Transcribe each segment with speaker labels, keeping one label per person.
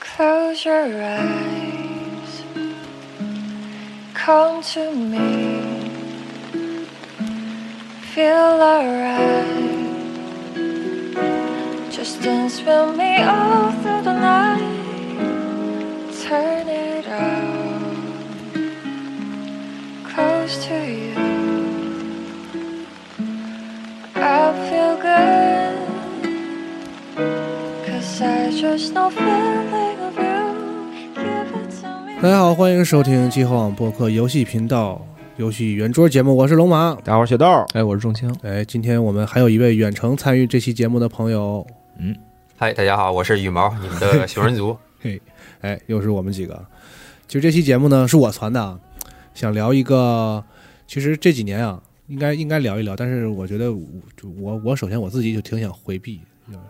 Speaker 1: Close your eyes. Come to me. Feel alright. Just dance with me all through the night. Turn it up. Close to you. I feel good. Cause I just know feeling of you. Give it to me.
Speaker 2: 大家好，欢迎收听极客网播客游戏频道游戏圆桌节目，我是龙马。
Speaker 3: 大家伙儿，雪豆，
Speaker 4: 哎，我是仲青，
Speaker 2: 哎，今天我们还有一位远程参与这期节目的朋友，
Speaker 5: 嗨，大家好，我是羽 毛，你们的熊人族。
Speaker 2: 哎，又是我们几个。其实这期节目呢是我传的，啊，想聊一个，其实这几年啊，应该应该聊一聊，但是我觉得我就我我首先我自己就挺想回避，有有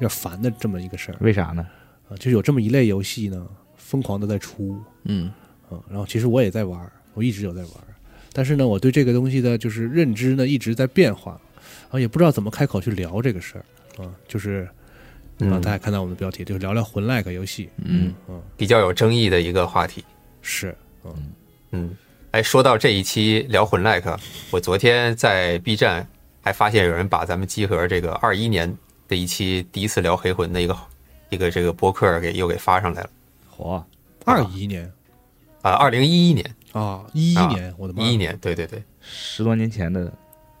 Speaker 2: 点烦的这么一个事儿
Speaker 3: 为啥呢？
Speaker 2: 啊，就是有这么一类游戏呢，疯狂的在出，
Speaker 4: 嗯，
Speaker 2: 嗯，然后其实我也在玩儿，我一直有在玩儿，但是呢，我对这个东西的就是认知呢一直在变化，然后也不知道怎么开口去聊这个事儿啊，就是啊，
Speaker 5: 嗯
Speaker 2: 大，家看到我们的标题，就是聊聊魂 like 游戏，
Speaker 4: 嗯
Speaker 5: 比较有争议的一个话题。
Speaker 2: 是，嗯，
Speaker 5: 嗯，哎，说到这一期聊混 like，我昨天在 B 站还发现有人把咱们集合这个二一年的一期第一次聊黑魂的一个一个这个播客给又给发上来了
Speaker 3: 火，
Speaker 2: 二一年
Speaker 5: 啊，二零一一年，
Speaker 2: 啊，一一
Speaker 5: 啊
Speaker 2: 年，我的妈，
Speaker 5: 一一年，对对对，
Speaker 3: 十多年前的，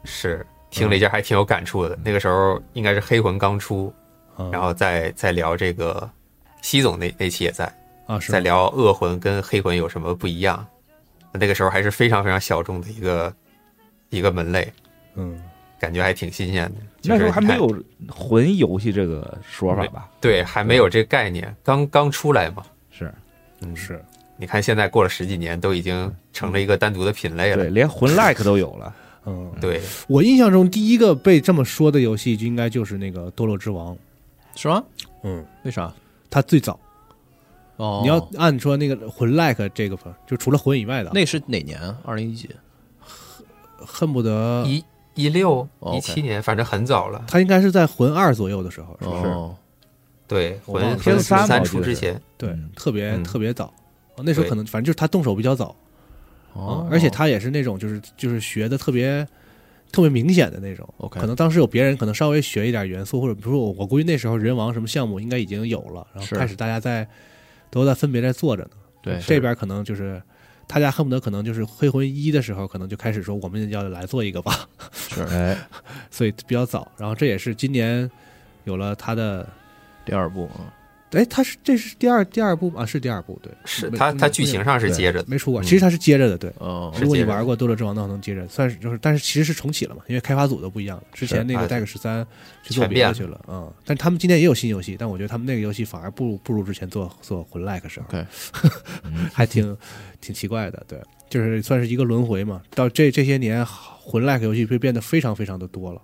Speaker 5: 是听了一下还挺有感触的。那个时候应该是黑魂刚出，
Speaker 2: 啊，
Speaker 5: 然后再再聊这个西总那那期也在。
Speaker 2: 啊是
Speaker 5: 在
Speaker 2: 吗
Speaker 5: 聊恶魂跟黑魂有什么不一样。那个时候还是非常非常小众的一个一个门类，
Speaker 2: 嗯，
Speaker 5: 感觉还挺新鲜的。就是
Speaker 3: 那时候还没
Speaker 5: 你看
Speaker 3: 有“魂游戏”这个说法吧？
Speaker 5: 对，还没有这个概念，刚刚出来嘛。
Speaker 3: 是
Speaker 5: 嗯，
Speaker 2: 是，
Speaker 5: 你看现在过了十几年，都已经成了一个单独的品类了
Speaker 3: 对，。连魂 like 都有了。
Speaker 2: 嗯，
Speaker 5: 对，
Speaker 2: 我印象中第一个被这么说的游戏就应该就是那个《堕落之王》，
Speaker 4: 是吗？
Speaker 2: 嗯，
Speaker 4: 为啥？
Speaker 2: 它最早，
Speaker 4: 哦，
Speaker 2: 你要按说那个魂 like 这个吧，就除了魂以外的啊，
Speaker 4: 那是哪年？二零一几？
Speaker 2: 恨不得
Speaker 5: 一一六
Speaker 4: 哦
Speaker 5: 一
Speaker 4: ，OK
Speaker 5: 七年，反正很早了。
Speaker 2: 他应该是在魂二左右的时候，是吧
Speaker 4: 哦，
Speaker 5: 对，
Speaker 2: 我忘了
Speaker 5: 魂
Speaker 2: 天
Speaker 5: 魂
Speaker 3: 三吧
Speaker 5: 三
Speaker 3: 我
Speaker 5: 出
Speaker 3: 记得
Speaker 5: 之
Speaker 3: 是
Speaker 5: 前，
Speaker 2: 对
Speaker 3: 嗯，
Speaker 2: 特别
Speaker 5: 嗯
Speaker 2: 特别早。哦那时候
Speaker 5: 对
Speaker 2: 可能反正就是他动手比较早，
Speaker 4: 哦
Speaker 2: 嗯，而且他也是那种就是就是学的特别特别明显的那种。
Speaker 4: OK
Speaker 2: 可能当时有别人可能稍微学一点元素，或者比如说我我估计那时候人王什么项目应该已经有了，然后
Speaker 4: 是
Speaker 2: 开始大家在都在分别在做着呢。
Speaker 4: 对
Speaker 2: 这边可能就是大家恨不得可能就是黑魂一的时候，可能就开始说我们要来做一个吧，
Speaker 3: 哎，
Speaker 2: 所以比较早。然后这也是今年有了他的，
Speaker 4: 第二部啊，
Speaker 2: 哎，他是这是第二第二部吗啊，是第二部对，
Speaker 5: 是
Speaker 2: 没
Speaker 5: 它它
Speaker 2: 没
Speaker 5: 剧情上是
Speaker 2: 对
Speaker 5: 接着的。
Speaker 2: 没出过，
Speaker 5: 嗯
Speaker 2: 其实它是接着的，对。
Speaker 4: 哦
Speaker 5: 是
Speaker 2: 如果你
Speaker 5: 接着的
Speaker 2: 玩过《堕落之王》的话，能接着，算是就是，但是其实是重启了嘛，因为开发组都不一样了。之前那个
Speaker 5: 啊
Speaker 2: Deck 十三去做
Speaker 5: 全
Speaker 2: 别
Speaker 5: 变
Speaker 2: 的
Speaker 5: 了
Speaker 2: 去了，嗯，但他们今年也有新游戏，但我觉得他们那个游戏反而不如不如之前做做魂 like 时候
Speaker 4: OK
Speaker 2: 还挺挺奇怪的，对，就是算是一个轮回嘛。到这这些年，魂 like 游戏会变得非常非常的多了，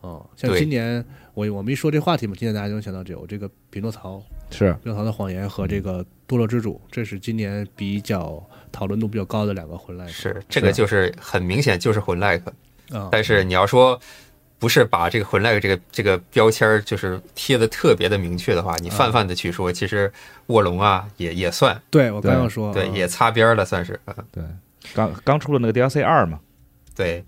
Speaker 2: 哦、像
Speaker 5: 对
Speaker 2: 今年我我们一说这话题嘛，今年大家就能想到有这个匹诺曹，
Speaker 3: 是
Speaker 2: 《六堂的谎言》和这个《堕落之主》，这是今年比较讨论度比较高的两个魂 like
Speaker 5: 是这个就是很明显就是魂 like，
Speaker 2: 啊，
Speaker 5: 但是你要说不是把这个魂 like 这个这个标签儿就是贴的特别的明确的话，你
Speaker 2: 嗯
Speaker 5: 泛泛的去说，其实卧龙啊也也算
Speaker 2: 对我刚要说，
Speaker 5: 对，
Speaker 2: 啊
Speaker 5: 也擦边儿了，算是嗯
Speaker 3: 对，刚刚出了那个 DLC 二嘛，
Speaker 5: 对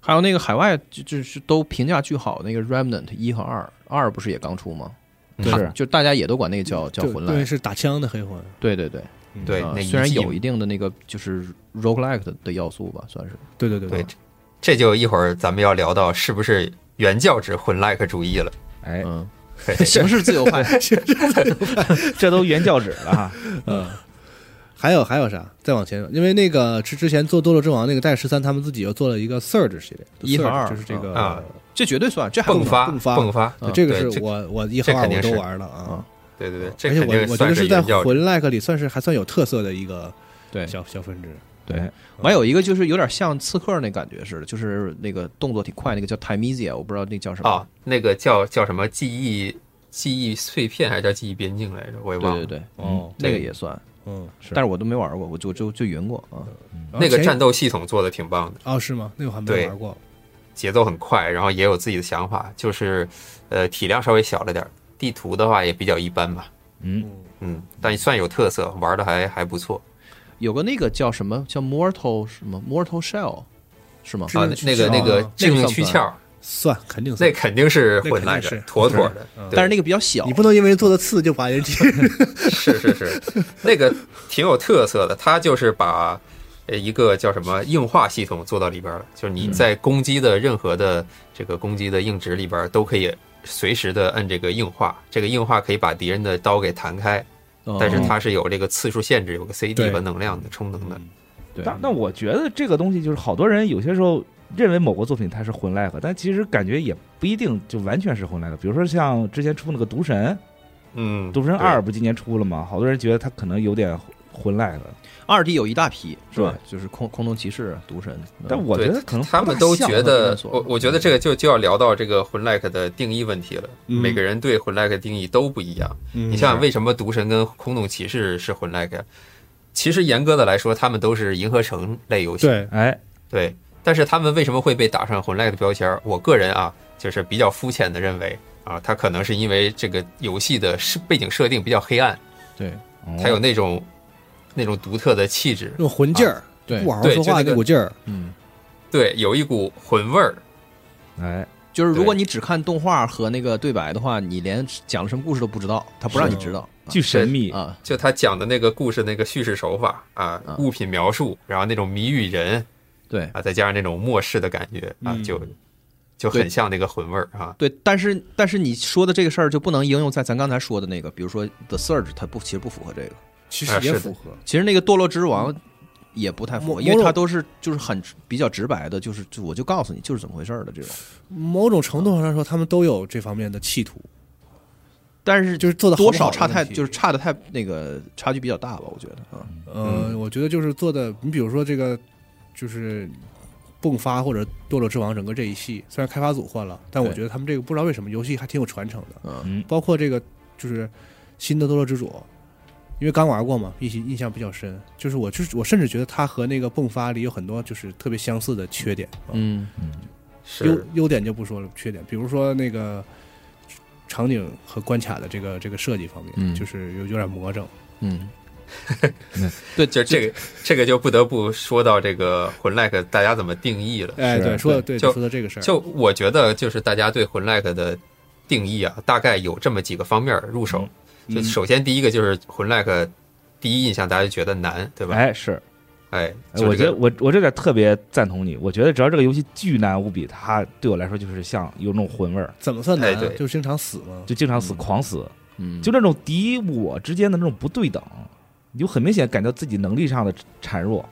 Speaker 4: 还有那个海外就就是都评价巨好，那个 Remnant 一和二，二不是也刚出吗？
Speaker 5: 对
Speaker 3: 是
Speaker 4: 就大家也都管那个叫叫
Speaker 2: 对
Speaker 4: 魂
Speaker 2: 对
Speaker 4: 来，
Speaker 2: 是打枪的黑魂，嗯
Speaker 4: 对对对
Speaker 5: 对。
Speaker 4: 啊
Speaker 5: 那
Speaker 4: 虽然
Speaker 5: 季
Speaker 4: 有一定的那个就是 roguelike 的的要素吧，算是
Speaker 2: 对对对
Speaker 5: 对，这这就一会儿咱们要聊到是不是原教旨魂 like 主义了。
Speaker 3: 哎，
Speaker 4: 嗯，
Speaker 5: 对
Speaker 4: 形式自由派
Speaker 3: 这都原教旨了哈。
Speaker 2: 嗯。还有还有啥？再往前，因为那个之之前做《堕落之王》那个戴十三，他们自己又做了一个 Surge 系列，
Speaker 4: 一和
Speaker 2: Surge
Speaker 4: 二
Speaker 2: 就是这个
Speaker 5: 啊
Speaker 4: 这绝对算，这还不
Speaker 5: 迸发
Speaker 2: 迸发嗯
Speaker 5: 迸发，
Speaker 2: 对这个
Speaker 5: 对
Speaker 2: 是
Speaker 5: 这
Speaker 2: 我我一和
Speaker 5: 这
Speaker 2: 二
Speaker 5: 肯
Speaker 2: 我
Speaker 5: 定
Speaker 2: 都
Speaker 5: 是
Speaker 2: 玩了啊，
Speaker 5: 对对对，这
Speaker 2: 而且
Speaker 5: 肯定
Speaker 2: 我我觉得
Speaker 5: 算
Speaker 2: 是在
Speaker 5: 原教旨。
Speaker 2: 魂 like 里算是还算有特色的一个
Speaker 4: 对
Speaker 2: 小小分支，
Speaker 3: 对，
Speaker 4: 我还有一个就是有点像刺客那感觉似的，就是那个动作挺快，那个叫 Timezia，我不知道那叫什么。
Speaker 5: 啊，那个叫叫什么记忆记忆碎片还是叫记忆边境来着？我也
Speaker 4: 对
Speaker 5: 忘
Speaker 4: 对
Speaker 5: 了。
Speaker 4: 对，
Speaker 2: 哦，
Speaker 4: 那个也算，
Speaker 2: 嗯，
Speaker 4: 但是我都没玩过，我就就就云过啊。
Speaker 5: 嗯
Speaker 2: 然后
Speaker 5: 那个
Speaker 2: 前
Speaker 5: 战斗系统做的挺棒的。
Speaker 2: 哦是吗？那个我还没
Speaker 5: 对
Speaker 2: 玩过，
Speaker 5: 节奏很快，然后也有自己的想法，就是呃体量稍微小了点儿，地图的话也比较一般吧。
Speaker 3: 嗯，
Speaker 2: 嗯，
Speaker 5: 嗯，但算有特色，玩的还还不错。
Speaker 4: 有个那个叫什么叫 Mortal 什么 Mortal Shell 是吗？
Speaker 2: 致
Speaker 5: 啊
Speaker 2: 命，
Speaker 5: 那
Speaker 2: 躯壳
Speaker 5: 个那个
Speaker 2: 啊
Speaker 5: 致
Speaker 4: 那
Speaker 5: 命
Speaker 4: 个
Speaker 5: 躯
Speaker 4: 算不
Speaker 5: 壳，
Speaker 2: 算肯定算
Speaker 5: 那，肯定是
Speaker 2: 那
Speaker 5: 混
Speaker 2: 肯
Speaker 5: 赖
Speaker 2: 定
Speaker 5: 的
Speaker 2: 是，
Speaker 5: 妥妥的。对
Speaker 4: 但是那个比较小
Speaker 2: 你，不能因为做的次就 把人踢。
Speaker 5: 是是是，那个挺有特色的，它就是把呃一个叫什么硬化系统做到里边了，就是你在攻击的任何的这个攻击的硬值里边都可以随时的摁这个硬化，这个硬化可以把敌人的刀给弹开，
Speaker 4: 嗯
Speaker 5: 但是它是有这个次数限制，有个 CD
Speaker 2: 哦对
Speaker 5: 和能量的充能的。
Speaker 4: 对
Speaker 3: 但但我觉得这个东西就是好多人有些时候认为某个作品它是魂 l i 但其实感觉也不一定就完全是魂 l i 比如说像之前出那个《毒神》，
Speaker 5: 嗯，
Speaker 3: 《毒神
Speaker 5: 对
Speaker 3: 二》不今年出了吗？好多人觉得它可能有点魂 l i
Speaker 5: 嗯
Speaker 4: 二 D 有一大批是吧？就是空空洞骑士、毒神，嗯
Speaker 3: 但我
Speaker 5: 对
Speaker 3: 觉得可能
Speaker 5: 他们都觉
Speaker 4: 不大像
Speaker 5: 得
Speaker 4: 啊，
Speaker 5: 我我觉得这个就就要聊到这个魂 like 的定义问题了。
Speaker 2: 嗯
Speaker 5: 每个人对魂 like 的定义都不一样。
Speaker 2: 你
Speaker 5: 你像为什么毒神跟空洞骑士是魂 like？其实严格的来说，他们都是银河城类游戏，
Speaker 2: 嗯对
Speaker 3: 哎，
Speaker 5: 对但是他们为什么会被打上魂 like 的标签儿？我个人啊，就是比较肤浅的认为啊，它可能是因为这个游戏的设背景设定比较黑暗，
Speaker 4: 对
Speaker 5: 它有那种那种独特的气质，
Speaker 2: 用魂劲
Speaker 5: 啊
Speaker 2: 儿，
Speaker 4: 对
Speaker 2: 不，好好
Speaker 5: 对
Speaker 2: 说
Speaker 5: 就
Speaker 2: 话
Speaker 5: 那个
Speaker 2: 股劲儿，
Speaker 4: 嗯，
Speaker 5: 对，有一股魂味儿。
Speaker 3: 哎，
Speaker 5: 啊
Speaker 4: 就是如果你只看动画和那个对白的话，你连讲了什么故事都不知道，他不让你知道
Speaker 3: 巨神秘，
Speaker 4: 啊。
Speaker 5: 就他讲的那个故事那个叙事手法啊
Speaker 4: 啊，
Speaker 5: 物品描述，然后那种谜语人
Speaker 4: 对
Speaker 5: 啊，再加上那种末世的感觉啊，
Speaker 2: 嗯
Speaker 5: 就就很像那个魂味儿啊。
Speaker 4: 对，但是但是你说的这个事儿就不能应用在咱刚才说的那个，比如说 The Surge，它不其实不符合这个。
Speaker 2: 其
Speaker 5: 啊
Speaker 2: 实
Speaker 5: 是
Speaker 2: 也
Speaker 5: 的
Speaker 2: 符合。
Speaker 4: 其实那个堕落之王也不太符合，
Speaker 2: 某
Speaker 4: 因为它
Speaker 2: 某种
Speaker 4: 都是就是很比较直白的，就是就我就告诉你就是怎么回事儿的这种。
Speaker 2: 某种程度上来说，他们都有这方面的企图，
Speaker 4: 但是
Speaker 2: 就是做的
Speaker 4: 多少差太就是差的太那个差距比较大吧，我觉得啊。
Speaker 2: 呃，我觉得就是做的，你比如说这个就是迸发或者堕落之王整个这一系，虽然开发组换了，但我
Speaker 4: 对
Speaker 2: 觉得他们这个不知道为什么游戏还挺有传承的，
Speaker 3: 嗯，
Speaker 2: 包括这个就是新的堕落之主。因为刚玩过嘛，印印象比较深，就是我就是我甚至觉得它和那个迸发里有很多就是特别相似的缺点，啊
Speaker 4: 嗯，
Speaker 2: 优
Speaker 5: 是，
Speaker 2: 优点就不说了，缺点，比如说那个场景和关卡的这个这个设计方面，
Speaker 4: 嗯
Speaker 2: 就是有有点魔怔。
Speaker 4: 嗯，
Speaker 5: 就这个这个就不得不说到这个魂 like 大家怎么定义了。
Speaker 2: 哎，
Speaker 3: 是
Speaker 2: 对，说的对，
Speaker 5: 就
Speaker 2: 说的这个事儿，
Speaker 5: 就我觉得，就是大家对魂 like 的定义啊，大概有这么几个方面入手。就
Speaker 2: 嗯
Speaker 5: 首先第一个就是魂 like 第一印象，大家就觉得难，对吧？
Speaker 3: 哎是，
Speaker 5: 哎，
Speaker 3: 哎
Speaker 5: 就
Speaker 3: 我
Speaker 5: 这
Speaker 3: 觉
Speaker 5: 个
Speaker 3: 得我我这点特别赞同你，我觉得只要这个游戏巨难无比，它对我来说就是像有那种魂味儿，
Speaker 2: 怎么算难、
Speaker 5: 哎
Speaker 2: 啊
Speaker 5: 对？
Speaker 2: 就是经常死嘛。
Speaker 3: 就经常死狂死，
Speaker 4: 嗯，
Speaker 3: 就那种敌我之间的那种不对等，你就很明显感到自己能力上的孱弱。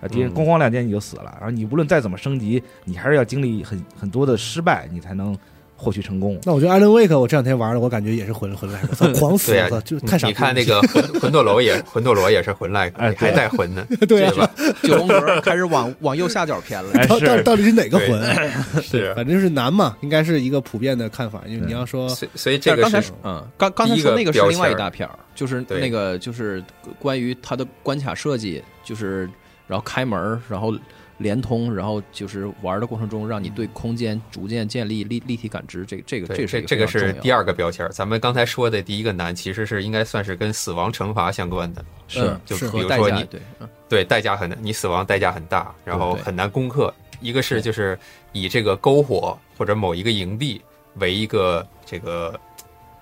Speaker 3: 啊，敌
Speaker 5: 嗯
Speaker 3: 人咣咣两剑你就死了，然后你无论再怎么升级，你还是要经历很很多的失败，你才能获取成
Speaker 5: 嗯
Speaker 3: 功。
Speaker 2: 那我觉得《艾伦·威克》，我这两天玩了，我感觉也是魂魂来的，操狂死，
Speaker 5: 对啊
Speaker 2: 我操，就太傻逼了。
Speaker 5: 你看那个魂魂斗罗也魂斗罗也是魂 like，
Speaker 3: 哎
Speaker 5: 的还
Speaker 3: 对
Speaker 5: 带魂呢，
Speaker 2: 对啊
Speaker 5: 吧？
Speaker 4: 九宫格开始往往右下角偏了。
Speaker 3: 哎
Speaker 2: 到到
Speaker 3: 是
Speaker 2: 到底是哪个
Speaker 5: 对
Speaker 2: 魂？啊
Speaker 5: 是，
Speaker 2: 反正就是难嘛，应该是一个普遍的看法。因为你要说嗯
Speaker 5: 所以所以这
Speaker 4: 但是
Speaker 5: 个
Speaker 4: 刚才
Speaker 5: 是
Speaker 4: 说，嗯，刚刚才说那个是另外一大片儿，就是
Speaker 5: 对
Speaker 4: 那个就是关于它的关卡设计，就是然后开门儿，然后连通，然后就是玩儿的过程中，让你对空间逐渐建立立立体感知，这个这个
Speaker 5: 嗯对
Speaker 4: 这
Speaker 5: 这这个
Speaker 4: 个个非
Speaker 5: 是
Speaker 4: 常重要
Speaker 5: 第二个标签儿。咱们刚才说的第一个难，其实是应该算是跟死亡惩罚相关的，
Speaker 4: 嗯
Speaker 5: 就是比
Speaker 4: 和
Speaker 5: 如
Speaker 4: 代
Speaker 5: 说
Speaker 4: 价
Speaker 5: 你
Speaker 4: 对，嗯
Speaker 5: 对代价很，你死亡代价很大，然后
Speaker 4: 对对
Speaker 5: 很难攻克。一个是就是以这个篝火或者某一个营地为一个这个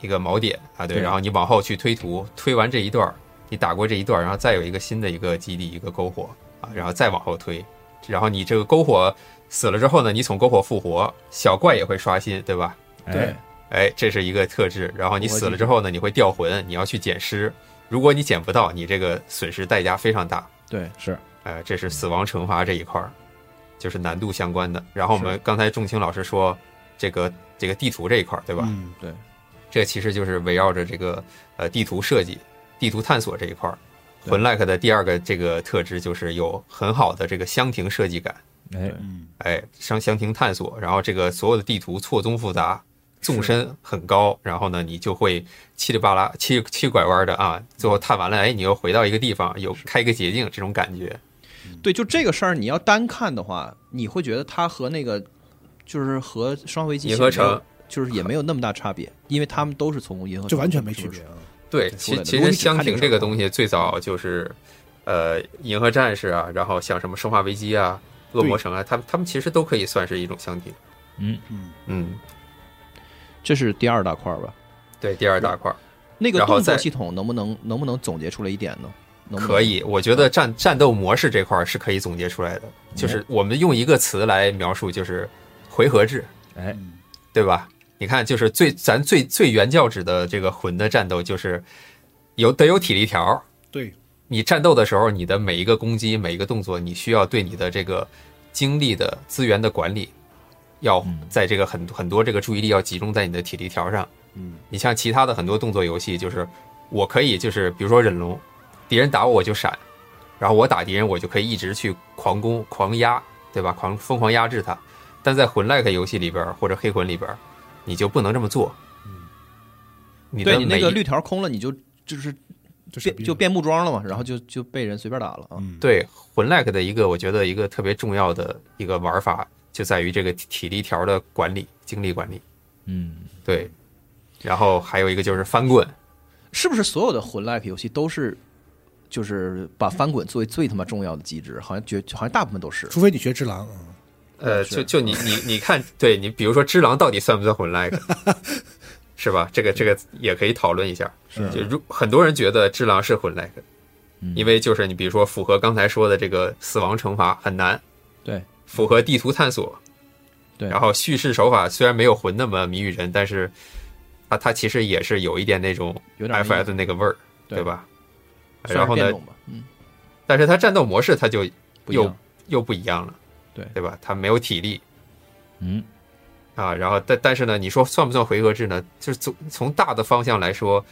Speaker 5: 一个锚点啊，对，
Speaker 4: 对
Speaker 5: 然后你往后去推图，推完这一段儿，你打过这一段儿，然后再有一个新的一个基地一个篝火啊，然后再往后推，然后你这个篝火死了之后呢，你从篝火复活，小怪也会刷新，对吧？
Speaker 2: 对
Speaker 3: 哎，
Speaker 5: 哎，这是一个特质。然后你死了之后呢，你会掉魂，你要去捡尸。如果你捡不到，你这个损失代价非常大。
Speaker 4: 对
Speaker 3: 是，
Speaker 5: 呃，这是死亡惩罚这一块儿，就是难度相关的。然后我们刚才仲青老师说，这个这个地图这一块儿，对吧？
Speaker 2: 嗯，
Speaker 5: 这其实就是围绕着这个呃地图设计、地图探索这一块儿。
Speaker 4: 对
Speaker 5: 魂 like 的第二个这个特质就是有很好的这个箱庭设计感，
Speaker 3: 哎，
Speaker 2: 嗯
Speaker 5: 哎，上箱庭探索，然后这个所有的地图错综复杂，纵深很高，然后呢，你就会七里八拉、七七拐弯的啊，最后探完了，哎，你又回到一个地方，有开个捷径这种感觉。
Speaker 4: 对，就这个事儿，你要单看的话，你会觉得它和那个就是和双维机
Speaker 5: 银河
Speaker 4: 器没有
Speaker 5: 城
Speaker 4: 就是也没有那么大差别，因为他们都是从银河
Speaker 2: 就
Speaker 4: 城
Speaker 2: 完全
Speaker 4: 这
Speaker 2: 没
Speaker 4: 么
Speaker 2: 区
Speaker 4: 出
Speaker 2: 别啊。
Speaker 5: 对，
Speaker 4: 出
Speaker 5: 其
Speaker 4: 来的
Speaker 5: 其
Speaker 4: 如果
Speaker 5: 实
Speaker 4: 你只看
Speaker 5: 箱
Speaker 4: 这个
Speaker 5: 庭这个
Speaker 4: 手
Speaker 5: 东西最早就是，呃，银河战士啊，然后像什么生化危机啊、恶魔城啊，他们他们其实都可以算是一种箱庭。
Speaker 3: 嗯
Speaker 2: 嗯
Speaker 5: 嗯，
Speaker 4: 这是第二大块儿吧？
Speaker 5: 对，第二大块儿
Speaker 4: 那个
Speaker 5: 然后
Speaker 4: 动作
Speaker 5: 再
Speaker 4: 系统能不能能不能总结出来一点呢？能不能
Speaker 5: 可以，我觉得战战斗模式这块儿是可以总结出来的，
Speaker 4: 嗯
Speaker 5: 就是我们用一个词来描述，就是回合制，
Speaker 3: 哎，
Speaker 2: 嗯
Speaker 5: 对吧？你看，就是最咱最最原教旨的这个魂的战斗，就是有得有体力条儿，
Speaker 2: 对，
Speaker 5: 你战斗的时候，你的每一个攻击、每一个动作，你需要对你的这个精力的资源的管理，要
Speaker 3: 嗯
Speaker 5: 在这个很很多这个注意力要集中在你的体力条上。
Speaker 2: 嗯，
Speaker 5: 你像其他的很多动作游戏，就是我可以就是比如说忍龙，敌人打我我就闪，然后我打敌人我就可以一直去狂攻、狂压，对吧？狂疯狂压制他。但在魂 like 游戏里边儿或者黑魂里边儿，你就不能这么做。你
Speaker 4: 嗯对
Speaker 5: 的
Speaker 4: 你
Speaker 5: 每
Speaker 4: 那个
Speaker 5: 一
Speaker 4: 绿条空了，你就就是
Speaker 2: 就傻
Speaker 4: 变
Speaker 2: 逼
Speaker 4: 就
Speaker 2: 了
Speaker 4: 变木桩了嘛，然后就就被人随便打了啊。
Speaker 2: 嗯
Speaker 5: 对魂 like 的一个，我觉得一个特别重要的一个玩法，就在于这个体体力条的管理、精力管理。
Speaker 3: 嗯，
Speaker 5: 对，然后还有一个就是翻滚，
Speaker 4: 是不是所有的魂 like 游戏都是就是把翻滚作为最他妈重要的机制？好像觉好像大部分都是。
Speaker 2: 除非你学只狼，嗯
Speaker 5: 呃，
Speaker 4: 是
Speaker 5: 就就你你你看，对你比如说《只狼》到底算不算魂 like，是吧？这个这个也可以讨论一下。
Speaker 2: 是
Speaker 5: 就如很多人觉得《只狼》是魂 like，因
Speaker 4: 嗯
Speaker 5: 为就是你比如说符合刚才说的这个死亡惩罚很难，
Speaker 4: 对，
Speaker 5: 符合地图探索，
Speaker 4: 对
Speaker 5: 然后叙事手法虽然没有魂那么谜语人，但是它它其实也是有一点那种
Speaker 4: 有点
Speaker 5: F
Speaker 4: 那
Speaker 5: S 那个味儿，
Speaker 4: 对
Speaker 5: 对吧？
Speaker 4: 算
Speaker 5: 然
Speaker 4: 是
Speaker 5: 后
Speaker 4: 变
Speaker 5: 呢，
Speaker 4: 种吧，嗯，
Speaker 5: 但是它战斗模式它就
Speaker 4: 不一
Speaker 5: 又
Speaker 4: 样。
Speaker 5: 又不一样了，
Speaker 4: 对
Speaker 5: 对吧？它没有体力，
Speaker 3: 嗯
Speaker 5: 啊，然后但但是呢，你说算不算回合制呢？就是从从大的方向来说，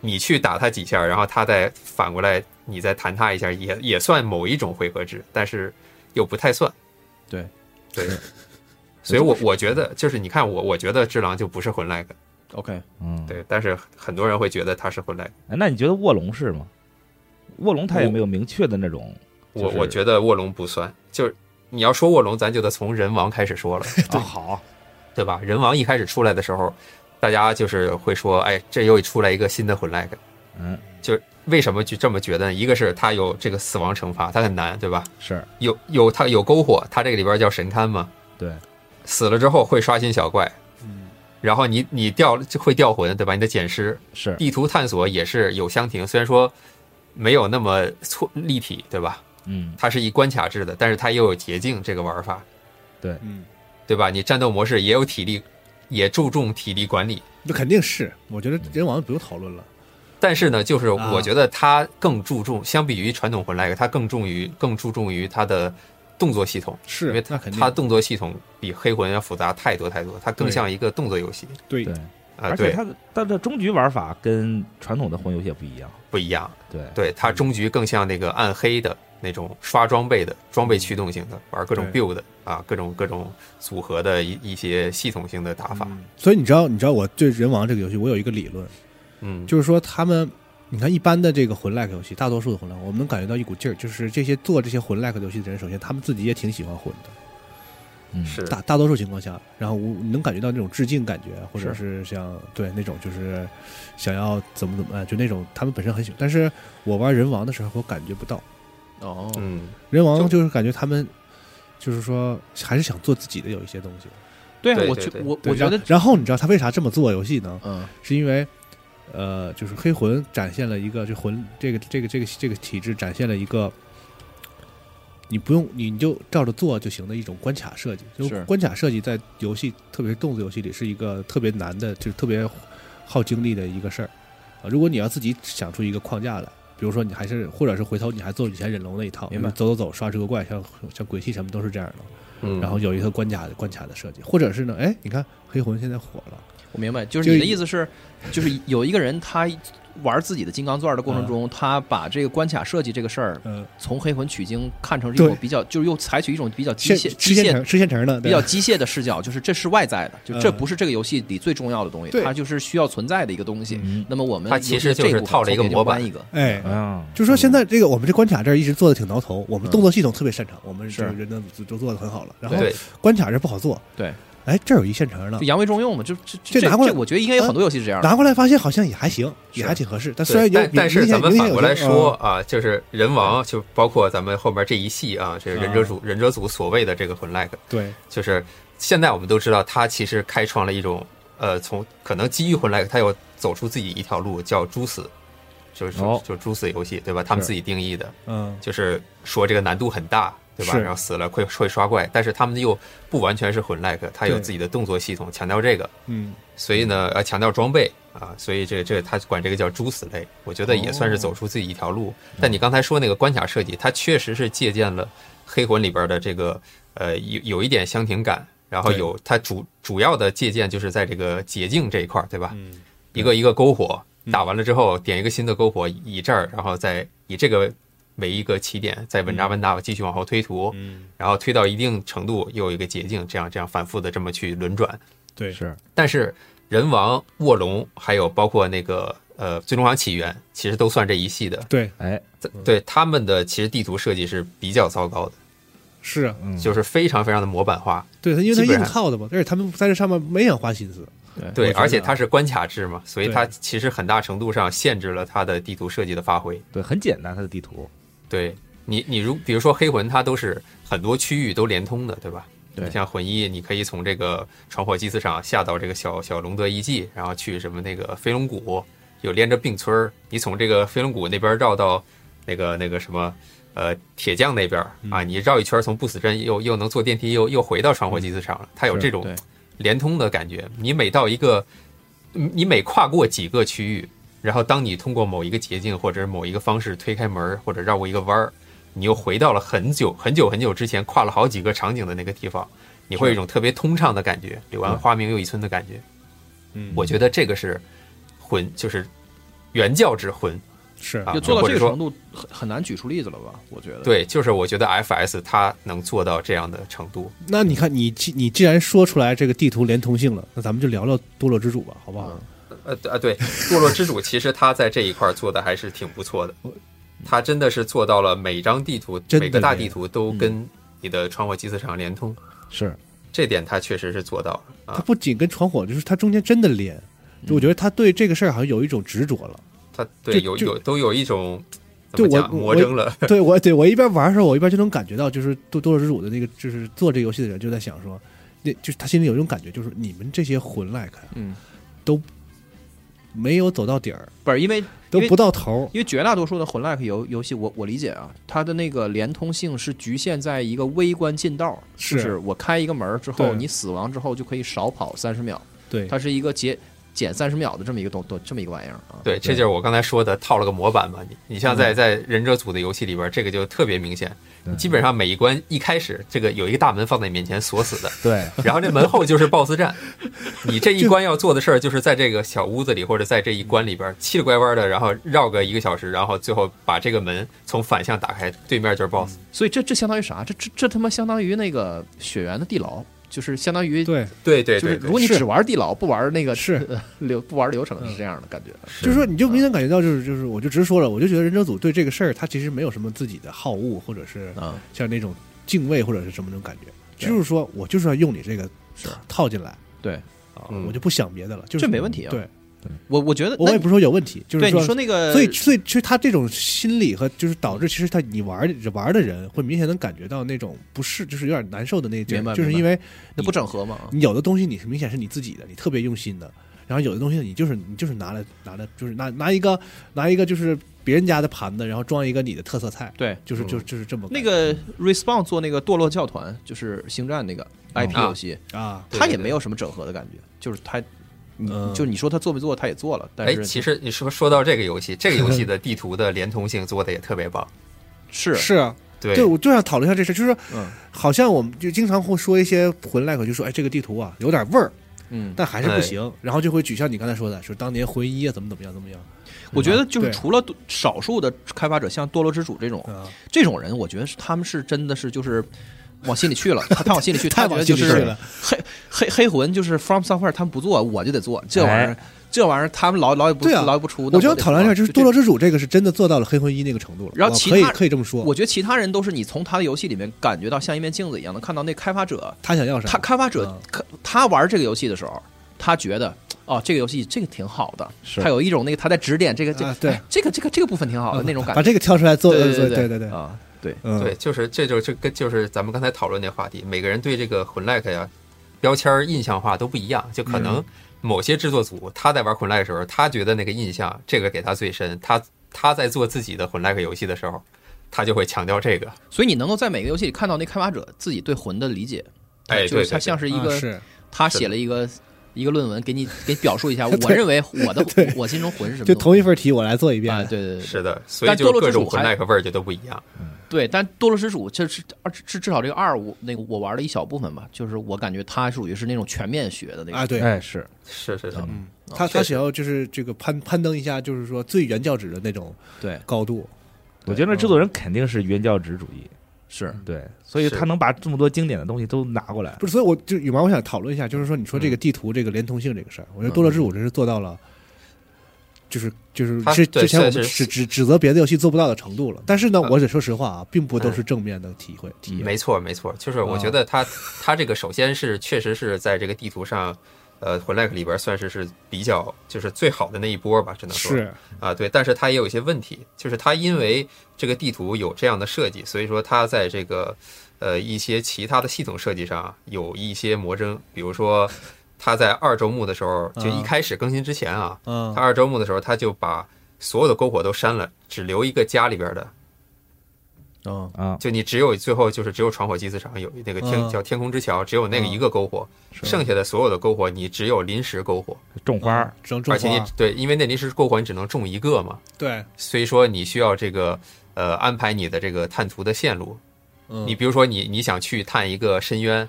Speaker 5: 你去打他几下，然后他再反过来你再弹他一下，也也算某一种回合制，但是又不太算。
Speaker 4: 对
Speaker 5: 对， 所以我我觉得就是你看我我觉得智狼就不是魂 like，
Speaker 4: OK，
Speaker 3: 嗯，
Speaker 5: 对，但是很多人会觉得他是魂 like，
Speaker 3: 哎，那你觉得卧龙是吗？卧龙它也没有明确的那种，
Speaker 5: 我
Speaker 3: 就是
Speaker 5: 我觉得卧龙不算，就是你要说卧龙，咱就得从人王开始 说了。
Speaker 3: 啊好，
Speaker 5: 对吧？人王一开始出来的时候，大家就是会说，哎，这又出来一个新的魂 like，
Speaker 3: 嗯，
Speaker 5: 就是为什么就这么觉得呢？一个是它有这个死亡惩罚，它很难，对吧？
Speaker 3: 是
Speaker 5: 有有它有篝火，它这个里边叫神龛嘛，
Speaker 3: 对，
Speaker 5: 死了之后会刷新小怪，
Speaker 2: 嗯，
Speaker 5: 然后你你掉就会掉魂，对吧？你的捡尸，
Speaker 3: 是
Speaker 5: 地图探索也是有箱庭，虽然说没有那么错立体，对吧？
Speaker 3: 嗯
Speaker 5: 它是一关卡制的，但是它又有捷径这个玩法，
Speaker 2: 嗯，
Speaker 5: 对吧？你战斗模式也有体力，也注重体力管理。
Speaker 2: 那肯定是，我觉得人王不用讨论了，
Speaker 5: 但是呢，就是
Speaker 2: 啊
Speaker 5: 我觉得它更注重，相比于传统魂 like，它更重于更注重于它的动作系统，因为
Speaker 2: 是，
Speaker 5: 它
Speaker 2: 那肯定
Speaker 5: 它动作系统比黑魂要复杂太多太多，它更
Speaker 2: 对
Speaker 5: 像一个动作游戏
Speaker 2: 对
Speaker 3: 对，，
Speaker 5: 啊，
Speaker 3: 而且
Speaker 5: 对，
Speaker 3: 它的它的终局玩法跟传统的魂游戏也不一样，
Speaker 5: 不一样，
Speaker 3: 对
Speaker 5: 对，它终局更像那个暗黑的那种刷装备的装备驱动型的，玩各种
Speaker 2: 对
Speaker 5: build 啊，各种各种组合的一一些系统性的打法，
Speaker 2: 嗯所以你知道，你知道我对人王这个游戏，我有一个理论，
Speaker 5: 嗯，
Speaker 2: 就是说他们，你看一般的这个魂 like 游戏，大多数的魂 like，我们能感觉到一股劲儿，就是这些做这些魂 like 游戏的人，首先他们自己也挺喜欢魂的，
Speaker 3: 嗯
Speaker 5: 是
Speaker 2: 大大多数情况下，然后我你能感觉到那种致敬感觉，或者是像对那种就是想要怎么怎么，哎就那种他们本身很喜欢，但是我玩人王的时候，我感觉不到，
Speaker 4: 哦，
Speaker 5: 嗯，
Speaker 2: 人王
Speaker 5: 就
Speaker 2: 就是感觉他们就是说还是想做自己的有一些东西，
Speaker 4: 对啊，
Speaker 5: 对
Speaker 4: 我
Speaker 5: 对
Speaker 4: 觉
Speaker 5: 对
Speaker 4: 我
Speaker 2: 对
Speaker 4: 我觉得
Speaker 2: 然，然后你知道他为啥这么做游戏呢？
Speaker 4: 嗯，
Speaker 2: 是因为，呃，就是黑魂展现了一个就魂这个这个这个这个体制展现了一个，你不用你你就照着做就行的一种关卡设计。就是关卡设计在游戏，特别是动作游戏里是一个特别难的，就是特别耗精力的一个事儿啊。如果你要自己想出一个框架来。比如说，你还是或者是回头你还做以前忍龙那一套，
Speaker 4: 明白
Speaker 2: 走走走，刷这个怪，像像鬼泣什么都是这样的。
Speaker 5: 嗯
Speaker 2: 然后有一个关卡关卡的设计，或者是呢，哎，你看黑魂现在火了，
Speaker 4: 我明白，就是
Speaker 2: 就
Speaker 4: 你的意思是，就是有一个人他玩自己的金刚钻的过程
Speaker 2: 嗯
Speaker 4: 中，他把这个关卡设计这个事儿
Speaker 2: 嗯、
Speaker 4: 从黑魂取经看成是一种
Speaker 2: 对
Speaker 4: 比较，就是又采取一种比较机
Speaker 2: 现
Speaker 4: 械、
Speaker 2: 吃
Speaker 4: 机
Speaker 2: 现
Speaker 4: 械、
Speaker 2: 成吃现成的，
Speaker 4: 比
Speaker 2: 对嗯
Speaker 4: 较机械的视角，就是这是外在的，就这不是这个游戏里最重要的东西，
Speaker 2: 对
Speaker 4: 它就是需要存在的一个东西
Speaker 3: 嗯。
Speaker 4: 那么我们
Speaker 5: 它其实
Speaker 4: 游戏的
Speaker 5: 就
Speaker 4: 这
Speaker 5: 是
Speaker 4: 部分
Speaker 5: 套了一个
Speaker 4: 重叠
Speaker 5: 模
Speaker 4: 就搬
Speaker 5: 板
Speaker 4: 一个，
Speaker 2: 哎，
Speaker 5: 嗯
Speaker 3: 啊，
Speaker 2: 就说现在这个我们这关卡这儿一直做的挺挠头，我们
Speaker 4: 嗯
Speaker 2: 动作系统特别擅长，我们
Speaker 4: 是
Speaker 2: 哦这个人的都做的很好了，然后
Speaker 5: 对
Speaker 2: 关卡这不好做，
Speaker 4: 对，
Speaker 2: 哎，这儿有一现成的
Speaker 4: 就，扬威中用嘛，就这
Speaker 2: 这拿过来嗯
Speaker 4: 我觉得应该有很多游戏是这样的。
Speaker 2: 拿过来发现好像也还行，也
Speaker 4: 是
Speaker 2: 还挺合适。但虽然
Speaker 5: 对，
Speaker 2: 有
Speaker 5: 但但是咱们反过来，
Speaker 2: 明显有
Speaker 5: 说
Speaker 2: 些嗯
Speaker 5: 啊，就是人王，就包括咱们后面这一系啊，这个忍者组忍者组所谓的这个魂 like，
Speaker 2: 嗯对
Speaker 5: 就是现在我们都知道，它其实开创了一种呃，从可能基于魂 like，它又走出自己一条路，叫猪死，就是说
Speaker 3: 哦
Speaker 5: 就是猪死游戏，对吧？他们
Speaker 2: 是
Speaker 5: 自己定义的，
Speaker 2: 嗯
Speaker 5: 就是说这个难度很大，对吧？
Speaker 2: 是
Speaker 5: 然后死了会会刷怪，但是他们又不完全是魂 like，它有
Speaker 2: 对
Speaker 5: 自己的动作系统，强调这个。
Speaker 2: 嗯，
Speaker 5: 所以呢，呃，强调装备啊，所以这这他管这个叫猪死类，我觉得也算是走出自己一条路。但你刚才说那个关卡设计，它确实是借鉴了黑魂里边的这个呃有有一点箱庭感，然后
Speaker 2: 对
Speaker 5: 有它主主要的借鉴就是在这个捷径这一块儿，对吧？
Speaker 2: 嗯
Speaker 5: 一个一个篝火打完了之后，点一个新的篝火，以这儿，然后再以这个为一个起点，再稳扎稳打，继续往后推图，
Speaker 2: 嗯
Speaker 5: 然后推到一定程度又有一个捷径，这样这样反复的这么去轮转。
Speaker 2: 对
Speaker 3: 是
Speaker 5: 但是人王、卧龙，还有包括那个呃《最终幻想起源》，其实都算这一系的。
Speaker 2: 对
Speaker 3: 哎，
Speaker 5: 在
Speaker 2: 嗯
Speaker 5: 对他们的其实地图设计是比较糟糕的，
Speaker 2: 是啊，
Speaker 3: 嗯，
Speaker 5: 就是非常非常的模板化。
Speaker 2: 对他，因为他
Speaker 5: 基本
Speaker 2: 硬
Speaker 5: 上
Speaker 2: 靠的嘛，而且他们在这上面没想花心思。
Speaker 5: 对，
Speaker 2: 我觉得啊
Speaker 5: 而且它是关卡制嘛，所以
Speaker 2: 对
Speaker 5: 它其实很大程度上限制了它的地图设计的发挥。
Speaker 3: 对，很简单，它的地图，
Speaker 5: 对你，你如比如说黑魂，它都是很多区域都连通的，对吧？
Speaker 3: 对
Speaker 5: 你像魂一，你可以从这个传火祭祀场下到这个小小隆德遗迹，然后去什么那个飞龙谷，有连着并村儿。你从这个飞龙谷那边绕到那个那个什么呃铁匠那边儿
Speaker 3: 嗯
Speaker 5: 啊，你绕一圈儿从不死镇又又能坐电梯又又回到传火祭祀场了，它有
Speaker 3: 是
Speaker 5: 这种
Speaker 4: 对
Speaker 5: 连通的感觉。你每到一个，你你每跨过几个区域，然后当你通过某一个捷径或者是某一个方式推开门儿或者绕过一个弯儿，你又回到了很久很久很久之前跨了好几个场景的那个地方，你会有一种特别通畅的感觉，柳暗花明又一村的感觉。
Speaker 2: 嗯
Speaker 5: 我觉得这个是魂，就是原教之魂
Speaker 2: 是
Speaker 5: 啊，
Speaker 4: 就做到
Speaker 5: 或
Speaker 4: 这
Speaker 5: 者
Speaker 4: 个
Speaker 5: 说
Speaker 4: 程度，很很难举出例子了吧？我觉得。
Speaker 5: 对，就是我觉得 FS 它能做到这样的程度。
Speaker 2: 那你看，你既你既然说出来这个地图连通性了，那咱们就聊聊多洛之主吧，好不好？
Speaker 5: 呃呃，对，堕落之主其实他在这一块儿做的还是挺不错的，他真的是做到了每张地图、
Speaker 2: 真的嗯
Speaker 5: 每个大
Speaker 2: 耶
Speaker 5: 地图都跟你的穿火祭祀场连通，
Speaker 3: 是
Speaker 5: 这点他确实是做到了
Speaker 2: 它
Speaker 5: 啊。
Speaker 2: 不仅跟传火，就是它中间真的连。就我觉得他对这个事儿好像有一种执着了。
Speaker 5: 他
Speaker 2: 就
Speaker 5: 对有
Speaker 2: 就
Speaker 5: 有都有一种
Speaker 2: 就
Speaker 5: 怎么
Speaker 2: 我
Speaker 5: 讲
Speaker 2: 我
Speaker 5: 魔怔了，
Speaker 2: 对我，对我一边玩的时候，我一边就能感觉到，就是多多洛之主的那个，就是做这个游戏的人就在想说，那就是他心里有一种感觉，就是你们这些魂 like 啊
Speaker 4: 嗯，
Speaker 2: 没有走到底儿，
Speaker 4: 不是因为
Speaker 2: 都
Speaker 4: 因为
Speaker 2: 不到头儿。
Speaker 4: 因为绝大多数的魂 like 游游戏，我我理解啊，它的那个连通性是局限在一个微观近道，
Speaker 2: 是
Speaker 4: 就是我开一个门儿之后，
Speaker 2: 对
Speaker 4: 你死亡之后就可以少跑三十秒，
Speaker 2: 对，
Speaker 4: 它是一个节减三十秒的这么一个东东这么一个玩意儿啊。
Speaker 5: 对，这就是我刚才说的套了个模板嘛。你你像在
Speaker 2: 嗯
Speaker 5: 在忍者组的游戏里边，这个就特别明显
Speaker 3: 对，
Speaker 5: 基本上每一关一开始，这个有一个大门放在你面前锁死的，
Speaker 3: 对，
Speaker 5: 然后这门后就是 BOSS 战，你这一关要做的事儿就是在这个小屋子里或者在这一关里边七里拐弯的，然后绕个一个小时，然后最后把这个门从反向打开，对面就是 BOSS。
Speaker 4: 所以这这相当于啥？这这这他妈相当于那个血缘的地牢，就是相当于
Speaker 2: 对，
Speaker 5: 对对
Speaker 4: 就
Speaker 5: 对
Speaker 4: 是
Speaker 5: 对
Speaker 4: 如果你
Speaker 2: 是
Speaker 4: 只玩地牢不玩那个
Speaker 2: 是嗯
Speaker 4: 呃 流不玩流程是这样的感觉。
Speaker 2: 就是说，你就明显感觉到，就是就是，我就直说了，我就觉得人者组对这个事儿，他其实没有什么自己的好恶，或者是
Speaker 4: 啊，
Speaker 2: 像那种敬畏或者是什么那种感觉，
Speaker 4: 对
Speaker 2: 就是说我就是要用你这个套进来，啊
Speaker 4: 对，
Speaker 5: 嗯
Speaker 2: 我就不想别的了，就是
Speaker 4: 这没问题啊
Speaker 2: 对，
Speaker 4: 我我觉得
Speaker 2: 我
Speaker 4: 那
Speaker 2: 也不是说有问题，就是
Speaker 4: 对你说那个，
Speaker 2: 所以，所以其实他这种心理和就是导致，其实他你玩儿玩儿的人会明显能感觉到那种不适，就是有点难受的那劲
Speaker 4: 明
Speaker 2: 儿，
Speaker 4: 白
Speaker 2: 就是
Speaker 4: 明白
Speaker 2: 因为
Speaker 4: 那不整合嘛？啊
Speaker 2: 你有的东西你是明显是你自己的，你特别用心的，然后有的东西你就是你就是拿来拿来就是拿拿一个拿一个就是别人家的盘子，然后装一个你的特色菜，
Speaker 4: 对，
Speaker 2: 就是
Speaker 5: 嗯
Speaker 2: 就就是这么
Speaker 4: 那个 Respawn 做那个堕落教团，就是星战那个 IP
Speaker 5: 啊
Speaker 4: 游戏，
Speaker 2: 啊，
Speaker 5: 对
Speaker 4: 它
Speaker 5: 对
Speaker 4: 也
Speaker 5: 对
Speaker 4: 没有什么整合的感觉，就是它，你
Speaker 2: 嗯
Speaker 4: 就是你说它做没做，它也做了，但
Speaker 5: 哎，
Speaker 4: 是
Speaker 5: 其实你说说到这个游戏，这个游戏的地图的连通性做的也特别棒。
Speaker 4: 是
Speaker 2: 是啊，
Speaker 5: 对
Speaker 2: 我就想讨论一下这事，就是说
Speaker 4: 嗯
Speaker 2: 好像我们就经常会说一些魂 like，就说哎这个地图啊有点味儿，
Speaker 4: 嗯，
Speaker 2: 但还是不行，然后就会举像你刚才说的，就是当年魂一啊怎么怎么样怎么样
Speaker 4: 我觉得就
Speaker 2: 对
Speaker 4: 是除了多少数的开发者，像堕落之主这种
Speaker 2: 啊，
Speaker 4: 这种人，我觉得是他们是真的是就是。往心 里去了，他他往心里去，
Speaker 2: 太
Speaker 4: 他觉
Speaker 2: 往
Speaker 4: 得
Speaker 2: 心
Speaker 4: 就
Speaker 2: 里去
Speaker 4: 是
Speaker 2: 了，
Speaker 4: 黑黑黑魂，就是 From Software 他们不做，我就得做这玩意
Speaker 5: 哎
Speaker 4: 儿，这玩意儿他们老老也不
Speaker 2: 对啊
Speaker 4: 老也不出。那
Speaker 2: 我就要
Speaker 4: 得
Speaker 2: 讨论一下，
Speaker 4: 做
Speaker 2: 就是《
Speaker 4: 这
Speaker 2: 堕落之主》这个是真的做到了黑魂一那个程度了，
Speaker 4: 然后
Speaker 2: 我
Speaker 4: 其
Speaker 2: 可以
Speaker 4: 他
Speaker 2: 可以这么说，
Speaker 4: 我觉得其他人都是你从他的游戏里面感觉到像一面镜子一样，能看到那开发者，
Speaker 2: 他想要啥？
Speaker 4: 他开发者
Speaker 2: 嗯
Speaker 4: 开他玩这个游戏的时候，他觉得哦，这个游戏这个挺好的，
Speaker 3: 是
Speaker 4: 他有一种那个他在指点这个这
Speaker 2: 啊对
Speaker 4: 哎这个这个这个部分挺好的那种感
Speaker 2: 嗯把
Speaker 4: 觉。
Speaker 2: 这个挑出来做，
Speaker 4: 对
Speaker 2: 对
Speaker 4: 对
Speaker 2: 对对，
Speaker 4: 啊，对，
Speaker 2: 嗯，
Speaker 5: 对，就是这就是这跟就是咱们刚才讨论那话题，每个人对这个混 like 呀标签儿印象化都不一样，就可
Speaker 4: 嗯
Speaker 5: 能某些制作组他在玩混 like 的时候，他觉得那个印象这个给他最深，他他在做自己的混 like 游戏的时候，他就会强调这个。
Speaker 4: 所以你能够在每个游戏里看到那开发者自己对魂的理解，
Speaker 5: 哎，
Speaker 4: 就
Speaker 5: 对
Speaker 4: 是他
Speaker 5: 对
Speaker 4: 像
Speaker 5: 对，
Speaker 4: 是一
Speaker 2: 啊
Speaker 4: 个
Speaker 2: 是
Speaker 4: 他写了一个一个论文，给 你给表述一下，我认为我的
Speaker 2: 对
Speaker 4: 我心中魂是什么
Speaker 2: 就
Speaker 4: 东西？
Speaker 2: 同一份题我来做一遍
Speaker 4: 啊，，对对对
Speaker 5: 是的，所以
Speaker 4: 但多
Speaker 5: 就
Speaker 4: 肉
Speaker 5: 各
Speaker 4: 之
Speaker 5: 种
Speaker 4: 主
Speaker 5: 混
Speaker 4: 还
Speaker 5: like 味儿就都不一样。
Speaker 4: 对，但多罗之主这是二至至少这个二我那个我玩了一小部分吧，就是我感觉它属于是那种全面学的那种。
Speaker 2: 啊，对，
Speaker 3: 哎，是
Speaker 5: 是是是，
Speaker 2: 嗯，他他想要就是这个攀攀登一下，就是说最原教旨的那种
Speaker 4: 对，
Speaker 2: 高度，
Speaker 3: 我觉得制作人肯定是原教旨主义，
Speaker 4: 是
Speaker 3: 对，所以
Speaker 5: 是
Speaker 3: 他能把这么多经典的东西都拿过来，
Speaker 2: 不是，所以我就羽毛，我想讨论一下，就是说，你说
Speaker 5: 嗯
Speaker 2: 这个地图这个连通性这个事儿，我觉得《多乐之舞》真是做到了，就是就是
Speaker 5: 它
Speaker 2: 是
Speaker 5: 对
Speaker 2: 之前我们
Speaker 5: 是
Speaker 2: 指
Speaker 5: 是
Speaker 2: 指指责别的游戏做不到的程度了。但是呢，
Speaker 5: 嗯
Speaker 2: 我得说实话啊，并不都是正面的体会体验。
Speaker 5: 没错，没错，就是我
Speaker 4: 嗯
Speaker 5: 觉得他他这个首先是确实是在这个地图上，呃，魂 like 里边算是是比较就是最好的那一波吧，只能说
Speaker 2: 是
Speaker 5: 啊，对，但是它也有一些问题，就是它因为这个地图有这样的设计，所以说它在这个呃一些其他的系统设计上啊有一些魔怔，比如说它在二周目的时候，就一开始更新之前啊，
Speaker 2: 嗯
Speaker 5: 它二周目的时候，它就把所有的篝火都删了，只留一个家里边的，
Speaker 2: 嗯
Speaker 3: 啊，
Speaker 5: 就你只有最后就是只有传火祭祀场有那个天
Speaker 2: 嗯
Speaker 5: 叫天空之桥，只有那个
Speaker 2: 嗯
Speaker 5: 一个篝火，剩下的所有的篝火你只有临时篝火，
Speaker 3: 种花儿，
Speaker 2: 种种
Speaker 5: 而且
Speaker 2: 花
Speaker 5: 你对，因为那临时篝火你只能种一个嘛。
Speaker 2: 对，
Speaker 5: 所以说你需要这个呃安排你的这个探图的线路。
Speaker 2: 嗯
Speaker 5: 你比如说你你想去探一个深渊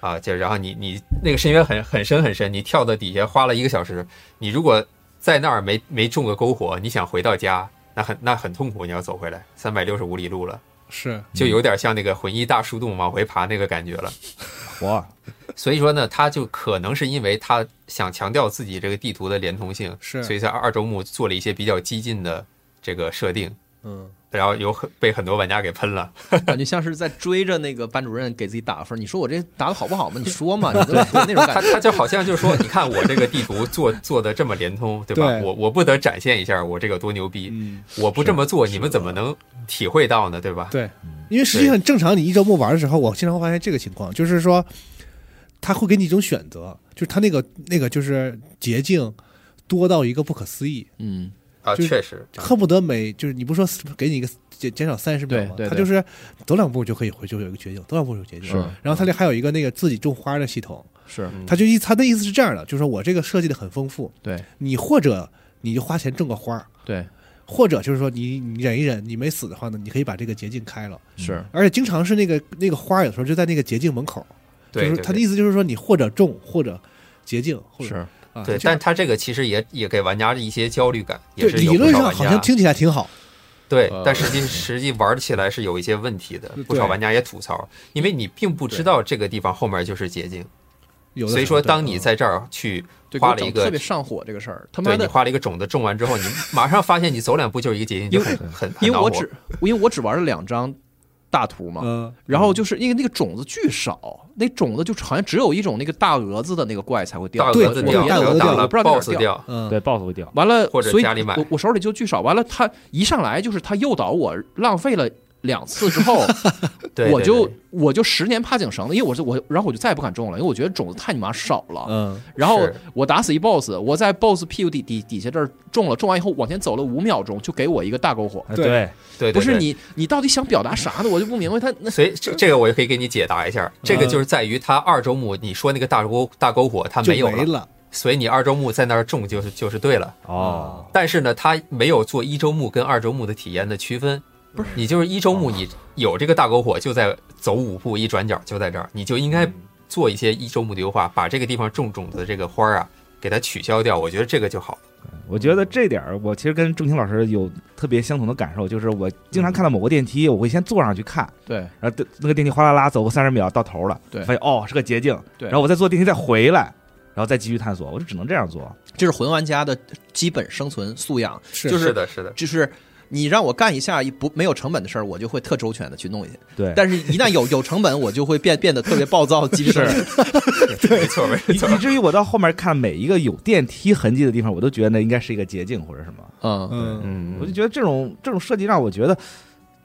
Speaker 5: 啊，就然后你你那个深渊很很深很深，你跳到底下花了一个小时，你如果在那儿没没中个篝火，你想回到家。那很那很痛苦，你要走回来三百六十五里路了，
Speaker 2: 是
Speaker 5: 就有点像那个魂一大树洞往回爬那个感觉了。
Speaker 3: 火，
Speaker 5: 所以说呢，他就可能是因为他想强调自己这个地图的连通性，
Speaker 2: 是
Speaker 5: 所以在二周目做了一些比较激进的这个设定。
Speaker 2: 嗯，
Speaker 5: 然后有很被很多玩家给喷了。
Speaker 4: 感觉像是在追着那个班主任给自己打分。你说我这打的好不好嘛？你说嘛，你就那种
Speaker 5: 他
Speaker 4: 感觉。
Speaker 5: 他就好像就说，你看我这个地图做做的这么连通，对吧？
Speaker 2: 对嗯
Speaker 5: 我我不得展现一下我这个多牛逼？我不这么做，你们怎么能体会到呢？嗯对吧？
Speaker 2: 对，因为实际上正常，你一周末玩的时候，我经常会发现这个情况，就是说，他会给你一种选择，就是他那个那个就是捷径多到一个不可思议。
Speaker 4: 嗯，
Speaker 5: 啊，
Speaker 2: 就是
Speaker 5: 确实，
Speaker 2: 恨不得每就是你不说给你一个减减少三十秒
Speaker 4: 对
Speaker 2: 吗？
Speaker 4: 对
Speaker 2: 他
Speaker 4: 对
Speaker 2: 就是走两步就可以回，就有一个捷径，走两步就有捷径。
Speaker 4: 是
Speaker 2: 然后它里还有一个那个自己种花的系统，
Speaker 4: 是
Speaker 5: 嗯
Speaker 2: 他就意他的意思是这样的，就是说我这个设计的很丰富，
Speaker 4: 对
Speaker 2: 你或者你就花钱种个花儿，
Speaker 4: 对
Speaker 2: 或者就是说你你忍一忍，你没死的话呢，你可以把这个捷径开了。
Speaker 4: 是
Speaker 2: 而且经常是那个那个花儿有时候就在那个捷径门口，
Speaker 5: 对
Speaker 2: 就是
Speaker 5: 对
Speaker 2: 他的
Speaker 5: 对
Speaker 2: 意思就是说你或者种或者捷径，或者
Speaker 4: 是，
Speaker 2: 啊，
Speaker 5: 对，
Speaker 2: 这样
Speaker 5: 但他这个其实也也给玩家一些焦虑感，也
Speaker 2: 对
Speaker 5: 是
Speaker 2: 理
Speaker 5: 有不
Speaker 2: 论
Speaker 5: 少
Speaker 2: 上
Speaker 5: 玩
Speaker 2: 好像
Speaker 5: 家
Speaker 2: 听起来挺好，
Speaker 5: 对
Speaker 4: 呃，
Speaker 5: 但实际实际玩起来是有一些问题的，不少
Speaker 2: 对
Speaker 5: 玩家也吐槽，因为你并不知道这个地方后面就是捷径，
Speaker 2: 有的
Speaker 5: 所以
Speaker 2: 时候
Speaker 5: 说
Speaker 2: 对
Speaker 5: 当你
Speaker 2: 嗯
Speaker 5: 在这儿去
Speaker 4: 对，给
Speaker 5: 花
Speaker 4: 我
Speaker 5: 了一
Speaker 4: 整
Speaker 5: 个
Speaker 4: 特别上火这个事儿，他妈
Speaker 5: 对你
Speaker 4: 的，
Speaker 5: 画了一个种子，种完之 后，你马上发现你走两步就是一个捷径，就很很很
Speaker 4: 因为
Speaker 5: 恼火
Speaker 4: 我只因为我只玩了两张大图嘛，
Speaker 2: 嗯
Speaker 4: 然后就是因为那个种子巨少，那种子就好像只有一种那个大蛾子的那个怪才会掉，
Speaker 5: 大
Speaker 2: 对
Speaker 5: 蛾子
Speaker 2: 我
Speaker 5: 掉，
Speaker 2: 大
Speaker 5: 然后
Speaker 2: 蛾子
Speaker 5: 打
Speaker 2: 掉
Speaker 5: 了
Speaker 4: 我不知道在哪儿
Speaker 5: BOSS
Speaker 4: 掉
Speaker 5: 掉，
Speaker 2: 嗯
Speaker 3: 对 BOSS 会掉，
Speaker 4: 完了，
Speaker 5: 或者
Speaker 4: 所以
Speaker 5: 家里买
Speaker 4: 我我手里就巨少。完了，他一上来就是他诱导我浪费了两次之后，
Speaker 5: 对，
Speaker 4: 我
Speaker 5: 对
Speaker 4: 就
Speaker 5: 对
Speaker 4: 我就十年怕井绳了，因为我是我，然后我就再也不敢种了，因为我觉得种子太你妈少了。
Speaker 2: 嗯
Speaker 4: 然后
Speaker 5: 是
Speaker 4: 我打死一 boss，我在 boss 屁股底底底下这儿种了，种完以后往前走了五秒钟，就给我一个大篝火。
Speaker 3: 哎
Speaker 2: 对
Speaker 3: 对，
Speaker 5: 对，对
Speaker 4: 不是。
Speaker 5: 对
Speaker 4: 你，你到底想表达啥呢？我就不明白他那
Speaker 5: 所以这这个我也可以给你解答一下，
Speaker 4: 嗯
Speaker 5: 这个就是在于他二周目你说那个大篝大篝火它
Speaker 2: 就
Speaker 5: 没有
Speaker 2: 没
Speaker 5: 了，
Speaker 2: 了。
Speaker 5: 所以你二周目在那儿种就是就是对了。
Speaker 3: 哦，
Speaker 5: 但是呢，它没有做一周目跟二周目的体验的区分。不是，你就是一周
Speaker 2: 哦
Speaker 5: 目，你有这个大篝火就在走五步，一转角就在这儿，你就应该做一些一周目的优化，把这个地方种种子的这个花儿啊，给它取消掉。我觉得这个就好。
Speaker 3: 我觉得这点儿，我其实跟郑清老师有特别相同的感受，就是我经常看到某个电梯，我会先坐上去看，
Speaker 4: 对
Speaker 3: 然后对那个电梯哗啦啦走个三十秒到头了，
Speaker 4: 对
Speaker 3: 发现哦是个捷径，
Speaker 4: 对
Speaker 3: 然后我再坐电梯再回来，然后再继续探索，我就只能这样做，
Speaker 4: 这是魂玩家的基本生存素养，
Speaker 2: 是
Speaker 4: 就是
Speaker 5: 的，是的，
Speaker 4: 就是你让我干一下一不没有成本的事儿，我就会特周全的去弄一下。
Speaker 3: 对，
Speaker 4: 但是，一旦有有成本，我就会变变得特别暴躁、谨慎。
Speaker 5: 没错没
Speaker 3: 以
Speaker 5: 错，
Speaker 3: 以至于我到后面看每一个有电梯痕迹的地方，我都觉得那应该是一个捷径或者什么。
Speaker 4: 嗯，
Speaker 2: 嗯，
Speaker 5: 嗯
Speaker 3: 我就觉得这种这种设计让我觉得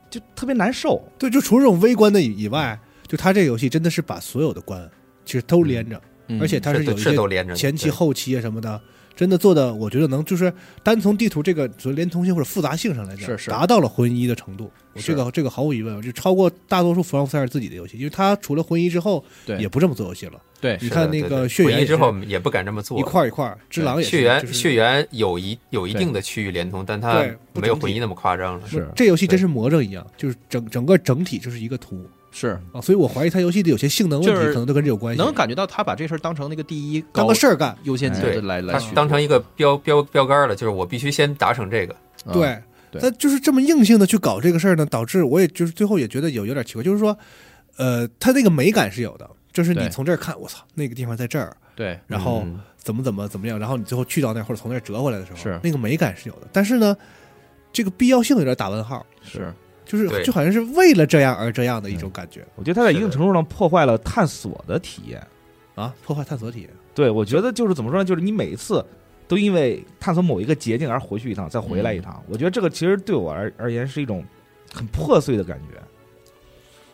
Speaker 3: 就特别难受。
Speaker 2: 对，就除了这种微观的以以外，就它这个游戏真的是把所有的关其实都连着，
Speaker 4: 嗯
Speaker 2: 而且它有一些
Speaker 5: 是都连着的
Speaker 2: 前期
Speaker 5: 对
Speaker 2: 后期啊什么的，真的做的我觉得能就是单从地图这个所谓连通性或者复杂性上来讲，
Speaker 4: 是是
Speaker 2: 达到了魂一的程度。我
Speaker 4: 是
Speaker 2: 这个这个毫无疑问，就超过大多数弗朗赛尔自己的游戏，因为他除了魂一之后
Speaker 4: 对
Speaker 2: 也不这么做游戏了。
Speaker 4: 对
Speaker 2: 你
Speaker 5: 是
Speaker 2: 看
Speaker 5: 的
Speaker 2: 那
Speaker 5: 对
Speaker 2: 个
Speaker 5: 对
Speaker 2: 血缘
Speaker 5: 回
Speaker 2: 也
Speaker 5: 忆之
Speaker 2: 是
Speaker 5: 后也不敢这么做
Speaker 2: 一，块儿一块儿，只狼也是
Speaker 5: 血缘
Speaker 2: 就是
Speaker 5: 血缘有一有一定的区域联通，但它
Speaker 2: 对不
Speaker 5: 没有
Speaker 2: 整体
Speaker 5: 回忆那么夸张了。
Speaker 2: 不
Speaker 3: 是
Speaker 2: 这游戏真是魔怔一样，就是整整个整体就是一个图
Speaker 4: 是
Speaker 2: 啊，所以我怀疑它游戏的有些性能问
Speaker 4: 就是
Speaker 2: 题可能都跟这有关系，
Speaker 4: 能感觉到他把这事儿当成那个第一
Speaker 2: 当
Speaker 4: 高
Speaker 2: 个事儿干。
Speaker 4: 优先级
Speaker 5: 对
Speaker 4: 的来来
Speaker 5: 它
Speaker 4: 去
Speaker 5: 当成一个标标标杆了，就是我必须先达成这个。
Speaker 4: 做，啊
Speaker 2: 对，
Speaker 4: 对
Speaker 2: 但就是这么硬性的去搞这个事儿呢，导致我也就是最后也觉得有有点奇怪，就是说，呃，它那个美感是有的，就是你
Speaker 4: 对
Speaker 2: 从这儿看，我操，那个地方在这儿，
Speaker 4: 对
Speaker 2: 然后
Speaker 5: 嗯
Speaker 2: 怎么怎么怎么样，然后你最后去到那儿或者从那儿折回来的时候，
Speaker 4: 是
Speaker 2: 那个美感是有的，但是呢，这个必要性有点打问号，
Speaker 4: 是
Speaker 2: 就是
Speaker 5: 对
Speaker 2: 就好像是为了这样而这样的
Speaker 4: 嗯
Speaker 2: 一种感觉
Speaker 3: 我觉得它在一
Speaker 5: 是
Speaker 3: 定
Speaker 5: 的
Speaker 3: 程度上破坏了探索的体验。
Speaker 2: 啊，破坏探索体验。
Speaker 3: 对，我觉得就是怎么说呢？就是你每一次都因为探索某一个捷径而回去一趟，再回
Speaker 4: 嗯
Speaker 3: 来一趟。我觉得这个其实对我而而言是一种很破碎的感觉。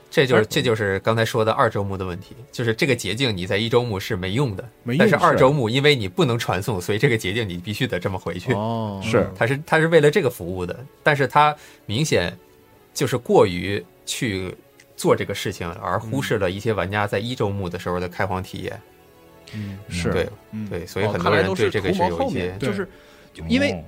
Speaker 5: 这就是
Speaker 3: 而
Speaker 5: 这就是刚才说的二周目的问题，就是这个捷径你在一周目是没用的，
Speaker 2: 没用
Speaker 5: 但是二
Speaker 3: 是
Speaker 5: 周目因为你不能传送，所以这个捷径你必须得这么回去。
Speaker 4: 哦
Speaker 3: 是
Speaker 5: 它是它是为了这个服务的，但是它明显就是过于去做这个事情，而忽
Speaker 4: 嗯
Speaker 5: 视了一些玩家在一周目的时候的开荒体验。
Speaker 2: 嗯
Speaker 4: 是
Speaker 5: 对
Speaker 2: 嗯，
Speaker 5: 对，所以
Speaker 4: 哦
Speaker 5: 很
Speaker 4: 看
Speaker 5: 多
Speaker 4: 来
Speaker 5: 人
Speaker 4: 都
Speaker 5: 对
Speaker 4: 是
Speaker 5: 这
Speaker 4: 图
Speaker 5: 个是
Speaker 4: 谋
Speaker 5: 有
Speaker 4: 后
Speaker 5: 一些
Speaker 4: 面
Speaker 2: 对
Speaker 4: 就是就因为
Speaker 3: 哦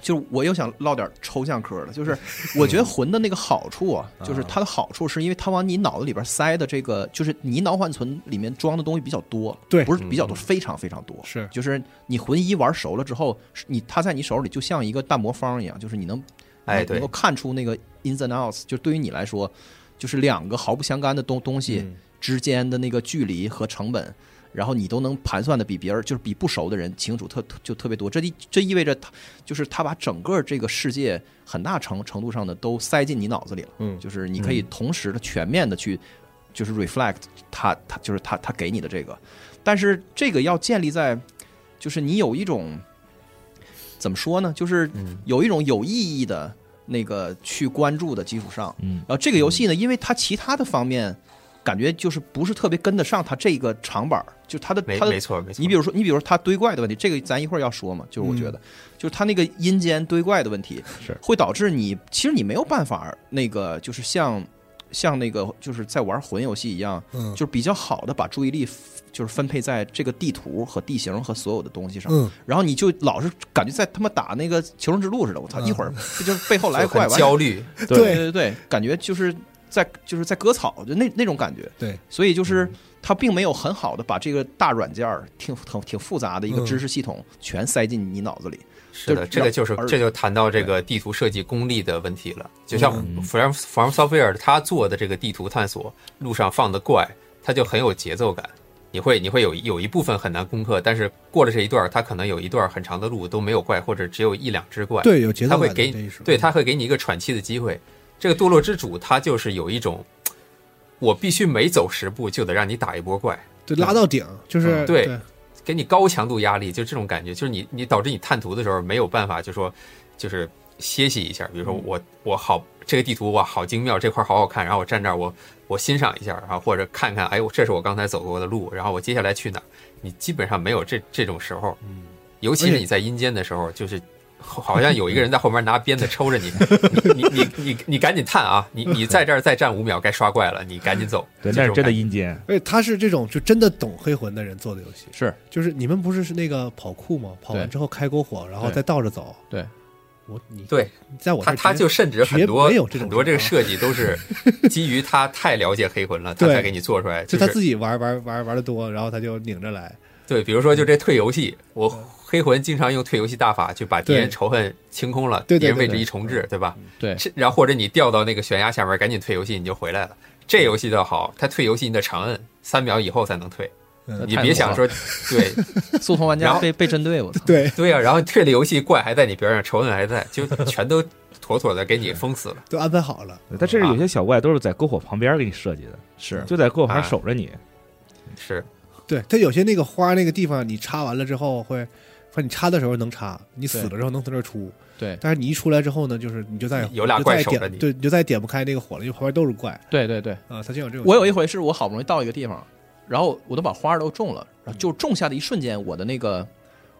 Speaker 4: 就是我又想唠点抽象科的，就是我
Speaker 5: 嗯
Speaker 4: 觉得魂的那个好处啊，就是它的好处是因为它往你脑子里边塞的这个，就是你脑缓存里面装的东西比较多，
Speaker 2: 对
Speaker 4: 不是比较多，
Speaker 5: 嗯
Speaker 4: 非常非常多。
Speaker 2: 是
Speaker 4: 就是你魂一玩熟了之后，是你它在你手里就像一个大魔方一样，就是你能
Speaker 5: 哎，
Speaker 4: 能
Speaker 5: 对
Speaker 4: 够，看出那个 ins and outs，就对于你来说，就是两个毫不相干的东东西
Speaker 2: 嗯
Speaker 4: 之间的那个距离和成本，然后你都能盘算的比别人，就是比不熟的人清楚特特就特别多。这意这意味着他就是他把整个这个世界很大程程度上的都塞进你脑子里了，
Speaker 2: 嗯
Speaker 4: 就是你可以同时的全面的去就是 reflect 他他就是他他给你的这个，但是这个要建立在就是你有一种怎么说呢，就是
Speaker 5: 嗯
Speaker 4: 有一种有意义的那个去关注的基础上，
Speaker 3: 嗯，
Speaker 4: 然后这个游戏呢，因为它其他的方面感觉就是不是特别跟得上它这个长板儿，就它的
Speaker 5: 嗯没
Speaker 4: 它的
Speaker 5: 没错没错。
Speaker 4: 你比如说，你比如说它堆怪的问题，这个咱一会儿要说嘛，就是我觉得，
Speaker 5: 嗯
Speaker 4: 就是它那个阴间堆怪的问题，
Speaker 3: 是
Speaker 4: 会导致你其实你没有办法那个就是像像那个就是在玩魂游戏一样，
Speaker 2: 嗯
Speaker 4: 就是比较好的把注意力 f- 就是分配在这个地图和地形和所有的东西上，
Speaker 2: 嗯，
Speaker 4: 然后你就老是感觉在他妈打那个求生之路似的，我操，
Speaker 2: 嗯
Speaker 4: 一 会儿这就是背后来
Speaker 5: 就
Speaker 4: 个怪，
Speaker 5: 很
Speaker 4: 完了
Speaker 5: 焦虑，
Speaker 2: 对
Speaker 4: 对对对，感觉就是在就是在割草，就那那种感觉。
Speaker 2: 对，
Speaker 4: 所以就是它并没有很好的把这个大软件儿挺挺挺复杂的一个
Speaker 2: 嗯
Speaker 4: 知识系统全塞进你脑子里。
Speaker 5: 是的，
Speaker 4: 就
Speaker 5: 这个就是
Speaker 4: 而
Speaker 5: 这就谈到这个地图设计功力的问题了。就像
Speaker 3: 嗯
Speaker 5: From From Software 他做的这个地图探索，路上放的怪，它就很有节奏感。你会你会有有一部分很难攻克，但是过了这一段儿，它可能有一段儿很长的路都没有怪，或者只有一两只怪。
Speaker 2: 对，有节
Speaker 5: 他
Speaker 2: 奏
Speaker 5: 会
Speaker 2: 感的
Speaker 5: 给
Speaker 2: 这一
Speaker 5: 你
Speaker 2: 首，
Speaker 5: 对，他会给你一个喘气的机会。这个堕落之主，他就是有一种，我必须每走十步就得让你打一波怪，
Speaker 2: 对拉到顶，就是
Speaker 5: 嗯对给你高强度压力，就这种感觉，就是你你导致你探图的时候没有办法，就说就是歇息一下，比如
Speaker 3: 嗯
Speaker 5: 说我我好这个地图哇好精妙，这块好好看，然后我站这儿我我欣赏一下，然后或者看看，哎我这是我刚才走过的路，然后我接下来去哪儿，你基本上没有这这种时候，嗯，尤其
Speaker 2: 而且
Speaker 5: 是你在阴间的时候，就是。好像有一个人在后面拿鞭子抽 着你，你你你你你赶紧探啊！你你在这儿再站五秒，该刷怪了，你赶紧走。
Speaker 3: 对，
Speaker 5: 这
Speaker 3: 那是
Speaker 5: 种
Speaker 3: 真的
Speaker 5: 感觉
Speaker 3: 阴间。
Speaker 2: 而且哎他是这种就真的懂黑魂的人做的游戏，
Speaker 4: 是
Speaker 2: 就是你们不是是那个跑酷吗？跑完
Speaker 4: 对
Speaker 2: 之后开篝火，然后
Speaker 4: 对
Speaker 2: 再倒着走。
Speaker 4: 对，
Speaker 2: 我你
Speaker 5: 对，
Speaker 2: 在我这
Speaker 5: 他
Speaker 2: 儿
Speaker 5: 他
Speaker 2: 直
Speaker 5: 就
Speaker 2: 接
Speaker 5: 甚至很
Speaker 2: 直接
Speaker 5: 多
Speaker 2: 没有这种
Speaker 5: 很多这个设计都 是基于他太了解黑魂了，他
Speaker 2: 对
Speaker 5: 才给你做出来。
Speaker 2: 就
Speaker 5: 他
Speaker 2: 他自己玩玩玩玩的多，然后他就拧着来。
Speaker 5: 对，比如
Speaker 2: 嗯
Speaker 5: 说就这退游戏，我黑魂经常用退游戏大法去把敌
Speaker 2: 对
Speaker 5: 人仇恨清空了，
Speaker 2: 对对
Speaker 5: 敌人
Speaker 2: 对
Speaker 5: 位置
Speaker 2: 对嗯
Speaker 5: 一重置，对吧？
Speaker 4: 对
Speaker 5: 这然后或者你掉到那个悬崖下面，赶紧退游戏你就回来了。这游戏倒好，它退游戏你得长摁三秒以后才能退，
Speaker 2: 嗯
Speaker 5: 你 别想说对
Speaker 4: 速通玩
Speaker 5: 然
Speaker 4: 家
Speaker 5: 后
Speaker 4: 被被针对，我操！
Speaker 2: 对
Speaker 5: 对啊，然后退了游戏怪还在你边上，仇恨还在，就全都妥妥的 给你封死了。
Speaker 2: 都安排好了，
Speaker 3: 但
Speaker 4: 嗯
Speaker 3: 甚至
Speaker 4: 啊
Speaker 3: 有些小怪都是在篝火旁边给你设计的，
Speaker 4: 是
Speaker 3: 就在篝火
Speaker 5: 啊
Speaker 3: 旁守着你。
Speaker 5: 是，
Speaker 2: 对它有些那个花那个地方，你插完了之后会，反正你插的时候能插，你死了之后能从这儿出，
Speaker 4: 对
Speaker 2: 但是你一出来之后呢，就是你就再
Speaker 5: 有俩怪守着你
Speaker 2: 对，你就再也点不开那个火了，因为旁边都是怪
Speaker 4: 对对对，
Speaker 2: 啊。它就有这种，
Speaker 4: 我有一回是我好不容易到一个地方，然后我都把花儿都种了，然后就种下的一瞬间，我的那个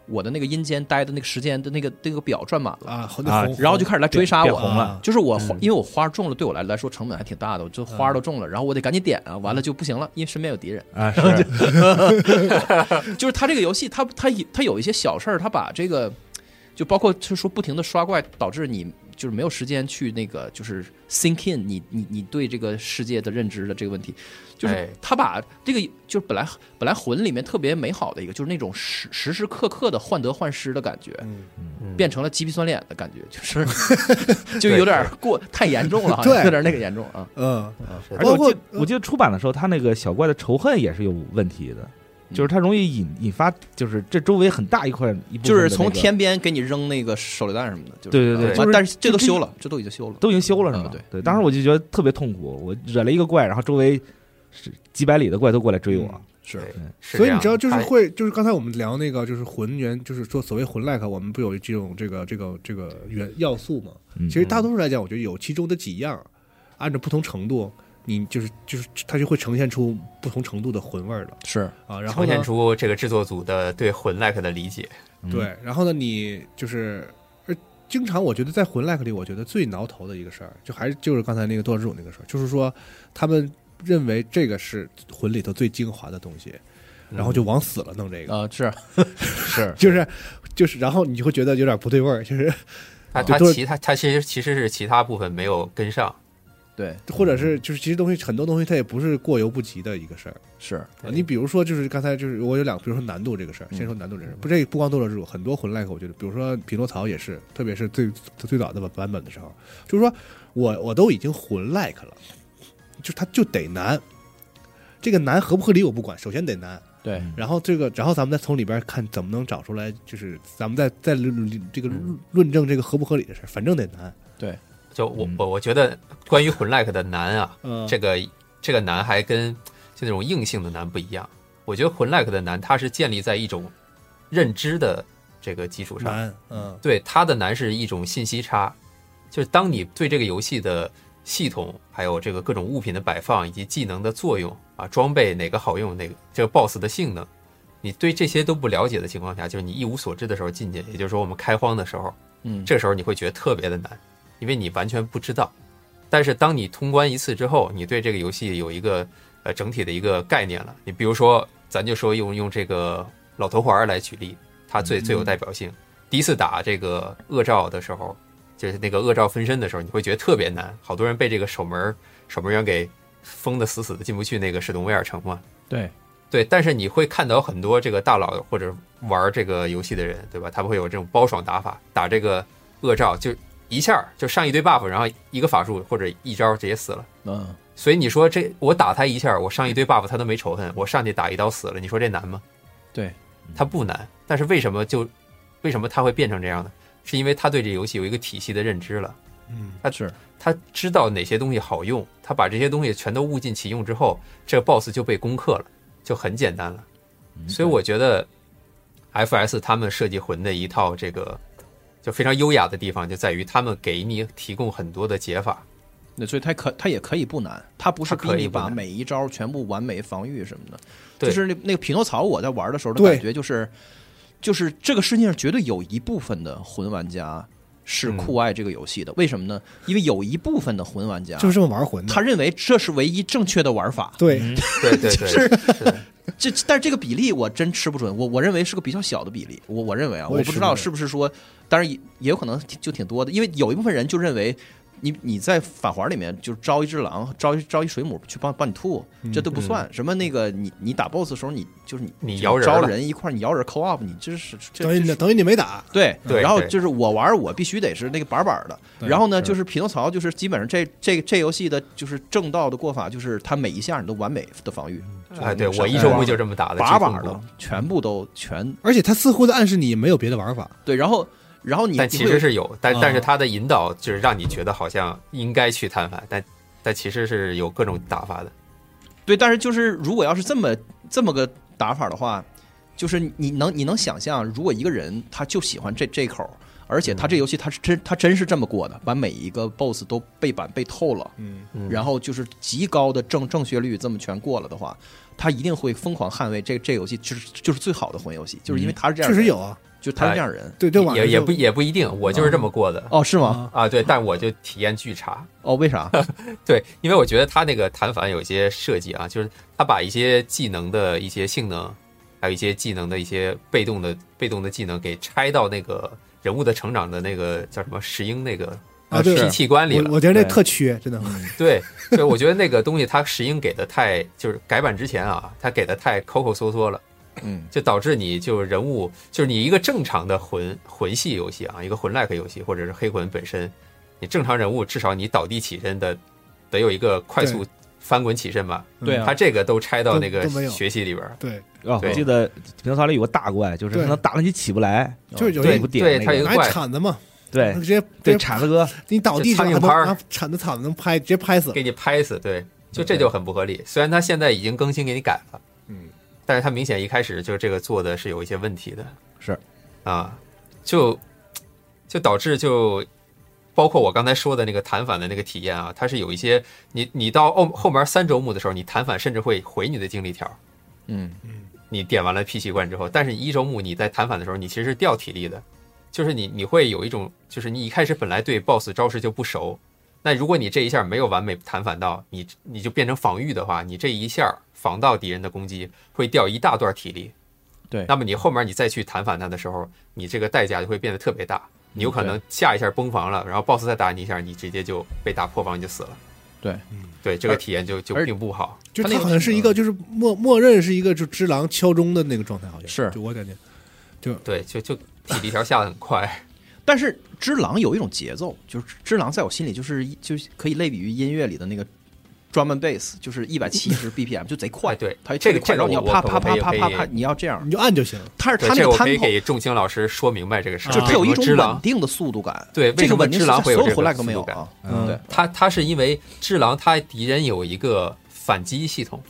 Speaker 4: 我的那个阴间待的那个时间的那个那个表转满了，
Speaker 2: 啊，红
Speaker 3: 啊
Speaker 2: 红
Speaker 4: 然后就开始来追杀
Speaker 3: 变
Speaker 4: 我
Speaker 3: 红了
Speaker 2: 啊
Speaker 4: 就是我花
Speaker 5: 嗯
Speaker 4: 因为我花种了，对我来来说成本还挺大的，我就花儿都种了，然后我得赶紧点啊，完了就不行了，因为身边有敌人。
Speaker 3: 啊， 是
Speaker 4: 就是他这个游戏，他他他有一些小事儿，他把这个就包括就是说不停的刷怪，导致你就是没有时间去那个就是 think in 你你你对这个世界的认知的这个问题，就是
Speaker 5: 哎
Speaker 4: 他把这个就是本来本来魂里面特别美好的一个就是那种时时时刻刻的患得患失的感觉，
Speaker 2: 嗯
Speaker 5: 嗯
Speaker 4: 变成了鸡皮蒜脸的感觉，就是 就有点儿过太严重了，好
Speaker 2: 对
Speaker 4: 像有点儿那个严重啊。
Speaker 2: 嗯，
Speaker 5: 是
Speaker 3: 而且我
Speaker 2: 包
Speaker 3: 记
Speaker 2: 括
Speaker 3: 我记得出版的时候，他那个小怪的仇恨也是有问题的，
Speaker 4: 嗯
Speaker 3: 就是他容易引引发，就是这周围很大一块一部分的那
Speaker 4: 就
Speaker 3: 个
Speaker 4: 是从天边给你扔那个手榴弹什么的，就是
Speaker 3: 对对对
Speaker 4: 完
Speaker 3: 就是
Speaker 4: 但是这都
Speaker 3: 就
Speaker 4: 修了，这都已经修了，
Speaker 3: 都已经修了是
Speaker 4: 啊
Speaker 3: 吗？
Speaker 4: 对
Speaker 3: 当时我就觉得特别痛苦，我忍了一个怪，然后周围是几百里的怪都过来追我，
Speaker 4: 是
Speaker 5: 对是
Speaker 2: 所以
Speaker 5: 这
Speaker 2: 你
Speaker 5: 样
Speaker 2: 知道，就是
Speaker 5: 他
Speaker 2: 会，就是刚才我们聊那个，就是魂源，就是说所谓魂 like，我们不有这种这个这个这个元要素吗？
Speaker 3: 嗯
Speaker 2: 其实大多数来讲，我觉得有其中的几样，按照不同程度，你就是就是它就会呈现出不同程度的魂味儿了
Speaker 4: 是
Speaker 2: 啊。然后
Speaker 5: 呈
Speaker 2: 呢
Speaker 5: 现，出这个制作组的对魂 like 的理解。
Speaker 3: 嗯
Speaker 2: 对，然后呢，你就是呃，经常我觉得在魂 like 里，我觉得最挠头的一个事儿，就还是就是刚才那个多尔之主那个事儿，就是说他们认为这个是魂里头最精华的东西，
Speaker 5: 嗯
Speaker 2: 然后就往死了弄这个，
Speaker 4: 啊是是
Speaker 2: 就是就是，然后你就会觉得有点不对味儿，就是
Speaker 5: 他
Speaker 2: 就
Speaker 5: 他
Speaker 2: 都
Speaker 5: 其他他其实其实是其他部分没有跟上，
Speaker 4: 对
Speaker 2: 或者是就是其实东西很多东西它也不是过犹不及的一个事儿。
Speaker 4: 是
Speaker 2: 啊，你比如说，就是刚才就是我有两，比如说难度这个事儿，先说难度这个事儿，不，这不光斗罗之主，很多魂 like 我觉得，比如说匹诺曹也是，特别是最最早的版版本的时候，就是说我我都已经魂 like 了，就它就得难，这个难合不合理我不管，首先得难，
Speaker 4: 对
Speaker 2: 然后这个，然后咱们再从里边看怎么能找出来，就是咱们再再论这个论证这个合不合理的事儿，反正得难，
Speaker 4: 对
Speaker 5: 就我
Speaker 3: 嗯
Speaker 5: 我我觉得关于魂 like 的难啊，
Speaker 2: 嗯，
Speaker 5: 这个这个难还跟就那种硬性的难不一样。我觉得魂 like 的难，它是建立在一种认知的这个基础上，
Speaker 2: 难，嗯
Speaker 5: 对它的难是一种信息差，就是当你对这个游戏的系统，还有这个各种物品的摆放以及技能的作用啊，装备哪个好用，哪个这个 BOSS 的性能，你对这些都不了解的情况下，就是你一无所知的时候进去，也就是说我们开荒的时候，
Speaker 4: 嗯
Speaker 5: 这时候你会觉得特别的难，因为你完全不知道。但是当你通关一次之后，你对这个游戏有一个呃整体的一个概念了。你比如说，咱就说用用这个老头环儿来举例，它最
Speaker 4: 嗯
Speaker 5: 最有代表性。第一次打这个恶兆的时候，就是那个恶兆分身的时候，你会觉得特别难，好多人被这个守门儿守门员给封的死死的，进不去那个史东威尔城嘛。
Speaker 4: 对
Speaker 5: 对，但是你会看到很多这个大佬或者玩这个游戏的人，对吧？他们会有这种包爽打法，打这个恶兆就一下儿就上一堆 buff，然后一个法术或者一招直接死了。
Speaker 4: 嗯
Speaker 5: 所以你说这我打他一下儿，我上一堆 buff 他都没仇恨，我上去打一刀死了，你说这难吗？
Speaker 4: 对，
Speaker 5: 他不难，但是为什么就为什么他会变成这样呢？是因为他对这游戏有一个体系的认知了。
Speaker 2: 嗯，
Speaker 5: 他
Speaker 4: 是
Speaker 5: 他知道哪些东西好用，他把这些东西全都物尽其用之后，这个 BOSS 就被攻克了，就很简单了。所以我觉得 FS 他们设计魂的一套这个就非常优雅的地方，就在于他们给你提供很多的解法。
Speaker 4: 那所以他可他也可以不难，他不是
Speaker 5: 它
Speaker 4: 逼
Speaker 5: 可以
Speaker 4: 你
Speaker 5: 不
Speaker 4: 把
Speaker 5: 难
Speaker 4: 每一招全部完美防御什么的，
Speaker 5: 对
Speaker 4: 就是那那个匹诺曹，我在玩的时候的
Speaker 2: 对
Speaker 4: 感觉就是，就是这个世界上绝对有一部分的魂玩家是
Speaker 5: 嗯
Speaker 4: 酷爱这个游戏的，为什么呢？因为有一部分的魂玩家
Speaker 2: 就是这么玩魂的，
Speaker 4: 他嗯认为这是唯一正确的玩法，
Speaker 2: 嗯对，
Speaker 5: 对对对，是的
Speaker 4: 这但是这个比例我真吃不准，我我认为是个比较小的比例，我我认为啊，
Speaker 2: 我
Speaker 4: 我
Speaker 2: 也
Speaker 4: 不
Speaker 2: 吃
Speaker 4: 知
Speaker 2: 不
Speaker 4: 道
Speaker 2: 准
Speaker 4: 是不是说，当然也也有可能挺就挺多的，因为有一部分人就认为你你在返还里面就是招一只狼，招一招一水母去帮帮你吐，
Speaker 2: 嗯
Speaker 4: 这都不算、什么那个你你打 BOSS 的时候你就是你
Speaker 5: 你
Speaker 4: 就
Speaker 5: 摇人
Speaker 4: 招
Speaker 5: 了
Speaker 4: 人一块儿你摇人 co op，你这是这
Speaker 2: 等于
Speaker 4: 这
Speaker 2: 你
Speaker 4: 是
Speaker 2: 等于你没打，
Speaker 4: 对，
Speaker 5: 对
Speaker 4: 然后
Speaker 5: 对
Speaker 4: 就是我玩儿我必须得是那个板板儿的，
Speaker 2: 对
Speaker 4: 然后呢
Speaker 2: 是
Speaker 4: 就是匹诺曹就是基本上这这这游戏的就是正道的过法就是它每一下你都完美的防御，
Speaker 5: 哎，对我一周目就这么打的，
Speaker 4: 把
Speaker 5: 几乎
Speaker 4: 把
Speaker 5: 不
Speaker 4: 的全部都全
Speaker 2: 而且它似乎在暗示你没有别的玩法，
Speaker 4: 对，然后然后你
Speaker 5: 但
Speaker 4: 你
Speaker 5: 其
Speaker 4: 会
Speaker 5: 实
Speaker 4: 有
Speaker 5: 是有，但但是
Speaker 2: 啊
Speaker 5: 他的引导就是让你觉得好像应该去摊贩，但但其实是有各种打法的。
Speaker 4: 对，但是就是如果要是这么这么个打法的话，就是你能你能想象，如果一个人他就喜欢这这口儿，而且
Speaker 5: 嗯
Speaker 4: 他这游戏他是真他真是这么过的，把每一个 BOSS 都背板背透了，
Speaker 2: 嗯，
Speaker 5: 嗯
Speaker 4: 然后就是极高的正正确率这么全过了的话，他一定会疯狂捍卫这这游戏就是就是最好的魂游戏，就是
Speaker 5: 嗯
Speaker 4: 因为他是这样
Speaker 2: 确
Speaker 4: 的
Speaker 2: 实
Speaker 4: 人，
Speaker 2: 有啊，
Speaker 4: 就他是这样的人。
Speaker 2: 对，这网上
Speaker 5: 也也
Speaker 2: 就嗯
Speaker 5: 不也不一定，我就是这么过的
Speaker 4: 哦，是吗？
Speaker 5: 啊。对，但我就体验巨差。
Speaker 4: 哦，为啥？
Speaker 5: 对，因为我觉得他那个弹反有一些设计啊，就是他把一些技能的一些性能，还有一些技能的一些被动的被动的技能给拆到那个人物的成长的那个叫什么石英那个
Speaker 2: 啊，对
Speaker 5: 脾，器官里了嗯
Speaker 2: 我。我觉得那
Speaker 4: 对
Speaker 2: 特缺，真的，
Speaker 5: 对，所以我觉得那个东西它石英给的太，就是改版之前啊，它给的太抠抠缩缩了，
Speaker 4: 嗯，
Speaker 5: 就导致你就人物，就是你一个正常的魂魂系游戏啊，一个魂 like 游戏或者是黑魂本身，你正常人物至少你倒地起身的，得有一个快速翻滚起身吧，
Speaker 4: 对啊
Speaker 5: 它这个都拆到那
Speaker 2: 都
Speaker 5: 个
Speaker 2: 都没有
Speaker 5: 学习里边儿。
Speaker 2: 对，
Speaker 3: 哦，我
Speaker 5: 嗯对
Speaker 3: 记得《匹诺曹》里有个大怪，就是
Speaker 2: 对
Speaker 3: 他能打得你起不来，
Speaker 2: 就是有
Speaker 5: 哦对
Speaker 2: 一
Speaker 3: 不
Speaker 5: 对
Speaker 3: 点那
Speaker 5: 他有
Speaker 3: 个
Speaker 5: 一个
Speaker 2: 拿
Speaker 5: 怪
Speaker 2: 铲子嘛，
Speaker 3: 对
Speaker 2: 直接
Speaker 3: 对
Speaker 2: 直接
Speaker 3: 铲子哥，
Speaker 2: 你倒地上
Speaker 5: 就
Speaker 2: 也
Speaker 5: 苍蝇
Speaker 2: 能
Speaker 5: 拍儿
Speaker 2: 拿铲子铲子能拍，直接拍死，嗯
Speaker 5: 给你拍死，对，就这就很不合理。虽然它现在已经更新给你改了，
Speaker 2: 嗯，
Speaker 5: 但是它明显一开始就是这个做的是有一些问题的，
Speaker 3: 是
Speaker 5: 啊，就就导致就包括我刚才说的那个弹反的那个体验啊，它是有一些你你到后后面三周目的时候，你弹反甚至会回你的经历条，
Speaker 4: 嗯，
Speaker 5: 你点完了 P 习惯之后，但是你一周目你在弹反的时候，你其实是掉体力的，就是你你会有一种，就是你一开始本来对 BOSS 招式就不熟，那如果你这一下没有完美弹反到，你你就变成防御的话，你这一下防到敌人的攻击会掉一大段体力。
Speaker 4: 对
Speaker 5: 那么你后面你再去弹反他的时候，你这个代价就会变得特别大，
Speaker 4: 嗯
Speaker 5: 你有可能下一下崩防了，然后 BOSS 再打你一下，你直接就被打破防，你就死了。
Speaker 4: 对，
Speaker 5: 对，这个体验就就
Speaker 4: 而
Speaker 5: 并不好。
Speaker 2: 就
Speaker 4: 他
Speaker 2: 它
Speaker 4: 那个
Speaker 2: 好像
Speaker 5: 嗯
Speaker 2: 是一个就是默默认是一个就只狼敲钟的那个状态，好像
Speaker 4: 是
Speaker 2: 就我感觉，
Speaker 5: 对，就就体力条下的很快。
Speaker 4: 但是只狼有一种节奏，就是只狼在我心里就是一就是可以类比于音乐里的那个 drum and bass，就是一百七十 BPM，就贼快。
Speaker 5: 哎对
Speaker 4: 它
Speaker 5: 这个这
Speaker 4: 快，
Speaker 5: 个
Speaker 4: 然后你要
Speaker 5: 我
Speaker 4: 啪
Speaker 5: 我可
Speaker 4: 啪啪
Speaker 5: 以
Speaker 4: 啪
Speaker 5: 可以嗯
Speaker 4: 啪啪，你要这样
Speaker 2: 你。就按就行，
Speaker 4: 它是
Speaker 5: 对，
Speaker 4: 它那
Speaker 5: 这
Speaker 4: 个
Speaker 5: 我可
Speaker 4: tempo
Speaker 5: 以给仲青老师说明白这个事儿。
Speaker 4: 就是它有一
Speaker 5: 为什么只
Speaker 4: 种
Speaker 5: 狼
Speaker 4: 稳，定的速度感，
Speaker 5: 对为
Speaker 4: 这
Speaker 5: 什
Speaker 4: 个
Speaker 5: 么
Speaker 4: 稳定
Speaker 5: 只狼
Speaker 4: 是
Speaker 5: 会有
Speaker 4: 在所
Speaker 5: 这
Speaker 4: 有
Speaker 5: 个
Speaker 4: lag 都没
Speaker 5: 速
Speaker 4: 有
Speaker 5: 度感
Speaker 4: 啊？
Speaker 3: 嗯
Speaker 4: 对，
Speaker 5: 它它是因为只狼它敌人有一个反击系统，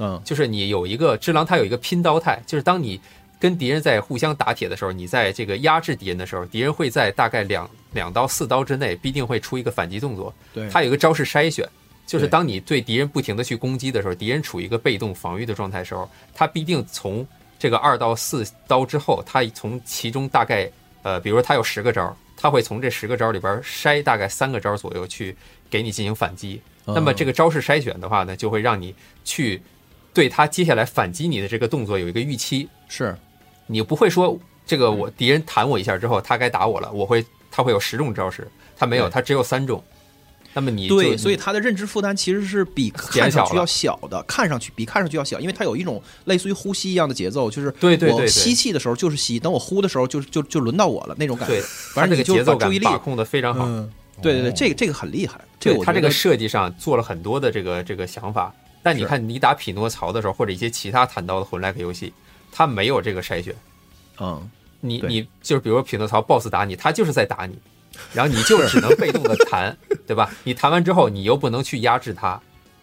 Speaker 4: 嗯，
Speaker 5: 就是你有一个只狼它有一个拼刀态，就是当你跟敌人在互相打铁的时候，你在这个压制敌人的时候，敌人会在大概两两到四刀之内必定会出一个反击动作。
Speaker 4: 对
Speaker 5: 它有一个招式筛选，就是
Speaker 4: 对
Speaker 5: 当你对敌人不停的去攻击的时候，敌人处于一个被动防御的状态的时候，它必定从这个二到四刀之后，它从其中大概呃，比如说它有十个招儿，它会从这十个招儿里边儿筛大概三个招儿左右去给你进行反击。那么这个招式筛选的话呢，就会让你去对它接下来反击你的这个动作有一个预期，
Speaker 4: 是
Speaker 5: 你不会说这个
Speaker 4: 嗯
Speaker 5: 我敌人弹我一下之后，他该打我了，我会他会有十种招式，他没有，
Speaker 4: 对
Speaker 5: 他只有三种。那么你
Speaker 4: 对，
Speaker 5: 就
Speaker 4: 所以它的认知负担其实是比看
Speaker 5: 减小
Speaker 4: 上去
Speaker 5: 了
Speaker 4: 要小的，看上去比看上去要小，因为它有一种类似于呼吸一样的节奏，就是
Speaker 5: 对对对
Speaker 4: 我
Speaker 5: 对
Speaker 4: 吸气的时候就是吸，等我呼的时候就就就轮到我了那种感觉
Speaker 5: 对，他
Speaker 4: 反
Speaker 5: 这
Speaker 4: 正
Speaker 5: 个
Speaker 4: 你就
Speaker 5: 节奏
Speaker 4: 把
Speaker 5: 感
Speaker 4: 注意力
Speaker 5: 把控的非常好。
Speaker 2: 嗯，
Speaker 4: 对对对，这个这个很厉害，这
Speaker 5: 对
Speaker 4: 个我
Speaker 5: 他
Speaker 4: 觉
Speaker 5: 这个
Speaker 4: 得
Speaker 5: 设计上做了很多的这个这个想法。但你
Speaker 4: 是
Speaker 5: 看，你打匹诺曹的时候，或者一些其他弹刀的魂 like 游戏，它没有这个筛选。
Speaker 4: 嗯，
Speaker 5: 你
Speaker 4: 对
Speaker 5: 你就是比如说匹诺曹 BOSS 打你，他就是在打你，然后你就只能被动 的弹，对吧？你弹完之后，你又不能去压制他，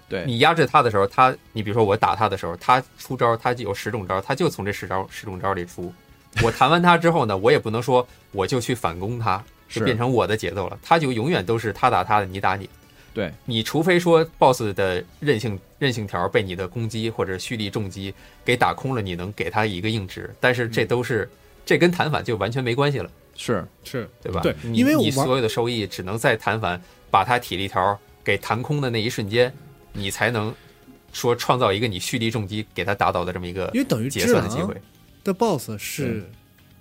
Speaker 4: 对，
Speaker 5: 你压制他的时候，他你比如说我打他的时候，他出招，他就有十种招，他就从这十招十种招里出。我弹完他之后呢，我也不能说我就去反攻他，
Speaker 4: 是
Speaker 5: 就变成我的节奏了。他就永远都是他打他的，你打你。
Speaker 4: 对，
Speaker 5: 你除非说 BOSS 的韧性韧性条被你的攻击或者蓄力重击给打空了，你能给他一个硬直，但是这
Speaker 4: 嗯
Speaker 5: 都是、这跟弹反就完全没关系了，
Speaker 4: 是
Speaker 2: 是
Speaker 5: 对吧？
Speaker 2: 对
Speaker 5: 你
Speaker 2: 因为我
Speaker 5: 你
Speaker 2: 玩
Speaker 5: 所有的收益只能在弹反把他体力条给弹空的那一瞬间，你才能说创造一个你蓄力重击给他打倒的这么一个
Speaker 2: 因为等于
Speaker 5: 结
Speaker 2: 只
Speaker 5: 算的机会
Speaker 2: 狼。的 BOSS 是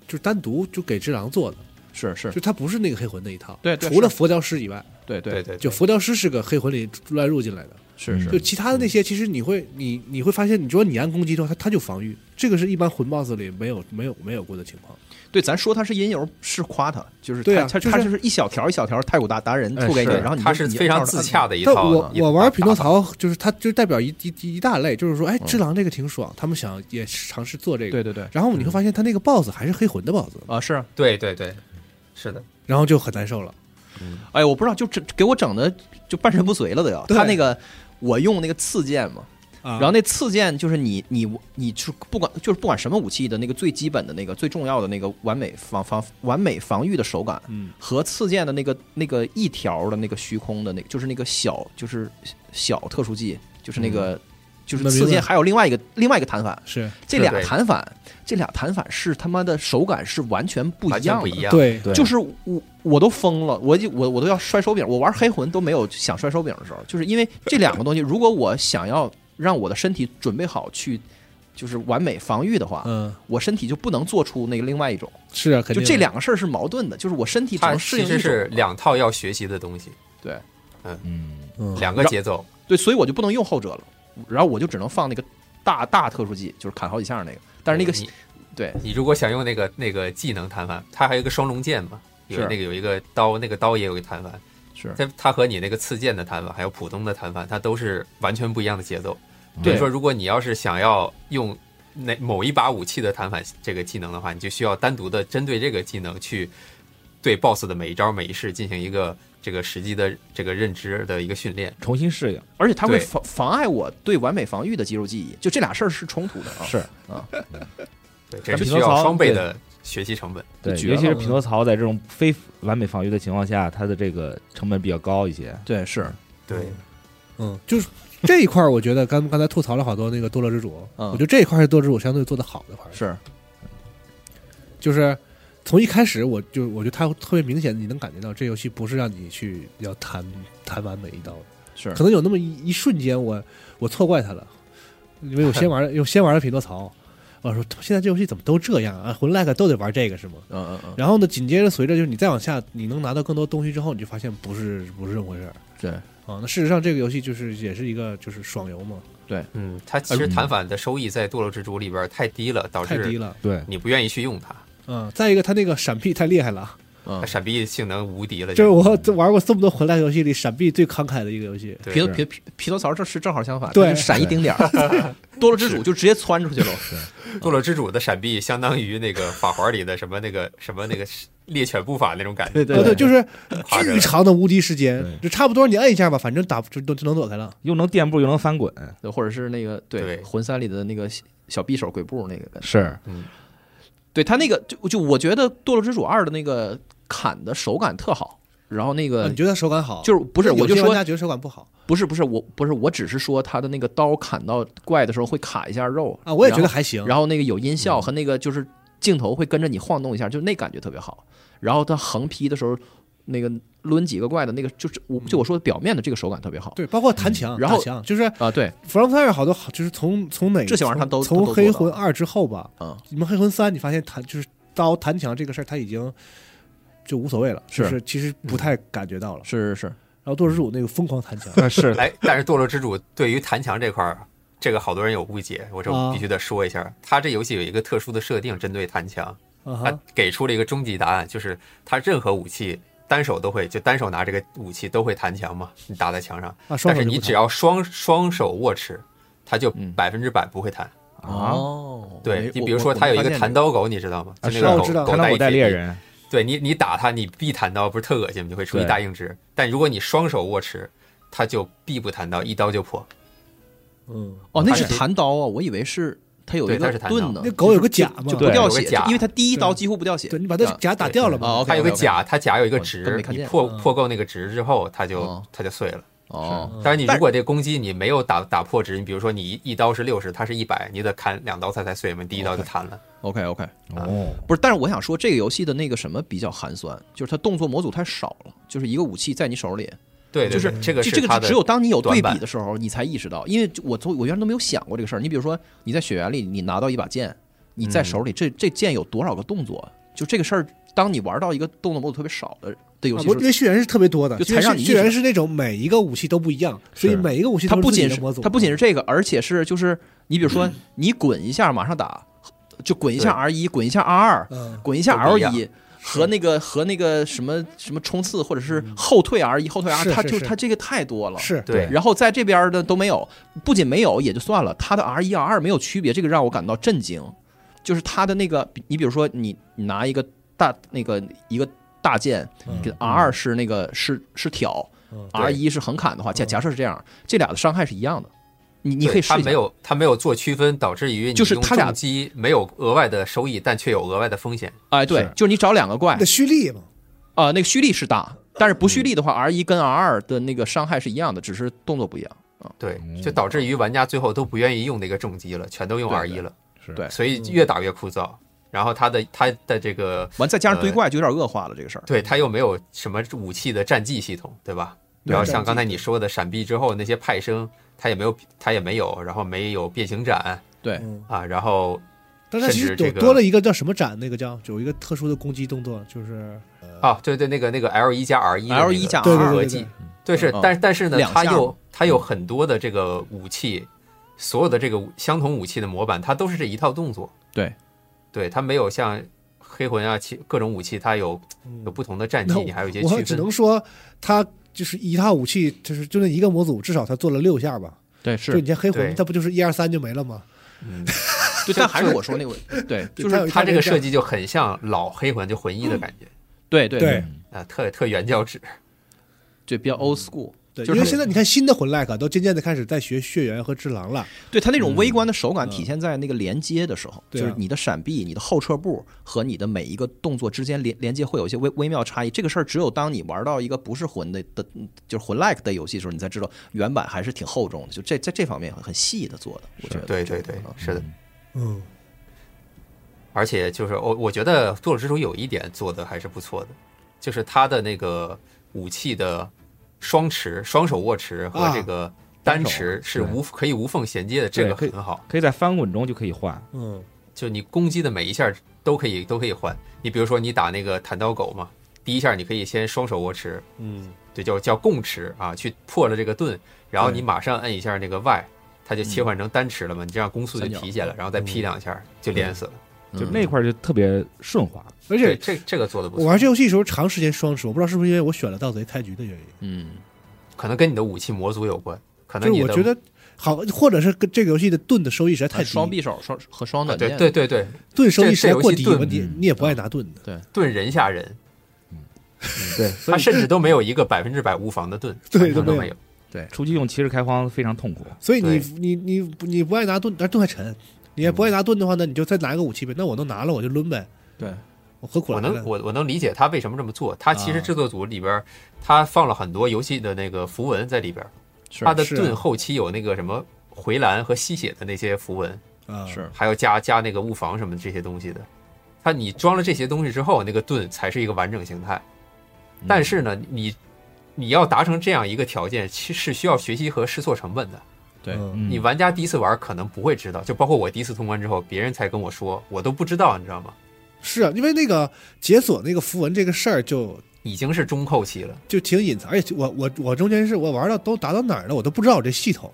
Speaker 2: 就单独就给只狼做的，
Speaker 4: 是是
Speaker 2: 就它不是那个黑魂那一套，
Speaker 4: 对对
Speaker 2: 除了
Speaker 4: 是
Speaker 2: 佛教师以外，
Speaker 4: 对
Speaker 5: 对对，
Speaker 2: 就浮雕师是个黑魂里乱入进来的，
Speaker 4: 是，
Speaker 2: 就是其他的那些，其实你会你你会发现，你只要你按攻击之后，他他就防御，这个是一般魂 boss 里没有没有没有过的情况。
Speaker 4: 对，咱说他是阴柔是夸他，就是
Speaker 2: 对
Speaker 4: 他
Speaker 2: 啊
Speaker 4: 他
Speaker 2: 就是
Speaker 4: 他就是一小条一小条太古达达人吐给你，
Speaker 3: 哎是
Speaker 4: 然后你就
Speaker 5: 他是
Speaker 4: 你
Speaker 5: 非常
Speaker 4: 照着
Speaker 5: 自
Speaker 4: 按
Speaker 5: 洽的一
Speaker 2: 但
Speaker 5: 套。
Speaker 2: 我
Speaker 5: 一
Speaker 2: 我玩匹诺
Speaker 5: 打法，
Speaker 2: 曹就是它就代表一一一一大类，就是说，哎，只狼这个挺爽，他们想也尝试做这个。
Speaker 4: 对对对，
Speaker 2: 然后你会发现他那个 BOSS 还是黑魂的 BOSS，
Speaker 4: 啊是啊，
Speaker 5: 对对对，是的，
Speaker 2: 然后就很难受了。
Speaker 4: 哎呀我不知道，就整给我整的就半身不遂了都要。
Speaker 2: 对
Speaker 4: 他那个我用那个刺剑嘛，
Speaker 2: 啊
Speaker 4: 然后那刺剑就是你你你是不管就是不管什么武器的那个最基本的那个最重要的那个完美防防完美防御的手感，
Speaker 2: 嗯，
Speaker 4: 和刺剑的那个那个一条的那个虚空的那个，就是那个小就是小特殊技，就是那个、就是
Speaker 2: 嗯那明白
Speaker 4: 刺剑还有另外一个另外一个弹反，
Speaker 2: 是
Speaker 4: 这俩
Speaker 5: 对
Speaker 4: 弹反这俩弹反是他妈的手感是完全不
Speaker 5: 完
Speaker 4: 一
Speaker 5: 全
Speaker 4: 样
Speaker 5: 不
Speaker 4: 的，
Speaker 5: 一样。
Speaker 2: 对
Speaker 3: 对
Speaker 4: 就是我我都疯了，我就我我都要摔手柄。我玩黑魂都没有想摔手柄的时候，就是因为这两个东西，如果我想要让我的身体准备好去就是完美防御的话，
Speaker 2: 嗯，
Speaker 4: 我身体就不能做出那个另外一种。
Speaker 2: 是啊，肯
Speaker 4: 就
Speaker 2: 定
Speaker 4: 这两个事儿是矛盾的，就是我身体只
Speaker 5: 它
Speaker 4: 能适
Speaker 5: 其
Speaker 4: 应
Speaker 5: 实
Speaker 4: 一
Speaker 5: 是
Speaker 4: 种。
Speaker 5: 两套要学习的东西，
Speaker 4: 对
Speaker 3: 嗯，
Speaker 2: 嗯
Speaker 5: 两个节奏。
Speaker 4: 对，所以我就不能用后者了，然后我就只能放那个大大特殊技，就是砍好几下那个。但是那个
Speaker 5: 你
Speaker 4: 对
Speaker 5: 你如果想用那个那个技能弹反，它还有一个双龙剑嘛，有
Speaker 4: 是
Speaker 5: 那个有一个刀，那个刀也有一个弹反。
Speaker 4: 是
Speaker 5: 它它和你那个刺剑的弹反，还有普通的弹反，它都是完全不一样的节奏。比
Speaker 4: 对
Speaker 5: 如说，如果你要是想要用那某一把武器的弹反这个技能的话，你就需要单独的针对这个技能去对 BOSS 的每一招每一式进行一个这个实际的这个认知的一个训练。
Speaker 3: 重新适应
Speaker 4: 而且它会
Speaker 5: 对
Speaker 4: 妨妨碍我对完美防御的肌肉记忆，就这俩事儿是冲突的啊。
Speaker 3: 是
Speaker 4: 啊，
Speaker 5: 对，这是
Speaker 3: 匹
Speaker 5: 需
Speaker 3: 诺
Speaker 5: 要
Speaker 3: 曹
Speaker 5: 双倍
Speaker 3: 对
Speaker 5: 的学习成本。
Speaker 3: 对，
Speaker 4: 绝
Speaker 3: 尤其是
Speaker 4: 了
Speaker 3: 匹诺曹在这种非完美防御的情况下，它的这个成本比较高一些。
Speaker 4: 对是，
Speaker 5: 对，
Speaker 2: 嗯，就是这一块儿，我觉得刚刚才吐槽了好多那个多乐之主，
Speaker 4: 嗯
Speaker 2: 我觉得这一块儿是多乐之主相对做的好的块儿，
Speaker 4: 是
Speaker 2: 就是从一开始我就我觉得他特别明显，你能感觉到这游戏不是让你去要弹弹完每一刀的，
Speaker 4: 是
Speaker 2: 可能有那么一一瞬间我，我错怪他了，因为我先玩 了，我先玩了匹诺曹，我说现在这游戏怎么都这样啊？魂 like 都得玩这个是吗？
Speaker 4: 嗯嗯嗯，
Speaker 2: 然后呢，紧接着随着就是你再往下，你能拿到更多东西之后，你就发现不是不是这么回事儿
Speaker 4: 对
Speaker 2: 啊。那事实上，这个游戏就是也是一个就是爽游嘛，
Speaker 5: 嗯，它其实
Speaker 3: 嗯
Speaker 5: 弹反的收益在《堕落之主》里边太低了，导
Speaker 2: 太低
Speaker 5: 致
Speaker 2: 了，
Speaker 3: 对，
Speaker 5: 你不愿意去用它。
Speaker 2: 嗯。再一个，它那个闪避太厉害了，
Speaker 4: 嗯
Speaker 5: 它。闪避性能无敌 了，
Speaker 2: 这是我玩过这么多魂 like 游戏里闪避最慷慨的一个游戏。
Speaker 5: 对
Speaker 4: 皮头皮皮皮头槽这是正好相反，
Speaker 2: 对
Speaker 4: 就是闪一丁点儿， 多了之主就直接窜出去了。
Speaker 5: 堕落之主的闪避相当于那个法环里的什么那个什么那个猎犬步法那种感觉，
Speaker 2: 哦，对，就是
Speaker 5: 夸张
Speaker 2: 巨长的无敌时间
Speaker 3: 对，
Speaker 2: 就差不多你摁一下吧，反正打就就就能躲开了。
Speaker 3: 又能垫步又能翻滚，
Speaker 4: 对，或者是那个对
Speaker 5: 对
Speaker 4: 魂三里的那个小匕首鬼步那个感觉，
Speaker 3: 是，
Speaker 5: 嗯
Speaker 4: 对他那个就就我觉得《堕落之主二》的那个砍的手感特好，然后那
Speaker 2: 啊
Speaker 4: 个
Speaker 2: 你觉得他手感好？
Speaker 4: 就是不是
Speaker 2: 有
Speaker 4: 我就
Speaker 2: 些
Speaker 4: 说
Speaker 2: 玩家觉得手感不好
Speaker 4: 不是不是我不是我只是说他的那个刀砍到怪的时候会卡一下肉
Speaker 2: 啊，我也觉得
Speaker 4: 然后
Speaker 2: 还行。
Speaker 4: 然后那个有音效和那个就是镜头会跟着你晃动一下，就那感觉特别好。然后他横劈的时候，那个抡几个怪的那个，就是我就我说的表面的这个手感特别好。
Speaker 2: 对，包括弹墙，
Speaker 4: 然后
Speaker 2: 打墙就是
Speaker 4: 啊，对，
Speaker 2: 弗朗塞尔好多好，就是从从哪
Speaker 4: 这些玩意儿他都
Speaker 2: 从
Speaker 4: 他
Speaker 2: 从
Speaker 4: 都做
Speaker 2: 黑
Speaker 4: 到
Speaker 2: 魂二之后吧，
Speaker 4: 嗯，
Speaker 2: 你们黑魂三，你发现弹就是刀弹墙这个事儿，他已经就无所谓了，就是是其实不太感觉到了。
Speaker 4: 是是是，
Speaker 2: 然后多尔主那个疯狂 弹墙
Speaker 3: 呃是
Speaker 5: 哎，但是堕落之主对于弹墙这块儿，这个好多人有误解，我这
Speaker 2: 啊
Speaker 5: 必须得说一下，它这游戏有一个特殊的设定，针对弹墙，
Speaker 2: 啊
Speaker 5: 它
Speaker 2: 哈，
Speaker 5: 给出了一个终极答案，就是它任何武器单手都会，就单手拿这个武器都会弹墙嘛，你打在墙上，
Speaker 2: 啊，双手
Speaker 5: 但是
Speaker 2: 就
Speaker 5: 你
Speaker 2: 不
Speaker 5: 只
Speaker 2: 弹
Speaker 5: 要双双手握持，它就
Speaker 4: 嗯
Speaker 5: 百分之百不会弹。
Speaker 3: 啊，
Speaker 4: 哦
Speaker 5: 对你，比如说它有一个弹，刀狗，你知道吗？
Speaker 3: 啊
Speaker 5: 就是
Speaker 2: 啊
Speaker 5: 那个狗
Speaker 2: 我知道
Speaker 5: 狗
Speaker 3: 看到我
Speaker 5: 一
Speaker 3: 带
Speaker 5: 铁
Speaker 3: 猎
Speaker 5: 臂
Speaker 3: 人，
Speaker 5: 对你，你打他，你必弹到，不是特恶心吗？你会出一
Speaker 3: 对
Speaker 5: 大硬直。但如果你双手握持，他就必不弹到，一刀就破。
Speaker 2: 嗯，
Speaker 4: 哦，那是
Speaker 5: 它是
Speaker 4: 弹刀啊，我以为是它有一
Speaker 5: 对它
Speaker 4: 个
Speaker 5: 是弹刀
Speaker 4: 盾呢，
Speaker 2: 那狗有个甲嘛
Speaker 4: 嗯就，不
Speaker 3: 对
Speaker 4: 掉
Speaker 5: 有个
Speaker 4: 血
Speaker 5: 甲，
Speaker 4: 因为它第一刀几乎不掉血，
Speaker 2: 对，你把那
Speaker 4: 啊
Speaker 2: 甲打掉了
Speaker 4: 对
Speaker 2: 嘛
Speaker 4: 哦，
Speaker 5: 它有个
Speaker 4: OK，OK，OK
Speaker 5: 甲，它甲有一个
Speaker 4: 哦都
Speaker 5: 值
Speaker 4: 没，看
Speaker 5: 你
Speaker 4: 见
Speaker 5: 破
Speaker 2: 嗯
Speaker 5: 破够那个值之后，它就
Speaker 4: 哦
Speaker 5: 它就碎了。
Speaker 4: 哦，
Speaker 5: 但是你
Speaker 4: 但
Speaker 5: 如果这攻击你没有打打破值，你比如说你一一刀是六十，它是一百，你得砍两刀它才碎嘛，你第一刀就弹了。
Speaker 4: OK OK，
Speaker 3: 哦，
Speaker 4: 不是，但是我想说这个游戏的那个什么比较寒酸，就是它动作模组太少了，就是一个武器在你手里，
Speaker 5: 对，对
Speaker 4: 就是
Speaker 5: 对这个
Speaker 4: 就是这
Speaker 5: 它
Speaker 4: 个
Speaker 5: 的
Speaker 4: 只有当你有对
Speaker 5: 短
Speaker 4: 比
Speaker 5: 板
Speaker 4: 的时候，你才意识到，因为就我从我原来都没有想过这个事儿。你比如说，你在雪原里，你拿到一把剑，你
Speaker 5: 嗯
Speaker 4: 在手里，这这剑有多少个动作？就这个事儿，当你玩到一个动作模组特别少的的游
Speaker 2: 啊
Speaker 4: 戏
Speaker 2: 不
Speaker 4: 是
Speaker 2: 因为血缘是特别多的，
Speaker 4: 就
Speaker 2: 血缘
Speaker 4: 才让你
Speaker 2: 是
Speaker 4: 意
Speaker 2: 血
Speaker 4: 识
Speaker 2: 缘
Speaker 4: 到
Speaker 2: 是那种每一个武器都不一样，所以
Speaker 3: 是
Speaker 2: 每一个武器
Speaker 4: 它
Speaker 2: 都
Speaker 4: 不
Speaker 2: 自己
Speaker 4: 仅
Speaker 2: 的
Speaker 4: 是
Speaker 2: 模组，
Speaker 4: 它不仅是这个，而且是就是你比 如说你滚一下马上打，就滚一下 R 一，滚一下 R 二，
Speaker 2: 嗯，
Speaker 4: 滚一下
Speaker 5: 都不
Speaker 4: L
Speaker 5: 一样
Speaker 4: 一。和那个和那个什么什么冲刺，或者是后退 R 一后退 R，
Speaker 2: 嗯是
Speaker 4: 它
Speaker 2: 是
Speaker 4: 就是它这个太多了。
Speaker 2: 是
Speaker 5: 对
Speaker 4: 然后在这边的都没有，不仅没有也就算了，它的 R 一 R 二没有区别，这个让我感到震惊。就是它的那个，比你比如说你你拿一个大那个一个大剑，
Speaker 2: 嗯
Speaker 4: 给 R 二是那个是是挑
Speaker 2: 嗯
Speaker 4: ，R 一是横砍的话，假
Speaker 2: 嗯
Speaker 4: 假设是这样，这俩的伤害是一样的，你你可以试
Speaker 5: 他
Speaker 4: 一下
Speaker 5: 没。有他没有做区分，导致于你
Speaker 4: 就是
Speaker 5: 用
Speaker 4: 他俩
Speaker 5: 重击没有额外的收益，但却有额外的风险。
Speaker 4: 哎，对
Speaker 3: 是，
Speaker 4: 就是你找两个怪
Speaker 2: 那，蓄力嘛，
Speaker 4: 啊，那个蓄力是大，但是不蓄力的话，R 一跟 R 二的那个伤害是一样的，只是动作不一样。
Speaker 5: 对，就导致于玩家最后都不愿意用那个重击了，全都用
Speaker 4: 嗯哦对
Speaker 5: R 一了，
Speaker 3: 是
Speaker 4: 对嗯
Speaker 5: 所以越打越枯燥。然后他的他的这个
Speaker 4: 完，再加上
Speaker 5: 呃
Speaker 4: 堆怪就有点恶化了这个事儿。
Speaker 5: 对他又没有什么武器的战技系统，对吧？
Speaker 2: 对
Speaker 5: 然后
Speaker 2: 战
Speaker 5: 像
Speaker 2: 技
Speaker 5: 刚才你说的，闪避之后那些派生，他也没有，他也没有，然后没有变形斩
Speaker 4: 对，
Speaker 2: 嗯，
Speaker 5: 啊，然后
Speaker 2: 但它其实
Speaker 5: 甚至
Speaker 2: 多
Speaker 5: 这个
Speaker 2: 多了一个叫什么斩，那个叫有一个特殊的攻击动作，就是
Speaker 5: 啊，对对，那个那个 L 一加 R 一
Speaker 4: L 一加
Speaker 2: 对
Speaker 4: R
Speaker 2: 对
Speaker 5: 合
Speaker 2: 对
Speaker 5: 计
Speaker 2: 对，
Speaker 5: 对是
Speaker 4: 嗯，
Speaker 5: 但但是呢，
Speaker 4: 两嗯
Speaker 5: 它
Speaker 4: 下
Speaker 5: 又它有很多的这个武器，所有的这个武相同武器的模板，它都是这一套动作。
Speaker 4: 对，
Speaker 5: 对，它没有像黑魂啊，其各种武器它有有
Speaker 2: 嗯，
Speaker 5: 不同的战
Speaker 2: 那
Speaker 5: 绩，你还有一些
Speaker 2: 我
Speaker 5: 区
Speaker 2: 只
Speaker 5: 分
Speaker 2: 能。说它就是一套武器，就是就那一个模组，至少它做了六下吧。
Speaker 4: 对
Speaker 2: 就你
Speaker 4: 是，
Speaker 2: 像黑魂
Speaker 5: 对，
Speaker 2: 它不就是一二三就没了吗？
Speaker 5: 嗯，
Speaker 4: 对，但还是我说那个， 对，
Speaker 2: 对
Speaker 4: 就是
Speaker 2: 它有一
Speaker 5: 它
Speaker 2: 套
Speaker 5: 这个
Speaker 2: 连战
Speaker 5: 设计就很像老黑魂，就魂一的感觉
Speaker 4: 对对
Speaker 2: 对
Speaker 3: 嗯
Speaker 5: 啊，特特原教旨。
Speaker 4: 对，比较 old school。
Speaker 2: 对，
Speaker 4: 就
Speaker 2: 因为
Speaker 4: 是它
Speaker 2: 现在你看新的魂 like 都渐渐的开始在学血缘和之狼了，
Speaker 4: 对它那种微观的手感
Speaker 2: 嗯
Speaker 4: 体现在那个连接的时候，
Speaker 2: 对啊
Speaker 4: 就是你的闪避、你的后撤步和你的每一个动作之间连连接会有一些微微妙差异。这个事儿只有当你玩到一个不是魂的的，就是魂 like 的游戏的时候，你才知道原版还是挺厚重的。就这在这方面很很细的做的，我觉得。
Speaker 5: 对对对，是的。
Speaker 2: 嗯，
Speaker 5: 而且就是我我觉得《堕落之主》有一点做的还是不错的，就是它的那个武器的双持、双手握持和这个单持是无可以无缝衔接的，这个
Speaker 3: 对可以
Speaker 5: 很好。
Speaker 3: 可以在翻滚中就可以换，
Speaker 2: 嗯，
Speaker 5: 就你攻击的每一下都可以都可以换。你比如说你打那个弹刀狗嘛，第一下你可以先双手握持，
Speaker 2: 嗯，
Speaker 5: 对，叫叫共持啊，去破了这个盾，然后
Speaker 2: 对
Speaker 5: 你马上摁一下那个 Y，它就切换成单持了嘛，你这样攻速就提起来了，然后再劈两下就连死了。
Speaker 3: 就
Speaker 4: 嗯
Speaker 3: 那块儿就特别顺滑。
Speaker 2: 而且
Speaker 5: 对，这这个做的不
Speaker 2: 我
Speaker 5: 错。
Speaker 2: 玩这游戏的时候长时间双持，我不知道是不是因为我选了盗贼开局的原因，
Speaker 4: 嗯，
Speaker 5: 可能跟你的武器模组有关，可能
Speaker 2: 就
Speaker 5: 你
Speaker 2: 是
Speaker 5: 的
Speaker 2: 我觉得好，或者是跟这个游戏的盾的收益实在太低，
Speaker 4: 双匕首双和双
Speaker 5: 啊
Speaker 4: 短
Speaker 5: 对
Speaker 4: 剑，
Speaker 5: 对对对，
Speaker 2: 盾收益实在过低
Speaker 5: 这这游戏嗯
Speaker 2: 吧，你
Speaker 3: 盾
Speaker 2: 你也不爱拿盾的，
Speaker 5: 盾人吓人，
Speaker 3: 对，
Speaker 5: 他甚至都没有一个百分之百无防的盾，
Speaker 2: 对
Speaker 5: 可能
Speaker 2: 都
Speaker 5: 都
Speaker 2: 没
Speaker 5: 没
Speaker 2: 有
Speaker 5: 有。
Speaker 3: 初期用骑士开荒非常痛苦。
Speaker 2: 所以你
Speaker 5: 对嗯
Speaker 2: 你你不你不爱拿盾，但是盾还沉，你也不爱拿盾的话呢，你就再拿一个武器呗，那我能拿了我就抡呗，
Speaker 4: 对，
Speaker 2: 我何苦
Speaker 5: 我
Speaker 2: 来
Speaker 5: 能
Speaker 2: 呢？
Speaker 5: 我我能理解他为什么这么做，他其
Speaker 2: 啊
Speaker 5: 实制作组里边儿他放了很多游戏的那个符文在里边儿，
Speaker 4: 是
Speaker 5: 他的
Speaker 2: 是啊
Speaker 5: 盾后期有那个什么回蓝和吸血的那些符文，
Speaker 2: 啊，
Speaker 4: 是
Speaker 5: 还有加加那个物防什么这些东西的。他你装了这些东西之后，那个盾才是一个完整形态。但是呢，你你要达成这样一个条件，其实是需要学习和试错成本的。
Speaker 4: 对
Speaker 2: 嗯
Speaker 3: 嗯
Speaker 5: 你玩家第一次玩可能不会知道，就包括我第一次通关之后，别人才跟我说，我都不知道，你知道吗？
Speaker 2: 是啊，因为那个解锁那个符文这个事儿就
Speaker 5: 已经是中后期了
Speaker 2: 就挺隐藏，而且我我我中间是我玩到都达到哪儿了，我都不知道我这系统。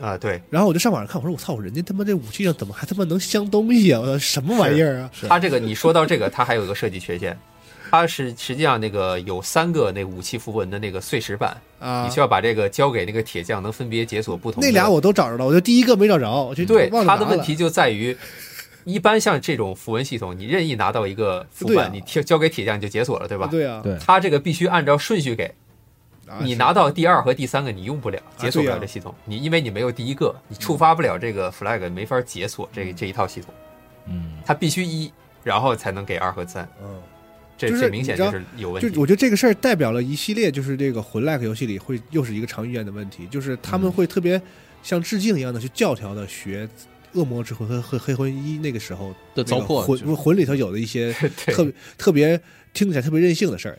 Speaker 5: 啊、对，
Speaker 2: 然后我就上网上看，我说我操，人家他妈这武器上怎么还他妈能镶东西啊？我操，什么玩意儿啊？
Speaker 5: 它这个你说到这个，它还有一个设计缺陷， 它是实际上那个有三个那武器符文的那个碎石板，
Speaker 2: 啊
Speaker 5: 你需，要把这个交给那个铁匠，能分别解锁不同的。
Speaker 2: 那俩我都找着了，我就第一个没找着，我就
Speaker 5: 对
Speaker 2: 忘了
Speaker 5: 它的
Speaker 2: 拿
Speaker 5: 问
Speaker 2: 了
Speaker 5: 题就在于，一般像这种符文系统，你任意拿到一个符
Speaker 2: 对啊
Speaker 5: 板，你贴交给铁匠你就解锁了，对吧？
Speaker 2: 啊对啊，
Speaker 3: 对
Speaker 5: 它这个必须按照顺序给，
Speaker 2: 啊
Speaker 5: 你
Speaker 2: 是啊
Speaker 5: 拿到第二和第三个你用不了，解锁不
Speaker 2: 对
Speaker 5: 了
Speaker 2: 呀
Speaker 5: 这系统，你因为你没有第一个，你触发不了这个 flag，没法解锁这这一套系统，
Speaker 3: 嗯，
Speaker 5: 它必须一，然后才能给二和三，
Speaker 2: 嗯，
Speaker 5: 这
Speaker 2: 就是
Speaker 5: 这明显就
Speaker 2: 你知
Speaker 5: 是有问
Speaker 2: 就
Speaker 5: 题。
Speaker 2: 我觉得这个事儿代表了一系列，就是这个魂 like 游戏里会又是一个常遇见的问题，就是他们会特别像致敬一样的去教条的学。恶魔之魂和和黑魂一那个时候
Speaker 4: 的糟
Speaker 2: 那个
Speaker 4: 粕
Speaker 2: 魂
Speaker 4: 就是
Speaker 2: 魂里头有的一些
Speaker 5: 对
Speaker 2: 特别特别听起来特别任性的事儿。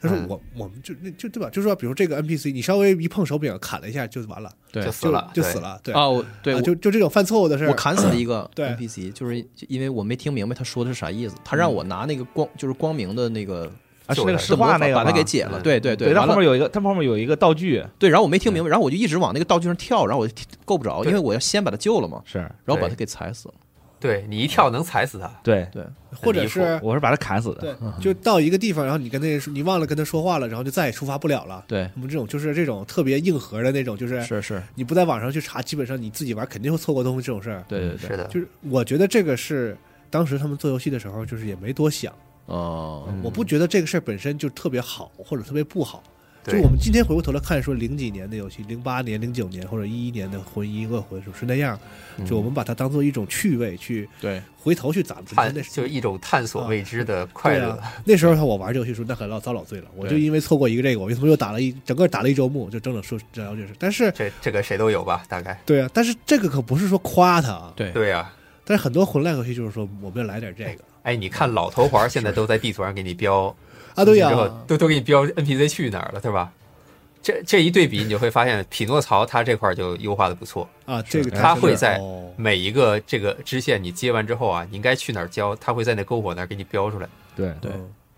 Speaker 2: 他说
Speaker 5: 嗯
Speaker 2: 我我们就那就对吧？就说比如这个 NPC，你稍微一碰手柄砍了一下就完了，
Speaker 4: 对
Speaker 5: 就
Speaker 2: 就
Speaker 5: 死了，
Speaker 2: 就
Speaker 5: 对
Speaker 2: 死。了，对
Speaker 4: 啊，我对
Speaker 2: 啊
Speaker 4: 我
Speaker 2: 就就这种犯错误的事儿，
Speaker 4: 我砍死了一个
Speaker 2: 对嗯
Speaker 4: NPC，就是因为我没听明白他说的是啥意思。他让我拿那个光，就是光明的那个
Speaker 3: 啊，是
Speaker 5: 救
Speaker 3: 那个
Speaker 5: 他
Speaker 3: 石化那个
Speaker 4: 把它
Speaker 3: 吗
Speaker 4: 给解了，
Speaker 5: 嗯
Speaker 4: 对对
Speaker 3: 对，它
Speaker 4: 完
Speaker 3: 后
Speaker 4: 了
Speaker 3: 面有一个，它后面有一个道具，
Speaker 4: 对，然后我没听明白，然后我就一直往那个道具上跳，然后我就够不着，
Speaker 5: 对
Speaker 4: 因为我要先把他救了嘛，
Speaker 3: 是
Speaker 4: 然后把他给踩死了。
Speaker 5: 对你一跳能踩死他，
Speaker 3: 对，
Speaker 4: 对，
Speaker 2: 或者是
Speaker 3: 我是把它砍死的，
Speaker 2: 对，就到一个地方，然后你跟那说你忘了跟他说话了，然后就再也出发不了了。
Speaker 4: 对，
Speaker 2: 我们这种就是这种特别硬核的那种，就是
Speaker 4: 是是，
Speaker 2: 你不在网上去查，基本上你自己玩肯定会错过东西。这种事儿，
Speaker 4: 对
Speaker 3: 嗯
Speaker 4: 对对，
Speaker 5: 是的，
Speaker 2: 就是我觉得这个是当时他们做游戏的时候，就是也没多想。
Speaker 4: 哦，
Speaker 5: 嗯
Speaker 2: 我不觉得这个事儿本身就特别好或者特别不好。就
Speaker 5: 对
Speaker 2: 我们今天回过头来看，说零几年的游戏，零八年、零九年或者一一年的魂一恶魂是那样，
Speaker 5: 嗯
Speaker 2: 就我们把它当做一种趣味去
Speaker 4: 对，
Speaker 2: 回头去咱们
Speaker 5: 探
Speaker 2: 那
Speaker 5: 就是一种探索未知的快乐
Speaker 2: 啊对。啊。那时候我玩这游戏的时候，那可老遭老罪了。我就因为错过一个这个，我为什么又打了一整个打了一周目，就整整说这了解是。但是
Speaker 5: 这这个谁都有吧，大概。
Speaker 2: 对啊，但是这个可不是说夸他啊。
Speaker 4: 对
Speaker 5: 对啊，
Speaker 2: 但是很多魂类游戏就是说，我们要来点这个
Speaker 5: 哎，你看老头环现在都在地图上给你标
Speaker 2: 啊， 对呀、
Speaker 5: 之后都都给你标 NPC 去哪儿了，对吧？这这一对比，你就会发现匹诺曹他这块儿就优化的不错。
Speaker 2: 啊，这个
Speaker 5: 他会在
Speaker 2: 哦
Speaker 5: 每一个这个支线你接完之后啊，你应该去哪儿交，他会在那篝火那儿给你标出来。
Speaker 3: 对
Speaker 4: 对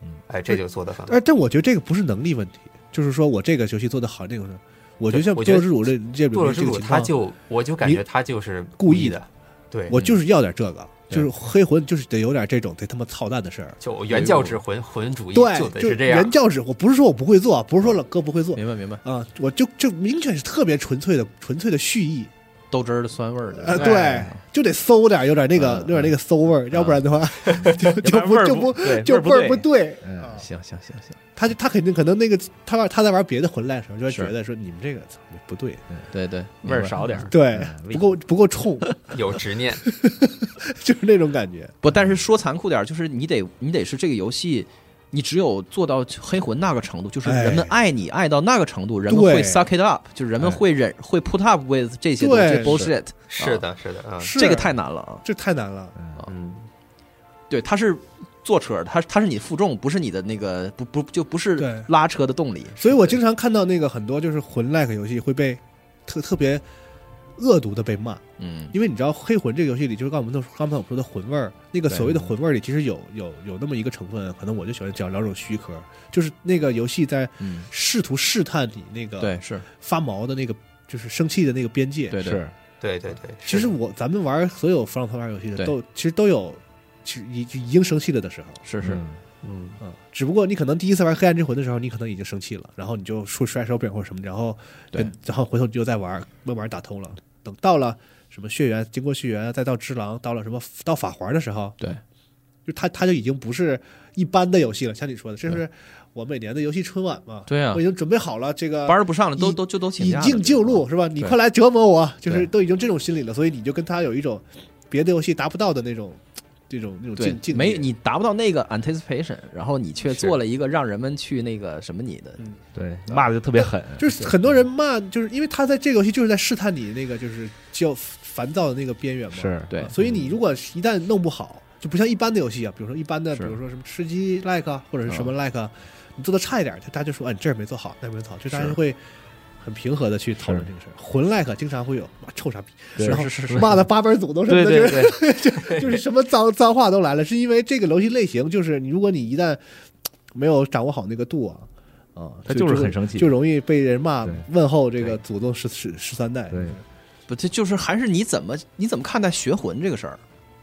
Speaker 2: 嗯
Speaker 5: 哎，这就做的很好。
Speaker 2: 但但我觉得这个不是能力问题，就是说我这个游戏做的好那种事。我觉得像
Speaker 5: 对我
Speaker 2: 《堕
Speaker 5: 觉得
Speaker 2: 落之主》这这
Speaker 5: 堕落
Speaker 2: 种
Speaker 5: 之
Speaker 2: 这个
Speaker 5: 主
Speaker 2: 情
Speaker 5: 他
Speaker 2: 况，
Speaker 5: 就我就感觉他就是
Speaker 2: 故意
Speaker 5: 意
Speaker 2: 的
Speaker 5: 的，对，
Speaker 2: 我就是要点这个，
Speaker 3: 对
Speaker 2: 就是黑魂就是得有点这种得他妈操蛋的事儿。
Speaker 5: 就原教旨魂魂主义
Speaker 2: 对
Speaker 5: 就，得
Speaker 2: 就是
Speaker 5: 这样
Speaker 2: 原。教旨，我不是说我不会做，不是说老哥不会做
Speaker 4: 明白明白，
Speaker 2: 啊，我就就明显是特别纯粹的纯粹的蓄意，
Speaker 4: 豆汁儿的酸味儿
Speaker 2: 呃，
Speaker 4: 的，
Speaker 2: 对
Speaker 3: 哎，
Speaker 2: 就得馊点，有点那个
Speaker 4: 嗯
Speaker 2: 有点那个馊味儿，要不然的话 就就
Speaker 3: 要不嗯然味儿
Speaker 2: 就不
Speaker 3: 不对
Speaker 2: 就
Speaker 3: 味儿不
Speaker 2: 味儿不
Speaker 3: 对
Speaker 2: 对。
Speaker 3: 嗯，
Speaker 4: 行行行行，
Speaker 2: 他就他肯定可能那个他玩他在玩别的魂类的时候，就会
Speaker 3: 是嗯
Speaker 2: 觉得说你们这个操不对，
Speaker 4: 对对，
Speaker 3: 味儿少点儿，
Speaker 2: 对
Speaker 3: 嗯，味
Speaker 2: 不够不够冲，
Speaker 3: 嗯
Speaker 5: 有执念，
Speaker 2: 就是那种感觉。
Speaker 4: 不，但是说残酷点儿，就是你得你得是这个游戏，你只有做到黑魂那个程度，就是人们爱你爱到那个程度，人们
Speaker 2: 哎对
Speaker 4: 会 suck it up，就是人们
Speaker 3: 哎
Speaker 4: 会忍会 put up with 这些东西
Speaker 2: 对
Speaker 4: bullshit，
Speaker 5: 是的，是的，嗯
Speaker 2: 是
Speaker 4: 这个太难了啊！
Speaker 2: 这太难了。
Speaker 5: 嗯，
Speaker 4: 对，它是坐车，它它是你负重，不是你的那个不不就不
Speaker 2: 对
Speaker 4: 是拉车的动力。
Speaker 2: 所以我经常看到那个很多就是魂 like 游戏会被特特别恶毒的被骂，
Speaker 4: 嗯，
Speaker 2: 因为你知道黑魂这个游戏里就是刚才我们都刚才我们说的魂味儿，那个所谓的魂味儿里其实有有有那么一个成分，可能我就喜欢讲两种虚壳，就是那个游戏在
Speaker 4: 嗯
Speaker 2: 试图试探你那个
Speaker 4: 对，是
Speaker 2: 发毛的那个就是生气的那个边界。
Speaker 4: 对对
Speaker 3: 是
Speaker 5: 对对对。
Speaker 2: 其实
Speaker 5: 是
Speaker 2: 我咱们玩所有防守方面游戏的
Speaker 4: 对
Speaker 2: 都其实都有，其实已已经生气了的时候。
Speaker 4: 是
Speaker 3: 是
Speaker 4: 是，
Speaker 5: 嗯，
Speaker 2: 嗯，只不过你可能第一次玩黑暗之魂的时候，你可能已经生气了，然后你就说摔手柄或者什么，然后
Speaker 4: 对
Speaker 2: 跟然后回头你就再玩，慢慢打通了。等到了什么血缘，经过血缘，再到只狼，到了什么到法环的时候，
Speaker 4: 对，
Speaker 2: 就它它就已经不是一般的游戏了。像你说的，这是我每年的游戏春晚嘛？
Speaker 4: 对啊
Speaker 2: 我已经准备好了这个
Speaker 4: 班。儿不上了，都
Speaker 2: 以
Speaker 4: 都就都啊请
Speaker 2: 以
Speaker 4: 假了
Speaker 2: 静就录是吧？你
Speaker 4: 对
Speaker 2: 快来折磨我，就是
Speaker 4: 对
Speaker 2: 都已经这种心理了，所以你就跟他有一种别的游戏达不到的那种、这种、那种
Speaker 4: 对
Speaker 2: 境，境界。
Speaker 4: 没你达不到那个 anticipation，然后你
Speaker 5: 是
Speaker 4: 却做了一个让人们去那个什么你的，
Speaker 3: 对，骂的就特别狠，
Speaker 2: 就是很多人骂，就是因为他在这个游戏就是在试探你那个就是较烦躁的那个边缘嘛。
Speaker 3: 是
Speaker 4: 对
Speaker 2: 啊所以你如果一旦弄不好，就不像一般的游戏啊，比如说一般的，比
Speaker 3: 是嗯
Speaker 2: 如说什么吃鸡 like 啊或者是什么 like，啊你做的差一点，就大家就说，哎，你这儿没做好，那儿没做好，就大家
Speaker 3: 是
Speaker 2: 会。很平和的去讨论这个事儿，魂 like 啊经常会有哇臭傻逼，
Speaker 3: 对
Speaker 2: 然后
Speaker 3: 是是
Speaker 2: 骂的八辈祖宗什么
Speaker 3: 对
Speaker 2: 的，
Speaker 3: 对
Speaker 2: 就是
Speaker 3: 对，
Speaker 2: 就是什么脏脏话都来了，是因为这个游戏类型，就是你如果你一旦没有掌握好那个度啊，啊，
Speaker 3: 他就是很生气
Speaker 2: 就容易被人骂
Speaker 3: 对
Speaker 2: 问候这个
Speaker 5: 对
Speaker 2: 祖宗十十十三代，
Speaker 3: 对
Speaker 4: 不，这就是还是你怎么你怎么看待学魂这个事儿，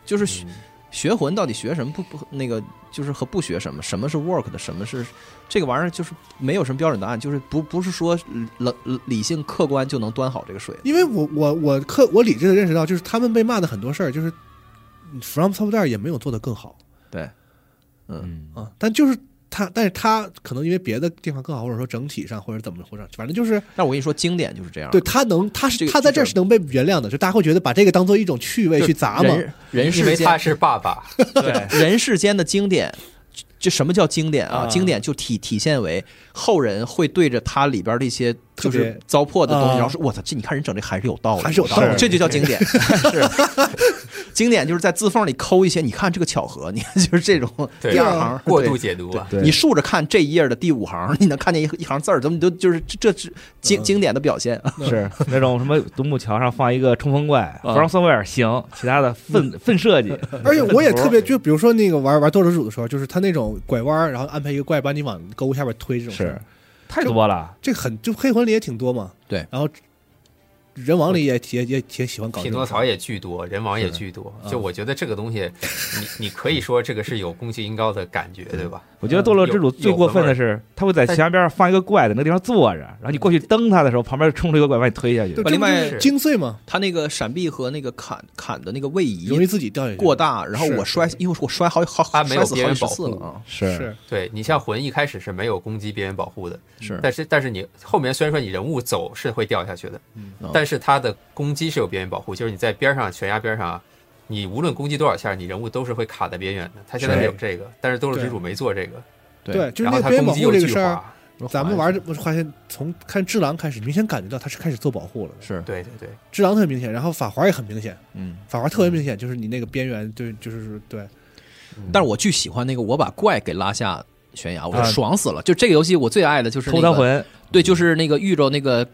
Speaker 4: 就是学、学魂到底学什么不不那个就是和不学什么，什么是 work 的，什么是这个玩意儿就是没有什么标准答案，就是不不是说冷理性客观就能端好这个水的，
Speaker 2: 因为我我我客我理智的认识到，就是他们被骂的很多事儿，就是 From Software 也没有做得更好
Speaker 4: 对，嗯，
Speaker 3: 嗯
Speaker 2: 啊，但就是他，但是他可能因为别的地方更好，或者说整体上或者怎么回事，反正就是
Speaker 4: 但我跟你说经典就是这样，
Speaker 2: 对他能，他是
Speaker 4: 啊这个
Speaker 2: 他在这儿是能被原谅的，就大家会觉得把这个当做一种趣味
Speaker 4: 就
Speaker 2: 去砸嘛，
Speaker 4: 人人
Speaker 5: 因
Speaker 4: 世
Speaker 5: 为他
Speaker 4: 间
Speaker 5: 是爸爸，
Speaker 3: 对
Speaker 4: 人世间的经典。这这什么叫经典啊？
Speaker 2: 啊
Speaker 4: 经典就体体现为后人会对着它里边的一些就
Speaker 2: 特
Speaker 4: 是
Speaker 2: 别
Speaker 4: 糟粕的东西，
Speaker 2: 啊
Speaker 4: 然后说：“我操，这你看人整这还是有道理，
Speaker 2: 还是有道理
Speaker 4: 这就叫经典。 经典就是在字缝里抠一些，你看这个巧合， 你看就是这种
Speaker 5: 对
Speaker 4: 第二行
Speaker 5: 过
Speaker 4: 对
Speaker 5: 度解读啊，
Speaker 3: 对
Speaker 4: 你竖着看这一页的第五行， 你能看见一一行字儿，怎么你都就是这这是
Speaker 2: 嗯
Speaker 4: 经经典的表现。
Speaker 3: 是那种什么独木桥上放一个冲锋怪，弗朗索维尔行，其他的粪粪设计，
Speaker 2: 而且我也特别，就比如说那个玩玩斗智主的时候，就是他那种拐弯儿，然后安排一个怪把你往沟下边推这种事
Speaker 3: 是
Speaker 2: 儿，
Speaker 3: 太多了。
Speaker 2: 这很就黑魂里也挺多嘛。
Speaker 4: 对，
Speaker 2: 然后人王里也也也也喜欢搞这
Speaker 5: 匹
Speaker 2: 种
Speaker 5: 诺
Speaker 2: 事
Speaker 5: 曹
Speaker 2: 儿
Speaker 5: 也巨多，人王也巨多。就我觉得这个东西，你你可以说这个是有宫崎英高的感觉，对吧？
Speaker 3: 我觉得《斗罗之主》最过分的是，他会在墙边上放一个怪，在那个地方坐着，然后你过去蹬他的时候，旁边冲出一个怪把你推下去
Speaker 2: 对，。
Speaker 4: 另外
Speaker 5: 是
Speaker 2: 精髓嘛，
Speaker 4: 他那个闪避和那个砍砍的那个位
Speaker 2: 容易
Speaker 4: 移
Speaker 2: 自己掉下去。
Speaker 4: 过大，然后
Speaker 2: 是
Speaker 4: 我摔，因为我摔好好
Speaker 5: 他没有
Speaker 4: 摔死
Speaker 5: 别
Speaker 4: 好
Speaker 5: 人
Speaker 4: 几次
Speaker 5: 保
Speaker 4: 了
Speaker 5: 护
Speaker 4: 啊。
Speaker 2: 是
Speaker 5: 对你像魂一开始是没有攻击边缘保护的，
Speaker 4: 是
Speaker 5: 但是但是你后面虽然说你人物走是会掉下去的，
Speaker 2: 哦
Speaker 5: 但是它的攻击是有边缘保护，就是你在边上悬崖边上啊，你无论攻击多少下，你人物都是会卡在边缘的。他现在
Speaker 3: 是
Speaker 5: 是有这个，但是斗士之主没做这个，
Speaker 2: 对，就是
Speaker 5: 然后
Speaker 2: 那个
Speaker 5: 他
Speaker 2: 边缘
Speaker 5: 攻
Speaker 2: 保护
Speaker 5: 击又
Speaker 2: 这个
Speaker 5: 巨
Speaker 2: 事儿，
Speaker 5: 化，
Speaker 2: 咱们玩这不是发现从看智狼开始，明显感觉到他是开始做保护了。
Speaker 4: 是，
Speaker 5: 对对对，
Speaker 2: 智狼特别明显，然后法环也很明显，
Speaker 4: 嗯。
Speaker 2: 法环特别明显，就是你那个边缘，对，就是对，嗯
Speaker 4: 但是我巨喜欢那个我把怪给拉下悬崖，我就
Speaker 3: 啊
Speaker 4: 爽死了。就这个游戏我最爱的就是
Speaker 3: 偷
Speaker 4: 那
Speaker 3: 他
Speaker 4: 个，
Speaker 3: 魂，
Speaker 4: 对，就是那个遇着那个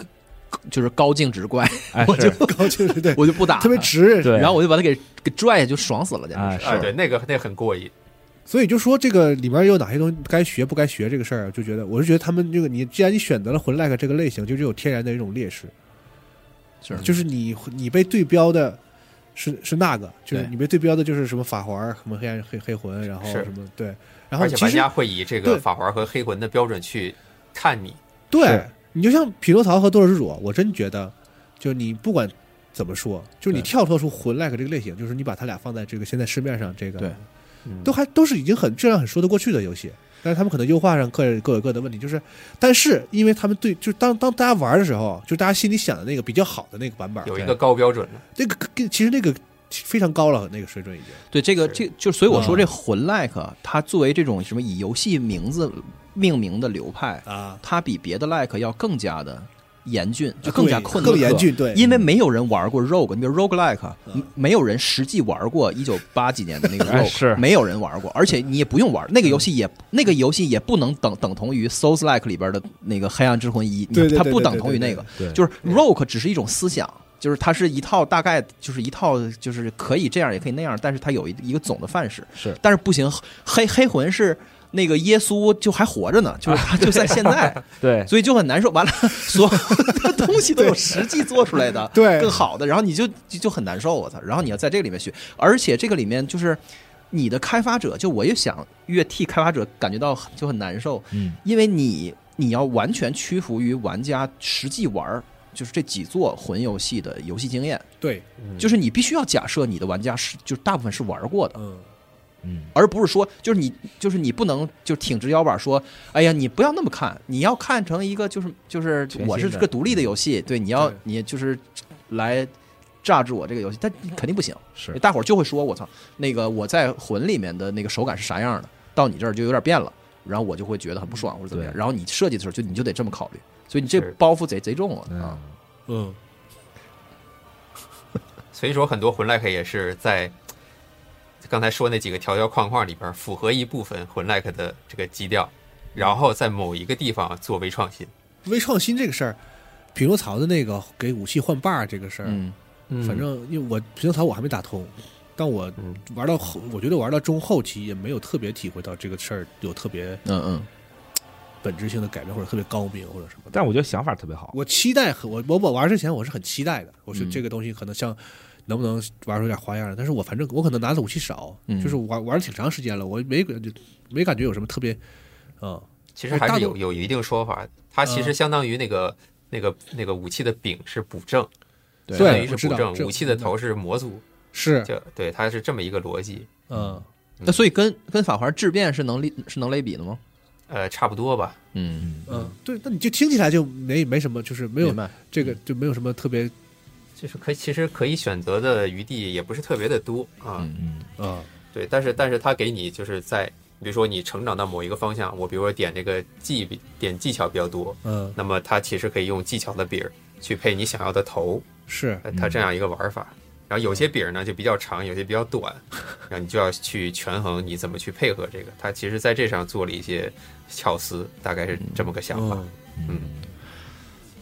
Speaker 4: 就是高净值怪，
Speaker 3: 哎，
Speaker 4: 我就是
Speaker 2: 高清 是对，
Speaker 4: 我就不打，
Speaker 2: 特别直。
Speaker 3: 对，
Speaker 4: 然后我就把他给给拽下，就爽死了，简
Speaker 3: 啊
Speaker 4: 直
Speaker 5: 啊，
Speaker 3: 是
Speaker 5: 对那个那个很过瘾，
Speaker 2: 所以就说这个里面有哪些东西该学不该学这个事儿啊，就觉得我是觉得他们这个你既然你选择了魂 like 这个类型，就具有天然的一种劣势，
Speaker 4: 是
Speaker 5: 嗯
Speaker 4: 是
Speaker 2: 就是你你被对标的是是那个，就是
Speaker 4: 对
Speaker 2: 你被对标的就是什么法环、什么黑暗黑黑魂，然后
Speaker 5: 是
Speaker 2: 什么对，然后
Speaker 5: 而且
Speaker 2: 其
Speaker 5: 玩
Speaker 2: 实
Speaker 5: 家会以这个
Speaker 2: 对
Speaker 5: 法环和黑魂的标准去看你，
Speaker 2: 对
Speaker 3: 是
Speaker 2: 你就像匹诺曹和斗罗之主，我真觉得，就你不管怎么说，就是你
Speaker 4: 对
Speaker 2: 跳脱出魂 like 这个类型，就是你把它俩放在这个现在市面上这个，
Speaker 4: 对
Speaker 2: 都还都是已经很质量很说得过去的游戏，但是他们可能优化上各各有各的问题，就是，但是因为他们对，就是当当大家玩的时候，就大家心里想的那个比较好的那个版本，
Speaker 5: 有一
Speaker 2: 对
Speaker 5: 个高标准了。
Speaker 2: 那个跟其实那个非常高了，那个水准已经。
Speaker 4: 对这个
Speaker 5: 是
Speaker 4: 这就所以我
Speaker 2: 嗯
Speaker 4: 说这魂 like 啊它作为这种什么以游戏名字命名的流派，
Speaker 2: 啊，
Speaker 4: 它比别的 like 要更加的严峻，就更加
Speaker 2: 对
Speaker 4: 困难，
Speaker 2: 更严峻，。对，
Speaker 4: 因为没有人玩过 rogue，你比如 rogue like，
Speaker 2: 嗯
Speaker 4: 没有人实际玩过一九八几年的那个
Speaker 3: 哎
Speaker 4: rogue，
Speaker 3: 是
Speaker 4: 没有人玩过，而且你也不用玩
Speaker 2: 嗯
Speaker 4: 那个游戏也，那个游戏也不能等等同于 souls like 里边的那个黑暗之魂一，你
Speaker 2: 对对对
Speaker 4: 它不
Speaker 2: 对
Speaker 4: 等
Speaker 2: 对
Speaker 4: 同于
Speaker 2: 对
Speaker 4: 那个，
Speaker 3: 对
Speaker 4: 就是 rogue 只是一种思想，就是它是一套大概就是一套就是可以这样也可以那样，但是它有一一个总的范式。
Speaker 3: 是
Speaker 4: 但是不行，黑黑魂是那个耶稣就还活着呢，就是他就在现在，
Speaker 3: 对，
Speaker 4: 所以就很难受。完了， 所有的东西都有实际做出来的，
Speaker 2: 对
Speaker 4: 更好的，然后你就就就很难受，我操！然后你要在这个里面学，而且这个里面就是你的开发者，就我也想越替开发者感觉到很就很难受，
Speaker 3: 嗯，
Speaker 4: 因为你你要完全屈服于玩家实际玩儿，就是这几座魂游戏的游戏经验，
Speaker 2: 对，
Speaker 5: 嗯
Speaker 4: 就是你必须要假设你的玩家是就是大部分是玩过的。
Speaker 2: 嗯，
Speaker 3: 嗯，
Speaker 4: 而不是说就是你就是你不能就挺直腰板说，哎呀，你不要那么看，你要看成一个就是就是
Speaker 3: 全新的
Speaker 4: 我是个独立的游戏，对，你要
Speaker 2: 对
Speaker 4: 你就是来榨制我这个游戏，但肯定不行，
Speaker 3: 嗯是
Speaker 4: 大伙儿就会说我操，那个我在魂里面的那个手感是啥样的，到你这儿就有点变了，然后我就会觉得很不爽或者怎么样，
Speaker 3: 对
Speaker 4: 然后你设计的时候就你就得这么考虑，所以你这
Speaker 5: 是
Speaker 4: 包袱贼贼重了啊
Speaker 2: 嗯，
Speaker 3: 嗯，，
Speaker 5: 所以说很多魂 like 也是在刚才说那几个条条框框里边符合一部分魂 like 的这个基调，然后在某一个地方做微创新。
Speaker 2: 微创新这个事儿，匹诺曹的那个给武器换把儿这个事儿，
Speaker 4: 嗯
Speaker 2: 反正因为我匹诺曹我还没打通，但我
Speaker 5: 嗯
Speaker 2: 玩到后，我觉得玩到中后期也没有特别体会到这个事儿有特别
Speaker 4: 嗯嗯，
Speaker 2: 本质性的改变或者特别高明或者什么的。
Speaker 3: 但我觉得想法特别好，
Speaker 2: 我期待和我我我玩之前我是很期待的，我是
Speaker 4: 嗯
Speaker 2: 这个东西可能像能不能玩出点花样来，但是我反正我可能拿的武器少，
Speaker 4: 嗯
Speaker 2: 就是玩玩了挺长时间了，我没感觉没感觉有什么特别，嗯，
Speaker 5: 其实还
Speaker 2: 大嗯
Speaker 5: 是
Speaker 2: 多
Speaker 5: 有有一定说法的，它其实相当于那个、那个那个武器的柄是补正，
Speaker 4: 对
Speaker 5: 相当于
Speaker 2: 我
Speaker 5: 是
Speaker 2: 知
Speaker 5: 补
Speaker 2: 道
Speaker 5: 正，
Speaker 2: 这嗯
Speaker 5: 武器的头是模组，
Speaker 2: 是
Speaker 5: 就对，它是这么一个逻辑，
Speaker 2: 嗯，
Speaker 4: 那所以跟跟法环质变是能力是能类比的吗？
Speaker 5: 呃，差不多吧。
Speaker 4: 嗯，
Speaker 2: 嗯，对，那你就听起来就没没什么，就是没有
Speaker 4: 明白。
Speaker 2: 这个就没有什么特别
Speaker 5: 就是可以其实可以选择的余地也不是特别的多啊，
Speaker 4: 嗯
Speaker 3: 嗯，
Speaker 2: 啊、
Speaker 5: 对，但是但是它给你就是在，比如说你成长到某一个方向，我比如说点这个技比点技巧比较多，
Speaker 2: 嗯，
Speaker 5: 那么它其实可以用技巧的柄儿去配你想要的头，
Speaker 2: 是
Speaker 5: 呃它这样一个玩法。然后有些饼呢就比较长，有些比较短，然后你就要去权衡你怎么去配合这个。他其实在这上做了一些巧思，大概是这么个想法。
Speaker 2: 嗯，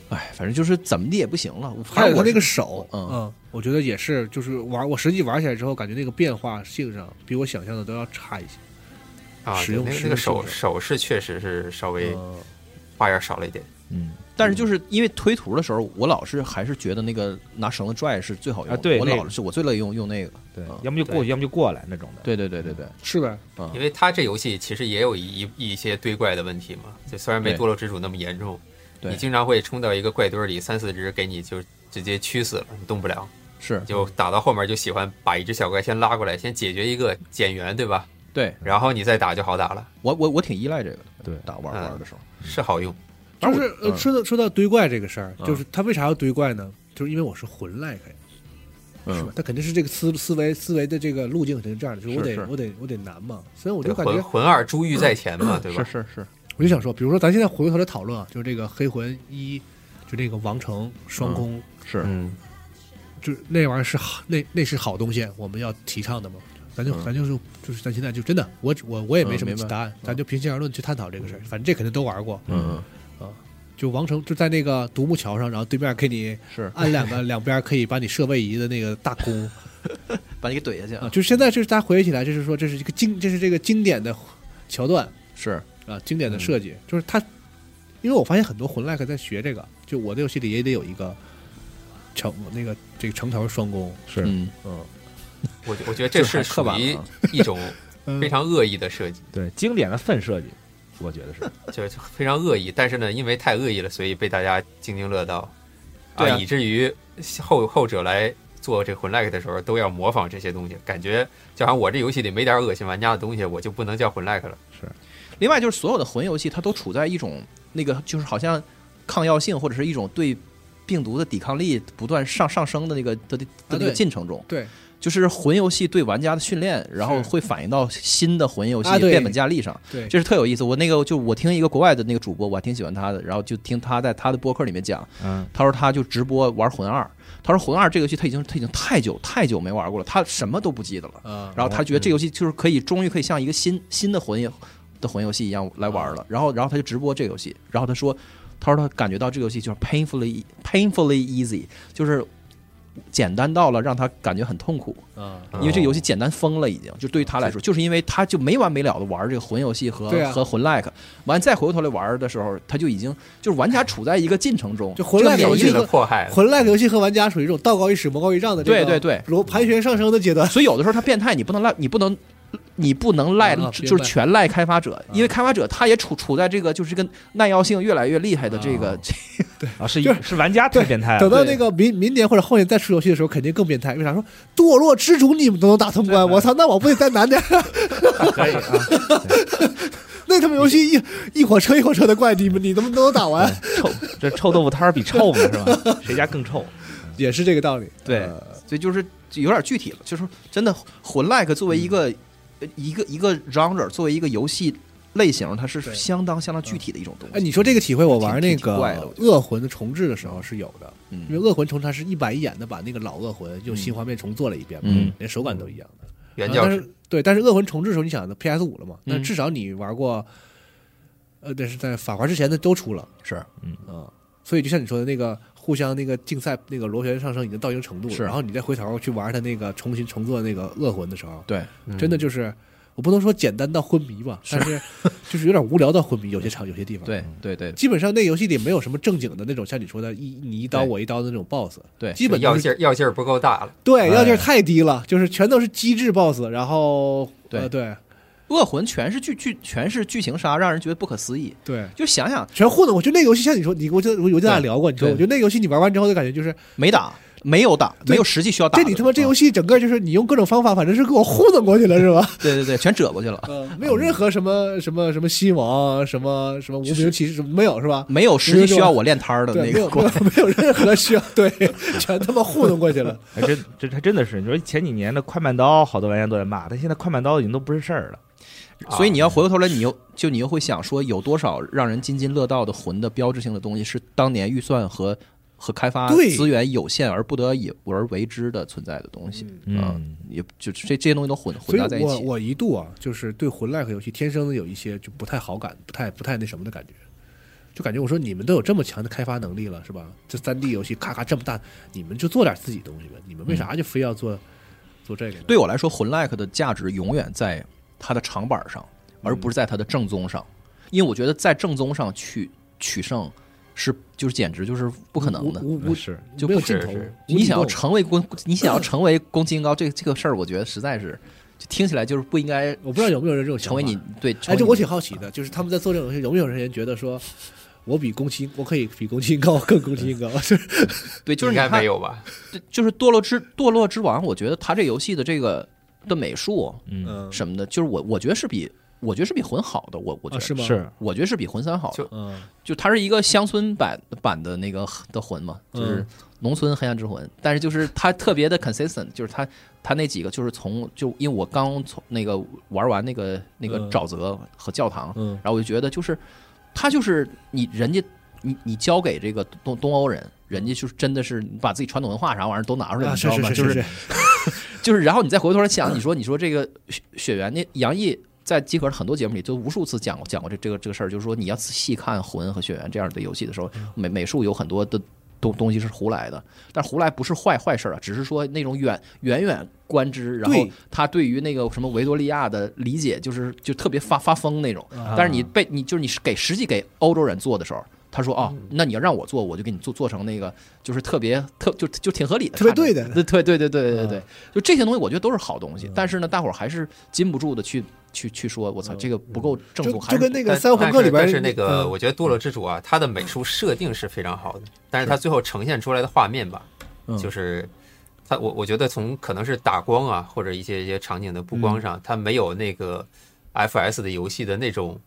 Speaker 4: 哎，反正就是怎么的也不行了。
Speaker 2: 还
Speaker 4: 反
Speaker 2: 有
Speaker 4: 正
Speaker 2: 他
Speaker 4: 我
Speaker 2: 那个
Speaker 4: 是
Speaker 2: 手，
Speaker 4: 嗯
Speaker 2: 我觉得也是，就是玩我实际玩起来之后，感觉那个变化性上比我想象的都要差一些。
Speaker 5: 啊，
Speaker 2: 使
Speaker 5: 对
Speaker 2: 用
Speaker 5: 那个
Speaker 2: 使用
Speaker 5: 那个手
Speaker 2: 性质
Speaker 5: 手势确实是稍微
Speaker 2: 嗯，
Speaker 5: 花样少了一点。
Speaker 3: 嗯，
Speaker 4: 但是就是因为推图的时候，我老是还是觉得那个拿绳子拽是最好用的。
Speaker 3: 啊对
Speaker 4: 我
Speaker 3: 那
Speaker 4: 老是我最乐意用用那个。
Speaker 3: 对
Speaker 4: 嗯，
Speaker 3: 要么就过去，要么就过来那种的。
Speaker 4: 对对对对对，
Speaker 2: 是呗？
Speaker 4: 啊
Speaker 5: 因，为它这游戏其实也有一一一些堆怪的问题嘛，就虽然没
Speaker 4: 对
Speaker 5: 堕落之主那么严重，
Speaker 4: 对
Speaker 5: 你经常会冲到一个怪堆里，三四只给你就直接驱死了，你动不了，
Speaker 4: 是
Speaker 5: 就打到后面就喜欢把一只小怪先拉过来，先解决一个减员，对吧？
Speaker 4: 对
Speaker 5: 然后你再打就好打了，
Speaker 4: 我我我挺依赖这个的。
Speaker 3: 对
Speaker 4: 打玩
Speaker 5: 嗯
Speaker 4: 玩的时候，
Speaker 5: 是好用。
Speaker 2: 就是呃
Speaker 4: 嗯
Speaker 2: 说到说到堆怪这个事儿，
Speaker 4: 嗯
Speaker 2: 就是他为啥要堆怪呢？就是因为我是魂来开，是吧
Speaker 4: 嗯？，
Speaker 2: 他肯定是这个思思维思维的这个路径肯定是这样的，就是我
Speaker 4: 是
Speaker 2: 得
Speaker 4: 是
Speaker 2: 我得我得难嘛。所以我
Speaker 5: 对
Speaker 2: 就感
Speaker 5: 魂
Speaker 2: 觉，
Speaker 5: 魂二珠玉在前嘛，对吧？
Speaker 4: 是是是，
Speaker 2: 我就想说，比如说咱现在回过头来讨论啊，就是这个黑魂一，就这个王城双空，
Speaker 4: 是
Speaker 5: 嗯，
Speaker 2: 就是那玩意儿是好，那那是好东西，我们要提倡的嘛。咱就、
Speaker 4: 嗯
Speaker 2: 咱就是就是咱现在就真的，我我我也没什么
Speaker 4: 嗯明白
Speaker 2: 答案，咱就平心而论去探讨这个事儿。反正这肯定都玩过，
Speaker 4: 嗯
Speaker 2: 就王城就在那个独木桥上，然后对面给你
Speaker 4: 是，
Speaker 2: 按两个两边可以把你射位移的那个大弓
Speaker 4: 把你给怼下去
Speaker 2: 啊，
Speaker 4: 啊！
Speaker 2: 就是现在就是大家回忆起来，就是说这是一个经这是这个经典的桥段
Speaker 4: 是嗯
Speaker 2: 啊，经典的设计，就是它，因为我发现很多魂 like 在学这个，就我的游戏里也得有一个城那个这个城头双弓，
Speaker 3: 是
Speaker 4: 嗯，
Speaker 2: 嗯
Speaker 5: 我我觉得这
Speaker 4: 这
Speaker 5: 是
Speaker 4: 还刻
Speaker 5: 属
Speaker 4: 板
Speaker 5: 于
Speaker 4: 了啊
Speaker 5: 一种
Speaker 2: 嗯
Speaker 5: 非常恶意的设计，
Speaker 3: 对，经典的粪设计，我觉得 是。
Speaker 5: 就是非常恶意，但是呢，因为太恶意了，所以被大家津津乐道，
Speaker 4: 对啊
Speaker 5: 以至于后后者来做这混 like 的时候，都要模仿这些东西，感觉就好像我这游戏里没点恶心玩家的东西，我就不能叫混 like 了。
Speaker 4: 另外就是所有的魂游戏，它都处在一种那个就是好像抗药性或者是一种对病毒的抵抗力不断上上升的那个的的那
Speaker 2: 对
Speaker 4: 个进程中，
Speaker 2: 对，
Speaker 4: 就是魂游戏对玩家的训练，然后
Speaker 2: 是
Speaker 4: 会反映到新的魂游戏
Speaker 2: 啊对
Speaker 4: 变本加厉上，
Speaker 2: 对
Speaker 4: 这是特有意思。我那个就我听一个国外的那个主播，我还挺喜欢他的，然后就听他在他的播客里面讲，
Speaker 3: 嗯，
Speaker 4: 他说他就直播玩魂二，他说魂二这个游戏他已经他已经太久太久没玩过了，他什么都不记得了。
Speaker 2: 啊，
Speaker 4: 然后他觉得这游戏就是可以，终于可以像一个新新的魂游的魂游戏一样来玩
Speaker 2: 哦
Speaker 4: 了。然后，然后他就直播这个游戏，然后他说，他说他感觉到这个游戏就是 painfully painfully easy，就是简单到了让他感觉很痛苦，
Speaker 2: 啊，
Speaker 5: 嗯
Speaker 4: 因为这个游戏简单疯了，已经就对于他来说，就是因为他就没完没了的玩这个魂游戏和
Speaker 2: 对啊
Speaker 4: 和魂 like，完再回过头来玩的时候，他就已经就是玩家处在一个进程中，
Speaker 2: 就魂 like
Speaker 4: 这个
Speaker 2: 游
Speaker 5: 受
Speaker 4: 免疫
Speaker 2: 戏
Speaker 5: 尽
Speaker 4: 力
Speaker 2: 和
Speaker 5: 了迫害了，
Speaker 2: 魂 like 游戏和玩家属于一种道高一尺魔高一丈的这个
Speaker 4: 对对对
Speaker 2: 螺盘旋上升的阶段，
Speaker 4: 所以有的时候他变态，你不能赖，你不能，你不能赖，
Speaker 2: 啊
Speaker 4: 就是全赖开发者，
Speaker 2: 白
Speaker 4: 因为开发者他也处处在这个就是这个耐药性越来越厉害的这个
Speaker 3: 啊，啊，是一
Speaker 2: 就是
Speaker 3: 是玩家太变态啊
Speaker 2: 等
Speaker 3: 了。
Speaker 2: 到
Speaker 4: 哎对
Speaker 2: 那个明明年或者后年再出游戏的时候，肯定更变态。为啥说堕落之主你们都能打通关？
Speaker 3: 真的
Speaker 2: 我操，那我不得再难点？
Speaker 3: 可以啊，
Speaker 2: 那他妈游戏一一火车一火车的怪，你们你能不能打完？
Speaker 3: 臭这臭豆腐摊儿比臭呢是 吧？谁家更臭？
Speaker 2: 也是这个道理。
Speaker 4: 对
Speaker 2: 呃
Speaker 4: 所以就是有点具体了，就是说真的魂 like 作
Speaker 2: 嗯
Speaker 4: 为一个、呃一个一个 genre，作为一个游戏类型，它是
Speaker 2: 对
Speaker 4: 相当相当具体的一种东
Speaker 2: 哎，
Speaker 4: 西。
Speaker 2: 你说这个体会，我玩那
Speaker 4: 挺挺怪的
Speaker 2: 个
Speaker 4: 我觉
Speaker 2: 恶魂的重置的时候是有的，因为
Speaker 4: 嗯
Speaker 2: 恶魂重置它是一板一眼的把那个老恶魂用新画面重做了一遍嘛，
Speaker 4: 嗯
Speaker 2: 连手感都一样的。
Speaker 5: 原
Speaker 2: 啊
Speaker 5: 教
Speaker 2: 但
Speaker 5: 旨
Speaker 2: 是对，但是恶魂重置的时候，你想的 PS 五了嘛？那
Speaker 4: 嗯
Speaker 2: 至少你玩过，呃，但是在法华之前的都出了，
Speaker 4: 是嗯
Speaker 2: 啊，所以就像你说的那个互相那个竞赛那个螺旋上升已经到一定程度了，
Speaker 4: 是
Speaker 2: 然后你再回头去玩它那个重新重做那个恶魂的时候，
Speaker 4: 对，
Speaker 2: 真
Speaker 4: 嗯
Speaker 2: 的就是我不能说简单到昏迷吧，但是就是有点无聊到昏迷，有些场有些地方。，
Speaker 4: 对对对
Speaker 2: 基本上那游戏里没有什么正经的那种，像你说的一你一刀
Speaker 4: 对
Speaker 2: 我一刀的那种 BOSS，
Speaker 4: 对
Speaker 2: 基本
Speaker 5: 药
Speaker 2: 都
Speaker 5: 劲
Speaker 2: 是
Speaker 5: 儿药劲儿不够大了，
Speaker 2: 对
Speaker 3: 哎
Speaker 2: 要劲儿太低了，就是全都是机制 BOSS，然后
Speaker 4: 对
Speaker 2: 呃对
Speaker 4: 恶魂全是剧剧全是剧情杀，让人觉得不可思议。
Speaker 2: 对。
Speaker 4: 就想想
Speaker 2: 全糊弄，我就那游戏，像你说，你我就我就咱俩
Speaker 4: 对
Speaker 2: 聊过，你说，
Speaker 4: 对
Speaker 2: 我觉得那游戏你玩完之后的感觉就是，
Speaker 4: 没打，没有打，
Speaker 2: 对
Speaker 4: 没有实际需要打
Speaker 2: 这
Speaker 4: 的。啊
Speaker 2: 你他妈这游戏整个就是你用各种方法，反正是给我糊弄过去了，是吧？
Speaker 4: 对对对，全折过去了。
Speaker 2: 呃，没有任何什么什么什么西王啊，什么什么无名骑士，什么没有是吧？
Speaker 4: 没有实际需要我练摊儿的
Speaker 2: 对，
Speaker 4: 那
Speaker 2: 没有
Speaker 4: 个
Speaker 2: 没
Speaker 4: 过
Speaker 2: 有
Speaker 4: 程，
Speaker 2: 没有任何需要，对，全他妈糊弄过去了。
Speaker 3: 还真这还真的是，你说前几年的快慢刀，好多玩家都在骂，但现在快慢刀已经都不是事儿了。
Speaker 5: 啊
Speaker 4: 所以你要回过头来，你又就你又会想说，有多少让人津津乐道的魂的标志性的东西是当年预算和和开发
Speaker 2: 对
Speaker 4: 资源有限而不得已而为之的存在的东西，呃
Speaker 3: 嗯，
Speaker 4: 也就这这些东西都混
Speaker 2: 所
Speaker 4: 混
Speaker 2: 以
Speaker 4: 杂在一
Speaker 2: 我
Speaker 4: 起。
Speaker 2: 我一度啊，就是对魂 like 游戏天生的有一些就不太好感，不太不太那什么的感觉，就感觉我说你们都有这么强的开发能力了，是吧？这三 D 游戏咔咔这么大，你们就做点自己东西呗，你们为啥就非要做、做这个呢？
Speaker 4: 对我来说，魂 like 的价值永远在它的长板上，而
Speaker 2: 嗯
Speaker 4: 不是在它的正宗上，因为我觉得在正宗上去取胜是就是简直就是不可能的。
Speaker 2: 无无无
Speaker 3: 是
Speaker 4: 就
Speaker 2: 没有
Speaker 4: 不
Speaker 2: 尽
Speaker 5: 是
Speaker 2: 头
Speaker 5: 是。
Speaker 2: 无
Speaker 4: 你想要
Speaker 2: 底洞
Speaker 4: 成为宫，你想要成为宫崎英高，这个这个事儿，我觉得实在是就听起来就是不应该
Speaker 2: 我不知道有没有人这种想
Speaker 4: 成
Speaker 2: 法
Speaker 4: 为你对。
Speaker 2: 哎，
Speaker 4: 成为
Speaker 2: 这
Speaker 4: 你
Speaker 2: 我挺好奇的，就是他们在做这种游戏，有没有人觉得说，我比宫崎，我可以比宫崎英高更宫崎英高？ 就是
Speaker 4: 对，就
Speaker 5: 应
Speaker 4: 是你
Speaker 5: 该
Speaker 4: 看
Speaker 5: 没，有吧？
Speaker 4: 对就是堕落之堕落之王，我觉得他这游戏的这个的美术
Speaker 3: 嗯，
Speaker 2: 嗯，
Speaker 4: 什么的，就是我我觉得是比我觉得是比魂好的，我我觉
Speaker 2: 啊
Speaker 4: 得
Speaker 2: 是吗？，
Speaker 3: 是
Speaker 4: 我觉得是比魂三好的
Speaker 5: 就，
Speaker 2: 嗯，
Speaker 4: 就它是一个乡村版版的那个的魂嘛，就是
Speaker 2: 嗯
Speaker 4: 农村黑暗之魂，但是就是它特别的 consistent，就是它它那几个就是从就因为我刚从那个玩完那个那个
Speaker 2: 嗯
Speaker 4: 沼泽和教堂，
Speaker 2: 嗯
Speaker 4: 然后我就觉得就是它就是你人家你你交给这个东东欧人。人家就是真的是把自己传统文化啥玩意儿都拿出来，
Speaker 2: 啊，
Speaker 4: 你
Speaker 2: 是
Speaker 4: 知道
Speaker 2: 是
Speaker 4: 吗？
Speaker 2: 是
Speaker 4: 就是
Speaker 2: 是，
Speaker 4: 就是，然后你再回头来想，你说你说这个雪雪原那杨毅在集合的很多节目里都无数次讲过讲过这这个这个事儿，就是说你要仔细看《魂》和《雪原》这样的游戏的时候，
Speaker 2: 嗯
Speaker 4: 美美术有很多的东东西是胡来的，但胡来不是坏坏事儿啊，只是说那种远远远观之，然后
Speaker 2: 对
Speaker 4: 他对于那个什么维多利亚的理解就是就特别发发疯那
Speaker 2: 啊
Speaker 4: 种，但
Speaker 3: 啊
Speaker 4: 是你被你就是你是给实际给欧洲人做的时候。他说：“
Speaker 2: 嗯
Speaker 4: 哦，那你要让我做，我就给你做做成那个，就是特别特就就挺合理的，
Speaker 2: 特别
Speaker 4: 看
Speaker 2: 对
Speaker 4: 着
Speaker 2: 的
Speaker 4: 对对对对对对对
Speaker 2: 嗯，
Speaker 4: 就这些东西，我觉得都是好东西。但是呢，大伙儿还是禁不住的去去去说，我操，这个不够正
Speaker 2: 嗯就
Speaker 4: 宗，
Speaker 2: 就
Speaker 4: 还
Speaker 2: 是跟那个《
Speaker 5: 但
Speaker 2: 三魂
Speaker 5: 但
Speaker 2: 客》
Speaker 5: 是
Speaker 2: 里边
Speaker 5: 但是那个，
Speaker 2: 嗯
Speaker 5: 我觉得《堕落之主》啊，它的美术设定是非常好的，但是它最后呈现出来的画面吧，
Speaker 2: 嗯
Speaker 5: 就是它我我觉得从可能是打光啊，或者一些一些场景的布
Speaker 2: 嗯
Speaker 5: 光上，它没有那个 FS 的游戏的那种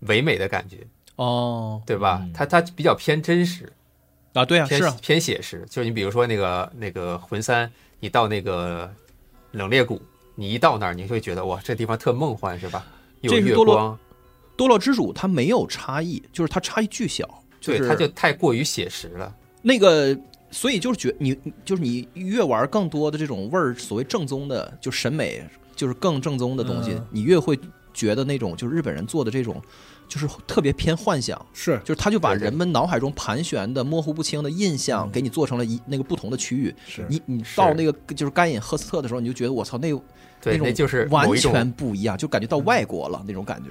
Speaker 5: 唯美的感觉，
Speaker 4: 哦
Speaker 5: 对吧？
Speaker 2: 嗯
Speaker 5: 它它比较偏真实，
Speaker 4: 啊，对啊，
Speaker 5: 偏
Speaker 4: 是啊，
Speaker 5: 偏写实。就是你比如说那个那个魂三，你到那个冷冽谷，你一到那儿，你会觉得哇，这地方特梦幻，是吧？有
Speaker 4: 这是
Speaker 5: 月
Speaker 4: 堕落
Speaker 5: 光，
Speaker 4: 《堕落之主》它没有差异，就是它差异巨小，
Speaker 5: 对，
Speaker 4: 是
Speaker 5: 它就太过于写实了。
Speaker 4: 那个，所以就是觉你就是你越玩更多的这种味儿，所谓正宗的，就审美就是更正宗的东西
Speaker 2: 嗯，
Speaker 4: 你越会觉得那种就是日本人做的这种，就是特别偏幻想。
Speaker 2: 是
Speaker 4: 就是他就把
Speaker 5: 对对
Speaker 4: 人们脑海中盘旋的模糊不清的印
Speaker 2: 嗯
Speaker 4: 象给你做成了一那个不同的区域。
Speaker 2: 是
Speaker 4: 你你
Speaker 5: 是
Speaker 4: 到那个就是干饮赫斯特的时候，你就觉得我操，那
Speaker 5: 对，
Speaker 4: 种
Speaker 5: 那就是
Speaker 4: 完
Speaker 5: 某一种
Speaker 4: 全不一样，就感觉到外国了那 种感觉。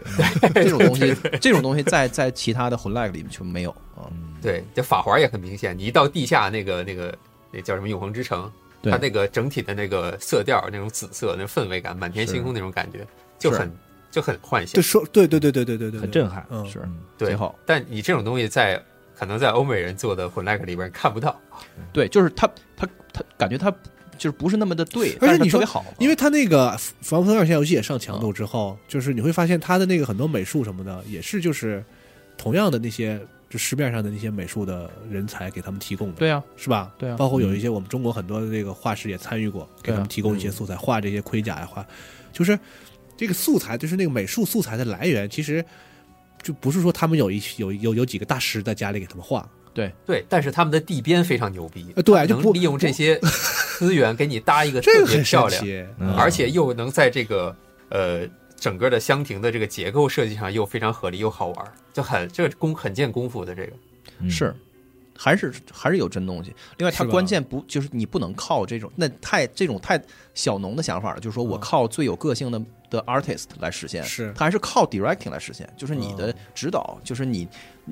Speaker 4: 这种东西，这种东西在在其他的魂 like 里面就没有啊。
Speaker 5: 对，这法环也很明显，你一到地下那个那个那叫什么永恒之城，
Speaker 4: 对
Speaker 5: 它那个整体的那个色调，那种紫色，那种氛围感，满天星空那种感觉，就很就很幻想
Speaker 2: 对。说对对对对对对对，
Speaker 3: 很震撼，
Speaker 2: 嗯
Speaker 4: 是
Speaker 5: 对，
Speaker 4: 贼好。
Speaker 5: 但你这种东西在可能在欧美人做的混 l 里边看不到，
Speaker 4: 对，就是他他他感觉他就是不是那么的对，
Speaker 2: 而
Speaker 4: 但
Speaker 2: 且
Speaker 4: 是它
Speaker 2: 你
Speaker 4: 特
Speaker 2: 说
Speaker 4: 别好，
Speaker 2: 因为他那个《防风二线游戏也上强
Speaker 5: 嗯
Speaker 2: 度之后，就是你会发现他的那个很多美术什么的，也是就是同样的那些就市面上的那些美术的人才给他们提供的，
Speaker 4: 对啊，
Speaker 2: 是吧？
Speaker 4: 对啊啊
Speaker 2: 包括有一些我们中国很多的这个画师也参与过，给他们提供一些素材，画这些盔甲呀，画就是这个素材，就是那个美术素材的来源，其实就不是说他们有一有有有几个大师在家里给他们画，
Speaker 5: 对，但是他们的地边非常牛逼
Speaker 2: 呃，对就不
Speaker 5: 能利用这些资源给你搭一个
Speaker 2: 这
Speaker 5: 特
Speaker 2: 个
Speaker 5: 别
Speaker 2: 很神
Speaker 5: 漂亮，
Speaker 2: 奇，
Speaker 3: 嗯
Speaker 5: 而且又能在这个呃整个的香亭的这个结构设计上又非常合理又好玩，就很这个功很见功夫的这个。
Speaker 3: 嗯
Speaker 4: 是，还是还是有真东西。另外，它
Speaker 2: 是吧
Speaker 4: 关键不就是你不能靠这种那太这种太小农的想法了，就是说我
Speaker 2: 嗯
Speaker 4: 靠最有个性的的 artist 来实现，
Speaker 2: 是嗯
Speaker 4: 它还是靠 directing 来实现，就是你的指导，就是你，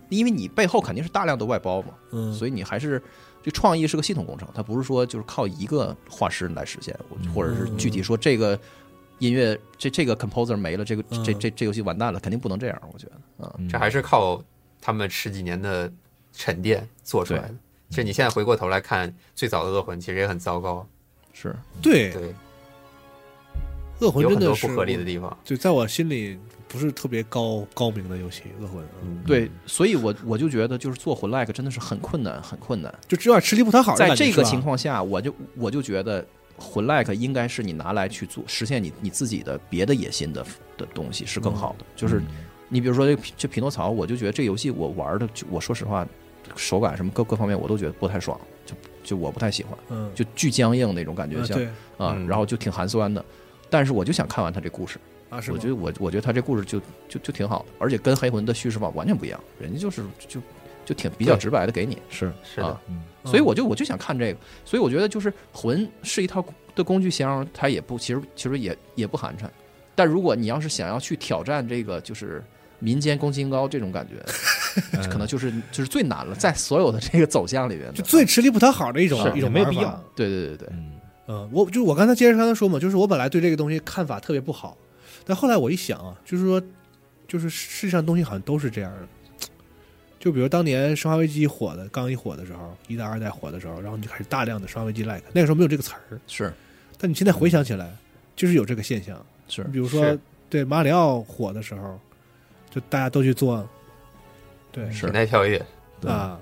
Speaker 4: 因为你背后肯定是大量的外包嘛，
Speaker 2: 嗯，
Speaker 4: 所以你还是。这创意是个系统工程，它不是说就是靠一个画师来实现，我或者
Speaker 2: 嗯
Speaker 4: 是具体说这个音乐这这个 composer 没了，这个这
Speaker 2: 嗯
Speaker 4: 这这游戏完蛋了，肯定不能这样，我觉得。
Speaker 3: 嗯
Speaker 5: 这还是靠他们十几年的沉淀做出来的。其实你现在回过头来看，最早的《恶魂》其实也很糟糕，
Speaker 4: 是，
Speaker 2: 对
Speaker 5: 对，
Speaker 2: 恶魂
Speaker 5: 有
Speaker 2: 真
Speaker 5: 很
Speaker 2: 的
Speaker 5: 多
Speaker 2: 是
Speaker 5: 不合理的地方。
Speaker 2: 就在我心里不是特别高高明的游戏，《恶魂》嗯，
Speaker 4: 对，所以我我就觉得就是做魂 like 真的是很困难，很困难。
Speaker 2: 就只有点吃力不讨好的
Speaker 4: 在
Speaker 2: 感觉
Speaker 4: 这个
Speaker 2: 是吧
Speaker 4: 情况下，我就我就觉得魂 like 应该是你拿来去做实现你你自己的别的野心的的东西
Speaker 2: 嗯
Speaker 4: 是更好的。就是你比如说这这匹诺曹，我就觉得这游戏我玩的就，我说实话手感什么各各方面我都觉得不太爽，就就我不太喜欢，
Speaker 2: 嗯，
Speaker 4: 就巨僵硬那种感觉
Speaker 2: 啊
Speaker 4: 像
Speaker 2: 对
Speaker 4: 啊
Speaker 5: 嗯，
Speaker 4: 然后就挺寒酸的。但是我就想看完他这故事，
Speaker 2: 啊，是
Speaker 4: 我
Speaker 2: 吗
Speaker 4: 觉得我我觉得他这故事就就就挺好的，而且跟黑魂的叙事法完全不一样，人家就是就就挺比较
Speaker 5: 对
Speaker 4: 直白的给你，
Speaker 3: 是，
Speaker 5: 是的
Speaker 4: 啊，
Speaker 3: 嗯，
Speaker 2: 嗯
Speaker 4: 所以我就我就想看这个，所以我觉得就是魂是一套的工具箱，它也不其实其实也也不寒碜，但如果你要是想要去挑战这个就是民间宫心高这种感觉，可
Speaker 3: 呃
Speaker 4: 能就是就是最难了，在所有的这个走向里面的，
Speaker 2: 就最吃力不讨好的一种
Speaker 4: 是
Speaker 2: 一
Speaker 3: 也
Speaker 2: 种
Speaker 3: 没有
Speaker 2: 玩
Speaker 3: 必
Speaker 2: 法
Speaker 3: 要
Speaker 4: 对对对对，
Speaker 3: 嗯
Speaker 2: 嗯，我就是我刚才接着刚才说嘛，就是我本来对这个东西看法特别不好，但后来我一想啊，就是说，就是世上东西好像都是这样的。就比如当年《生化危机》火的刚一火的时候，一代、二代火的时候，然后你就开始大量的《生化危机》like，那个时候没有这个词儿，
Speaker 4: 是
Speaker 2: 但你现在回想起来，就是有这个现象。
Speaker 4: 是
Speaker 2: 比如说
Speaker 5: 是
Speaker 2: 对马里奥火的时候，就大家都去做，对
Speaker 4: 是
Speaker 5: 平台跳跃，嗯
Speaker 3: 对
Speaker 2: 啊，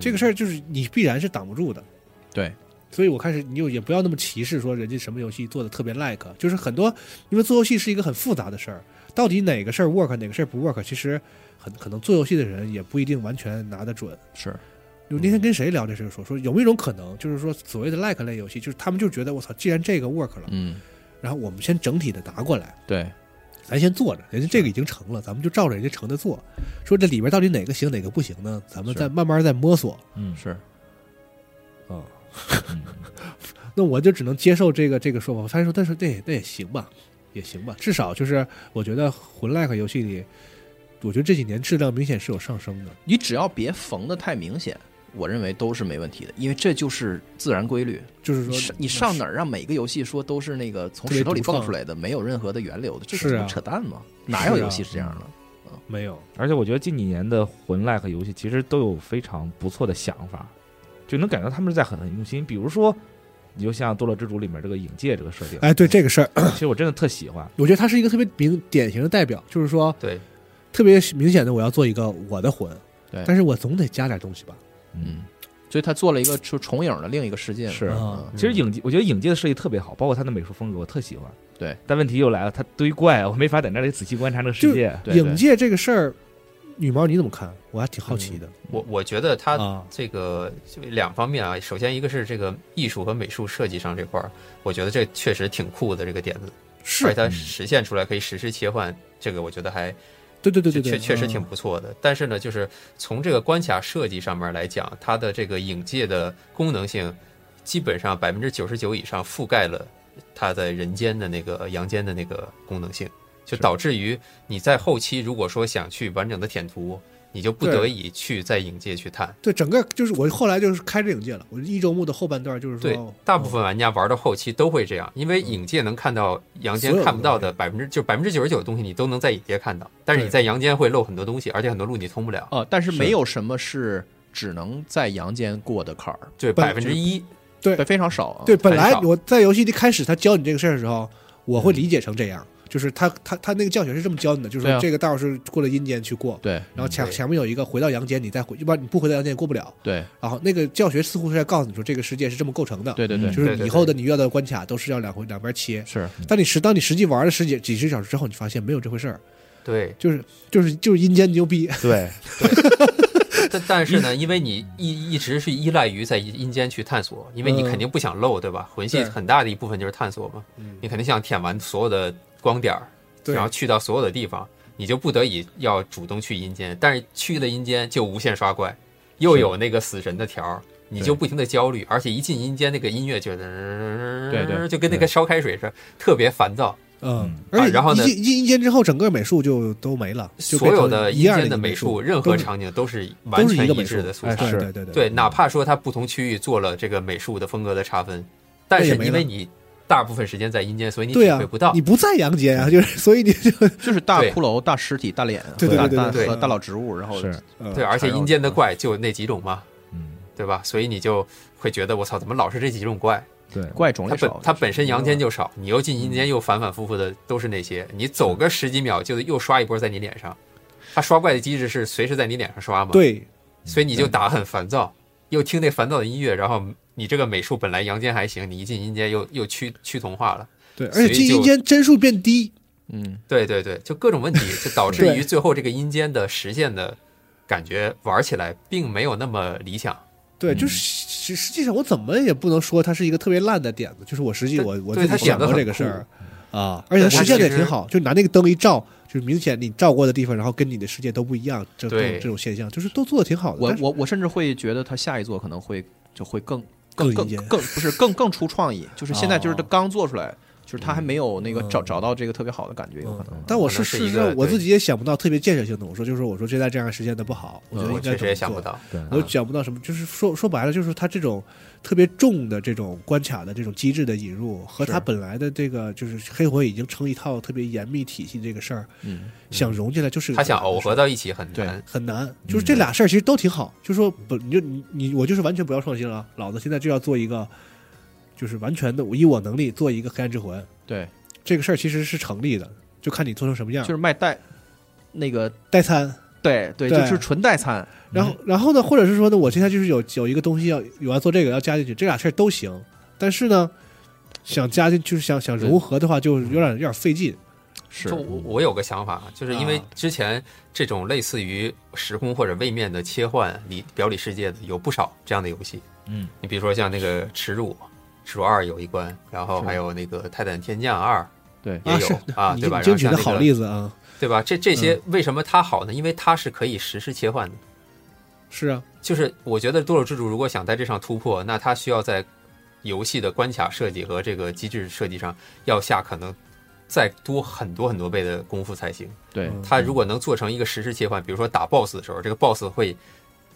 Speaker 2: 这个事
Speaker 5: 儿
Speaker 2: 儿就是你必然是挡不住的。
Speaker 4: 嗯对，
Speaker 2: 所以我开始你就也不要那么歧视说人家什么游戏做的特别 like，就是很多因为做游戏是一个很复杂的事儿，到底哪个事儿 work 哪个事儿不 work，其实很可能做游戏的人也不一定完全拿得准。
Speaker 4: 是
Speaker 2: 我那天跟谁聊这事儿说
Speaker 4: 嗯
Speaker 2: 说有没有一种可能，就是说所谓的 like 类游戏，就是他们就觉得我操，既然这个 work 了，
Speaker 4: 嗯
Speaker 2: 然后我们先整体的拿过来，
Speaker 4: 对
Speaker 2: 咱先做着，人家这个已经成了，咱们就照着人家成的做。说这里边到底哪个行哪个不行呢？咱们
Speaker 4: 是
Speaker 2: 再慢慢再摸索。
Speaker 3: 嗯
Speaker 4: 是
Speaker 2: 啊，
Speaker 3: 嗯
Speaker 2: 那我就只能接受这个这个说法。我发现说，但是那也那也行吧，也行吧，至少就是我觉得魂 like 游戏里，我觉得这几年质量明显是有上升的。
Speaker 4: 你只要别缝的太明显，我认为都是没问题的，因为这就是自然规律。
Speaker 2: 就是
Speaker 4: 你
Speaker 2: 说
Speaker 4: 上，你上哪儿让每个游戏说都是那个从
Speaker 2: 特别
Speaker 4: 石头里
Speaker 2: 独创
Speaker 4: 蹦出来的，没有任何的源流的，这
Speaker 2: 是
Speaker 4: 不
Speaker 2: 啊
Speaker 4: 扯淡吗？哪有
Speaker 2: 是啊
Speaker 4: 游戏是这样的？
Speaker 2: 没有？
Speaker 3: 而且我觉得近几年的魂 like 游戏其实都有非常不错的想法，就能感觉他们是在很很用心。比如说，你就像《多乐之主》里面这个影界这个 设定，
Speaker 2: 哎，对这个事儿，
Speaker 3: 其实我真的特喜欢。
Speaker 2: 我觉得它是一个特别明典型的代表，就是说
Speaker 5: 对，
Speaker 2: 特别明显的，我要做一个我的魂，
Speaker 4: 对
Speaker 2: 但是我总得加点东西吧。
Speaker 4: 嗯，所以他做了一个就重影的另一个嗯世界嘛。
Speaker 3: 是
Speaker 2: 啊
Speaker 3: 其实影界，我觉得影界的设计特别好，包括他的美术风格，我特喜欢。
Speaker 4: 对，
Speaker 3: 但问题又来了，他堆怪，我没法在那里仔细观察这个世界。
Speaker 4: 对
Speaker 2: 影界这个事儿，羽毛你怎么看？我还挺好奇
Speaker 4: 嗯
Speaker 2: 的。
Speaker 5: 我我觉得它
Speaker 2: 啊，
Speaker 5: 这个就两方面啊，首先一个是这个艺术和美术设计上这块儿，我觉得这确实挺酷的这个点子，
Speaker 2: 是
Speaker 5: 而且它实现出来可以实时切换，这个我觉得还
Speaker 2: 对对对对
Speaker 5: 确
Speaker 2: 对，
Speaker 5: 确确实挺
Speaker 2: 嗯
Speaker 5: 不错的。但是呢，就是从这个关卡设计上面来讲，它的这个影界的功能性基本上百分之九十九以上覆盖了它的人间的那个阳间的那个功能性，就是导致于你在后期如果说想去完整的舔图，你就不
Speaker 2: 对
Speaker 5: 得已去在影界去探。
Speaker 2: 对整个就是我后来就是开着影界了。我一周目的后半段就是
Speaker 5: 对
Speaker 2: 说，，
Speaker 5: 大部分玩家玩到后期都会这样，因为影界能看到阳间
Speaker 2: 嗯所有的
Speaker 5: 看不到
Speaker 2: 东
Speaker 5: 的百分之就百分之九十九的东西，你都能在影界看到，但是你
Speaker 2: 对
Speaker 5: 在阳间会漏很多东西，而且很多路你通不了。
Speaker 4: 呃，但是
Speaker 2: 是
Speaker 4: 没有什么是只能在阳间过的坎儿，
Speaker 5: 对，
Speaker 2: 本
Speaker 5: 百分之一
Speaker 2: 对
Speaker 4: 对，非常少啊。
Speaker 2: 对，本来
Speaker 5: 少
Speaker 2: 我在游戏一开始他教你这个事儿的时候，我会理解成这样，就是他他他那个教学是这么教你的，就是
Speaker 4: 对
Speaker 2: 说
Speaker 4: 啊
Speaker 2: 这个道是过了阴间去过，
Speaker 5: 嗯
Speaker 4: 对
Speaker 2: 然后前
Speaker 5: 对
Speaker 2: 前面有一个回到阳间，你再回，要不然你不回到阳间也过不了。
Speaker 4: 对
Speaker 2: 然后那个教学似乎是在告诉你说这个世界是这么构成的，
Speaker 4: 对对
Speaker 3: 嗯
Speaker 4: 对，
Speaker 2: 就是
Speaker 5: 对对
Speaker 2: 以后
Speaker 5: 对
Speaker 2: 的你遇到的关卡都是要两回两边切。
Speaker 4: 是
Speaker 2: 但你实当你实际玩了十几几十小时之后，你发现没有这回事儿，
Speaker 5: 对，
Speaker 2: 就是就是就是阴间牛逼，
Speaker 3: 对，
Speaker 5: 但但是呢，因为你一一直是依赖于在阴间去探索，因为你
Speaker 2: 嗯
Speaker 5: 肯定不想漏，对吧？魂系
Speaker 2: 对嗯
Speaker 5: 很大的一部分就是探索嘛，你肯定想舔完所有的光点儿，
Speaker 2: 对
Speaker 5: 然后去到所有的地方，你就不得已要主动去阴间。但是去了阴间就无限刷怪，又有那个死神的条儿，你就不停的焦虑，而且一进阴间那个音乐就对
Speaker 3: 对
Speaker 5: 就跟那个烧开水似的，特别烦躁。
Speaker 2: 嗯
Speaker 3: 嗯，
Speaker 2: 而且
Speaker 5: 啊然后呢
Speaker 2: 一进一进阴间之后，整个美术就都没了，就
Speaker 5: 所
Speaker 2: 变
Speaker 5: 有
Speaker 2: 成
Speaker 5: 的
Speaker 2: 一
Speaker 5: 阴
Speaker 2: 样
Speaker 5: 间
Speaker 2: 的
Speaker 5: 的
Speaker 2: 美
Speaker 5: 美术，任何场景都是完
Speaker 2: 都是
Speaker 5: 全
Speaker 2: 一个
Speaker 5: 一
Speaker 2: 美术
Speaker 5: 致的素材
Speaker 3: 哎。是
Speaker 2: 对对对
Speaker 5: 对，哪怕说它不同区域做了这个美术的风格的差分，但是
Speaker 2: 那也
Speaker 5: 因
Speaker 2: 没了
Speaker 5: 为你大部分时间在阴间，所以你
Speaker 2: 对
Speaker 5: 体
Speaker 2: 啊
Speaker 5: 会不到嗯
Speaker 2: 你。不在阳间啊，就是 所以你就
Speaker 4: 就是大
Speaker 5: 对
Speaker 4: 骷髅、大尸体、大脸
Speaker 2: 对对
Speaker 4: 和大
Speaker 2: 对
Speaker 4: 大
Speaker 5: 对对
Speaker 4: 和大佬植物，然后
Speaker 3: 是，
Speaker 5: 对，啊而且阴间的怪就那几种嘛，
Speaker 3: 嗯，
Speaker 5: 对吧？所以你就会觉得我操，怎么老是这几种怪？
Speaker 3: 对，
Speaker 4: 怪种
Speaker 5: 它
Speaker 4: 类
Speaker 5: 本
Speaker 4: 少，
Speaker 5: 它本身阳间就少，你又进阴
Speaker 2: 嗯
Speaker 5: 间又反反复复的都是那些，你走个十几秒就又刷一波在你脸上。它刷怪的机制是随时在你脸上刷嘛？，
Speaker 2: 呃对
Speaker 5: 所以你就打得很烦躁，又听那烦躁的音乐，然后你这个美术本来阳间还行，你一进阴间又又趋趋同化了。
Speaker 2: 对，
Speaker 5: 所
Speaker 2: 而且
Speaker 5: 以
Speaker 2: 进
Speaker 5: 就
Speaker 2: 阴间帧数变低，
Speaker 4: 嗯，
Speaker 5: 对对对，就各种问题，就导致
Speaker 2: 对
Speaker 5: 于最后这个阴间的实现的感觉玩起来并没有那么理想。
Speaker 2: 对，
Speaker 3: 嗯
Speaker 2: 就是实实际上我怎么也不能说它是一个特别烂的点子，就是我实际
Speaker 5: 对
Speaker 2: 我我
Speaker 5: 对
Speaker 2: 自己
Speaker 5: 它
Speaker 2: 想
Speaker 5: 显得
Speaker 2: 过
Speaker 5: 很
Speaker 2: 这个事儿啊，而且它
Speaker 5: 对
Speaker 2: 实
Speaker 5: 它
Speaker 2: 现的也
Speaker 5: 其实
Speaker 2: 挺好，就拿那个灯一照，就是明显你照过的地方，然后跟你的世界都不一样，这这种
Speaker 5: 对
Speaker 2: 这种现象就是都做的挺好的。
Speaker 4: 我
Speaker 2: 但是
Speaker 4: 我我甚至会觉得他下一座可能会就会更
Speaker 2: 更
Speaker 4: 更
Speaker 2: 理解
Speaker 4: 更不是更更出创意，就是现在就是他刚做出来，就是他还没有那个找
Speaker 2: 嗯
Speaker 4: 找到这个特别好的感觉，有可能。
Speaker 2: 嗯但我是
Speaker 5: 可
Speaker 2: 事
Speaker 5: 能
Speaker 2: 实
Speaker 5: 是一个
Speaker 2: 上我
Speaker 5: 对
Speaker 2: 自己也想不到特别建设性的，我说就是说我说这代这样实现的不好，我觉得
Speaker 5: 嗯我
Speaker 2: 应该
Speaker 5: 确
Speaker 2: 怎
Speaker 5: 实
Speaker 2: 么
Speaker 5: 也想
Speaker 2: 做
Speaker 5: 不到。
Speaker 3: 对，
Speaker 2: 我讲不到什么，就是说说白了，就是它这种特别重的这种关卡的这种机制的引入，和它本来的这个就是黑火已经成一套特别严密体系这个事儿，
Speaker 4: 嗯，
Speaker 2: 想融进来就是
Speaker 5: 他想耦合
Speaker 2: 的
Speaker 5: 到一起很难。
Speaker 2: 很难，就是这俩事儿其实都挺好，就说不你就你你我就是完全不要创新了，老子现在就要做一个，就是完全的我以我能力做一个黑暗之魂，
Speaker 4: 对，
Speaker 2: 这个事儿其实是成立的，就看你做成什么样，
Speaker 4: 就是卖代那个
Speaker 2: 代餐。
Speaker 4: 对对，
Speaker 2: 对
Speaker 4: 就是纯代餐，
Speaker 2: 然
Speaker 5: 嗯
Speaker 2: 后，然后呢，或者是说呢，我现在就是有有一个东西要有要做这个要加进去，这俩事儿都行。但是呢，想加进就是想想融合的话，就有点有点费劲。
Speaker 4: 是
Speaker 5: 就我我有个想法，就是因为
Speaker 2: 啊
Speaker 5: 之前这种类似于时空或者位面的切换里表里世界的有不少这样的游戏。
Speaker 3: 嗯，
Speaker 5: 你比如说像那个《耻辱》，《耻辱二》有一关，然后还有那个《泰坦天降二》
Speaker 4: 对
Speaker 5: 也有
Speaker 2: 是
Speaker 5: 啊，
Speaker 2: 你
Speaker 5: 对吧？
Speaker 2: 你
Speaker 5: 然
Speaker 2: 就
Speaker 5: 后
Speaker 2: 举
Speaker 5: 像
Speaker 2: 的
Speaker 5: 那
Speaker 2: 好
Speaker 5: 个
Speaker 2: 例子啊，
Speaker 5: 对吧？这这些为什么它好呢？因为它是可以实时切换的。
Speaker 2: 是啊，
Speaker 5: 就是我觉得多肉之主如果想在这上突破，那他需要在游戏的关卡设计和这个机制设计上要下可能再多很多很多倍的功夫才行。
Speaker 4: 对
Speaker 2: 嗯
Speaker 5: 他如果能做成一个实时切换，比如说打 BOSS 的时候，这个 BOSS 会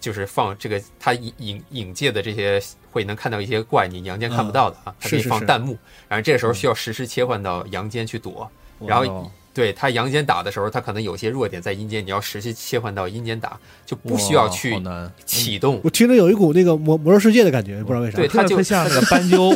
Speaker 5: 就是放这个他引引引介的这些会能看到一些怪你阳间看不到的啊，他给
Speaker 2: 嗯是
Speaker 5: 你
Speaker 2: 是
Speaker 5: 放
Speaker 2: 是嗯
Speaker 5: 弹幕，然后这个时候需要实时切换到阳间去躲，然
Speaker 3: 哦
Speaker 5: 后对他阳间打的时候，他可能有些弱点在阴间，你要实时切换到阴间打，就不需要
Speaker 4: 哇好
Speaker 5: 去
Speaker 4: 难，
Speaker 5: 启动。
Speaker 2: 我听着有一股那个魔魔兽世界的感觉，不知道为啥。
Speaker 5: 对
Speaker 3: 特
Speaker 5: 他就
Speaker 3: 别像那个斑鸠，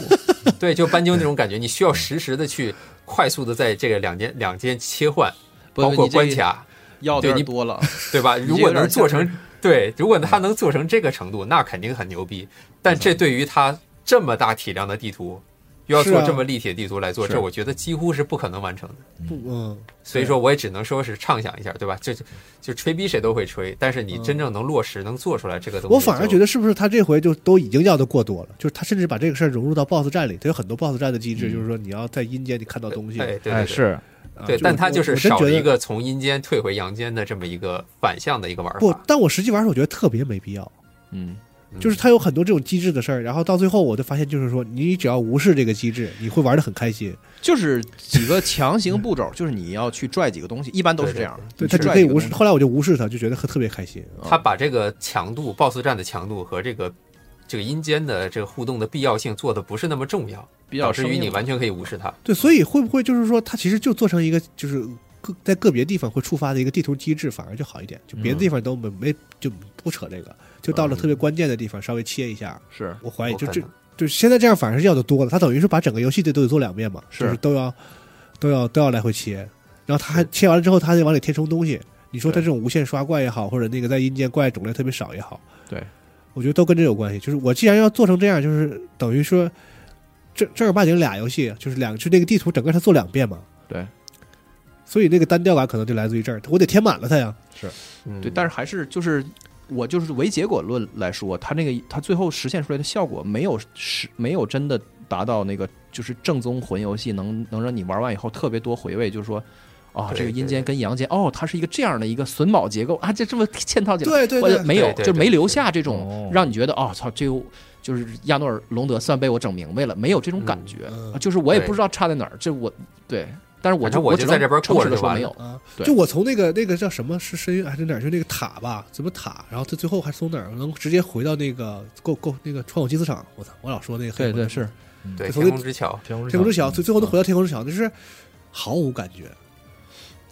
Speaker 5: 对，就斑鸠那种感觉，你需要
Speaker 2: 嗯
Speaker 5: 实时的去快速的在这个两间两间切换，
Speaker 4: 不
Speaker 5: 包括
Speaker 4: 你这
Speaker 5: 关卡，
Speaker 4: 要的有
Speaker 5: 对你
Speaker 4: 点多了，
Speaker 5: 对吧？
Speaker 4: 这
Speaker 5: 如果
Speaker 4: 有点
Speaker 5: 能做
Speaker 4: 像
Speaker 5: 成，对，如果他能做成这个程度，那肯定很牛逼。但这对于他这么大体量的地图，又要
Speaker 2: 是
Speaker 5: 做
Speaker 2: 啊
Speaker 5: 这么立体的地图来做，这我觉得几乎是不可能完成的。
Speaker 2: 不，嗯，
Speaker 5: 所以说，我也只能说是畅想一下，对吧？就就就吹逼谁都会吹，但是你真正能落实、能做出来这个东
Speaker 2: 嗯
Speaker 5: 西，
Speaker 2: 我反而觉得是不是他这回就都已经要的过多了？就是他甚至把这个事儿融入到 BOSS 战里，他有很多 BOSS 战的机制，就是说你要在阴间你看到东西。
Speaker 5: 哎，嗯对对
Speaker 3: 哎，
Speaker 5: 对，
Speaker 3: 是
Speaker 2: 啊
Speaker 5: 对，但
Speaker 2: 我
Speaker 5: 它就
Speaker 2: 我
Speaker 5: 是
Speaker 2: 我真
Speaker 5: 少
Speaker 2: 觉
Speaker 5: 了
Speaker 2: 得
Speaker 5: 一个从阴间退回阳间的这么一个反向的一个玩
Speaker 2: 不
Speaker 5: 法。，
Speaker 2: 但我实际玩儿我觉得特别没必要。
Speaker 4: 嗯，
Speaker 2: 就是它有很多这种机制的事儿，然后到最后我就发现，就是说你只要无视这个机制，你会玩的很开心。
Speaker 4: 就是几个强行步骤，就是你要去拽几个东西，一般都是这样的，
Speaker 2: 对，
Speaker 4: 他
Speaker 2: 它只可以无视。后来我就无视它，就觉得特别开心。
Speaker 5: 它把这个强度、BOSS 战的强度和这个这个阴间的这个互动的必要性做的不是那么重要，
Speaker 4: 比较
Speaker 5: 导致于你完
Speaker 4: 全
Speaker 5: 全可以无视它。
Speaker 2: 对，所以会不会就是说，它其实就做成一个就是个在个别地方会触发的一个地图机制，反而就好一点，就别的地方都没没就不扯这个，就到
Speaker 4: 嗯
Speaker 2: 了特别关键的地方稍微切一下。
Speaker 4: 是
Speaker 2: 我怀疑
Speaker 5: 我
Speaker 2: 就
Speaker 5: 可
Speaker 2: 这
Speaker 5: 能
Speaker 2: 就现在这样反而是要的多了，他等于是把整个游戏的都得做两遍嘛，
Speaker 4: 是
Speaker 2: 就是都要都要都要来回切，然后他还切完了之后，他还得往里填充东西。你说他这种无限刷怪也好，或者那个在阴间怪种类特别少也好，
Speaker 4: 对，
Speaker 2: 我觉得都跟这有关系。就是我既然要做成这样，就是等于说正正儿八经俩游戏，就是两就那个地图整个它做两遍嘛，
Speaker 4: 对，
Speaker 2: 所以那个单调感可能就来自于这儿，我得填满了它呀。
Speaker 5: 嗯
Speaker 4: 对，但是还是就是我就是唯结果论来说，它那个它最后实现出来的效果没有是没有真的达到那个就是正宗魂游戏能能让你玩完以后特别多回味，就是说。啊，
Speaker 5: 对
Speaker 4: 这个阴
Speaker 5: 对
Speaker 4: 间跟阳间，哦，它是一个这样的一个榫卯结构啊，这这么嵌套起来，
Speaker 2: 对对
Speaker 4: 或者
Speaker 2: 对
Speaker 4: 没有，
Speaker 5: 对对
Speaker 4: 就没
Speaker 5: 对
Speaker 4: 留
Speaker 5: 是
Speaker 4: 下这种
Speaker 3: 哦
Speaker 4: 让你觉得哦，操，这个就是亚诺尔隆德算被我整明白了，没有这种感
Speaker 5: 嗯
Speaker 4: 觉，
Speaker 2: 嗯
Speaker 4: 啊就是我也
Speaker 5: 对
Speaker 4: 不知道差在哪儿，这我对，但是我
Speaker 5: 反
Speaker 4: 就
Speaker 5: 正我
Speaker 4: 我
Speaker 5: 就
Speaker 4: 只
Speaker 5: 在
Speaker 4: 能
Speaker 5: 这边
Speaker 4: 诚
Speaker 5: 过着
Speaker 4: 实的
Speaker 5: 就
Speaker 4: 说
Speaker 5: 完
Speaker 4: 没
Speaker 5: 了
Speaker 4: 有，
Speaker 2: 啊，
Speaker 4: 对
Speaker 2: 就我从那个那个叫什么是深渊还是哪儿，就那个塔吧，怎么塔，然后它最后还从哪儿能直接回到那个够够那个川口金丝厂，我操，我老说那个黑魂
Speaker 4: 是，
Speaker 5: 对
Speaker 2: 从
Speaker 5: 天空之桥，
Speaker 3: 天
Speaker 2: 天空之桥，
Speaker 3: 嗯
Speaker 2: 最最后能回到天空之桥，就是毫无感觉，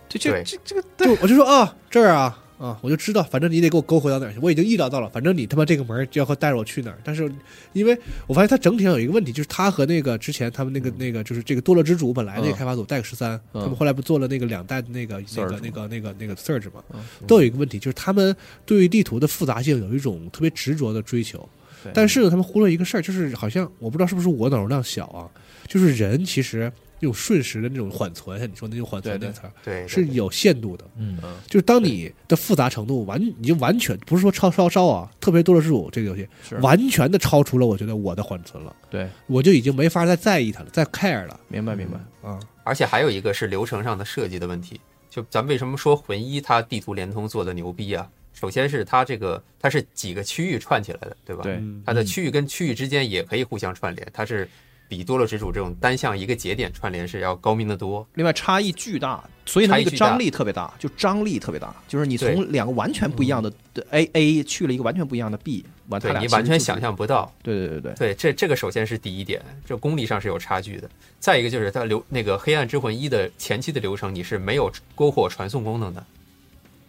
Speaker 4: 这
Speaker 5: 对
Speaker 4: 这这这个
Speaker 2: 就我就说啊这儿啊啊，我就知道，反正你得给我勾回到哪儿去，我已经意料到了，反正你他妈这个门儿就要带着我去哪儿，但是因为我发现它整体上有一个问题，就是它和那个之前他们那个那个就是这个堕落之主本来那个
Speaker 4: 嗯
Speaker 2: 开发组 Deck 十三，他
Speaker 4: 嗯
Speaker 2: 们后来不做了那个两代的那个那
Speaker 4: Surge
Speaker 2: 个
Speaker 4: 吗
Speaker 2: 那个那个那个 Surge 嘛，
Speaker 4: 嗯
Speaker 2: 都有一个问题，就是他们对于地图的复杂性有一种特别执着的追求
Speaker 4: 对。
Speaker 2: 但是呢，他们忽略一个事儿，就是好像我不知道是不是我脑容量小啊，就是人其实那种瞬时的那种缓存，像你说那种缓存那
Speaker 4: 对
Speaker 2: 个
Speaker 4: 对
Speaker 2: 词儿，
Speaker 5: 对，
Speaker 2: 是有限度的。
Speaker 3: 嗯
Speaker 2: 就是当你的复杂程度完，已经完全不是说超超超啊，特别多的是我这个游戏
Speaker 4: 是
Speaker 2: 完全的超出了我觉得我的缓存了，
Speaker 4: 对，
Speaker 2: 我就已经没法再在意它了，再 care 了
Speaker 4: 明白明白，
Speaker 2: 啊。
Speaker 5: 而且还有一个是流程上的设计的问题。就咱为什么说魂一它地图联通做的牛逼啊？首先是它这个它是几个区域串起来的，对吧？
Speaker 4: 对
Speaker 2: 嗯
Speaker 5: 它的区域跟区域之间也可以互相串联，它是比多洛之主这种单向一个节点串联是要高明得多。
Speaker 4: 另外差异巨大，所以它
Speaker 5: 差异
Speaker 4: 那个
Speaker 5: 巨大
Speaker 4: 张力特别大，就张力特别大，就是你
Speaker 5: 对嗯
Speaker 4: 从两个完全不一样的 A A 去了一个完全不一样的 B，完它
Speaker 5: 对
Speaker 4: 俩
Speaker 5: 你
Speaker 4: 其实
Speaker 5: 完全
Speaker 4: 就是
Speaker 5: 想，象不到，
Speaker 4: 对对对对，
Speaker 5: 对，这这个首先是第一点，这功力上是有差距的。再一个就是它流那个《黑暗之魂一》的前期的流程，你是没有篝火传送功能的，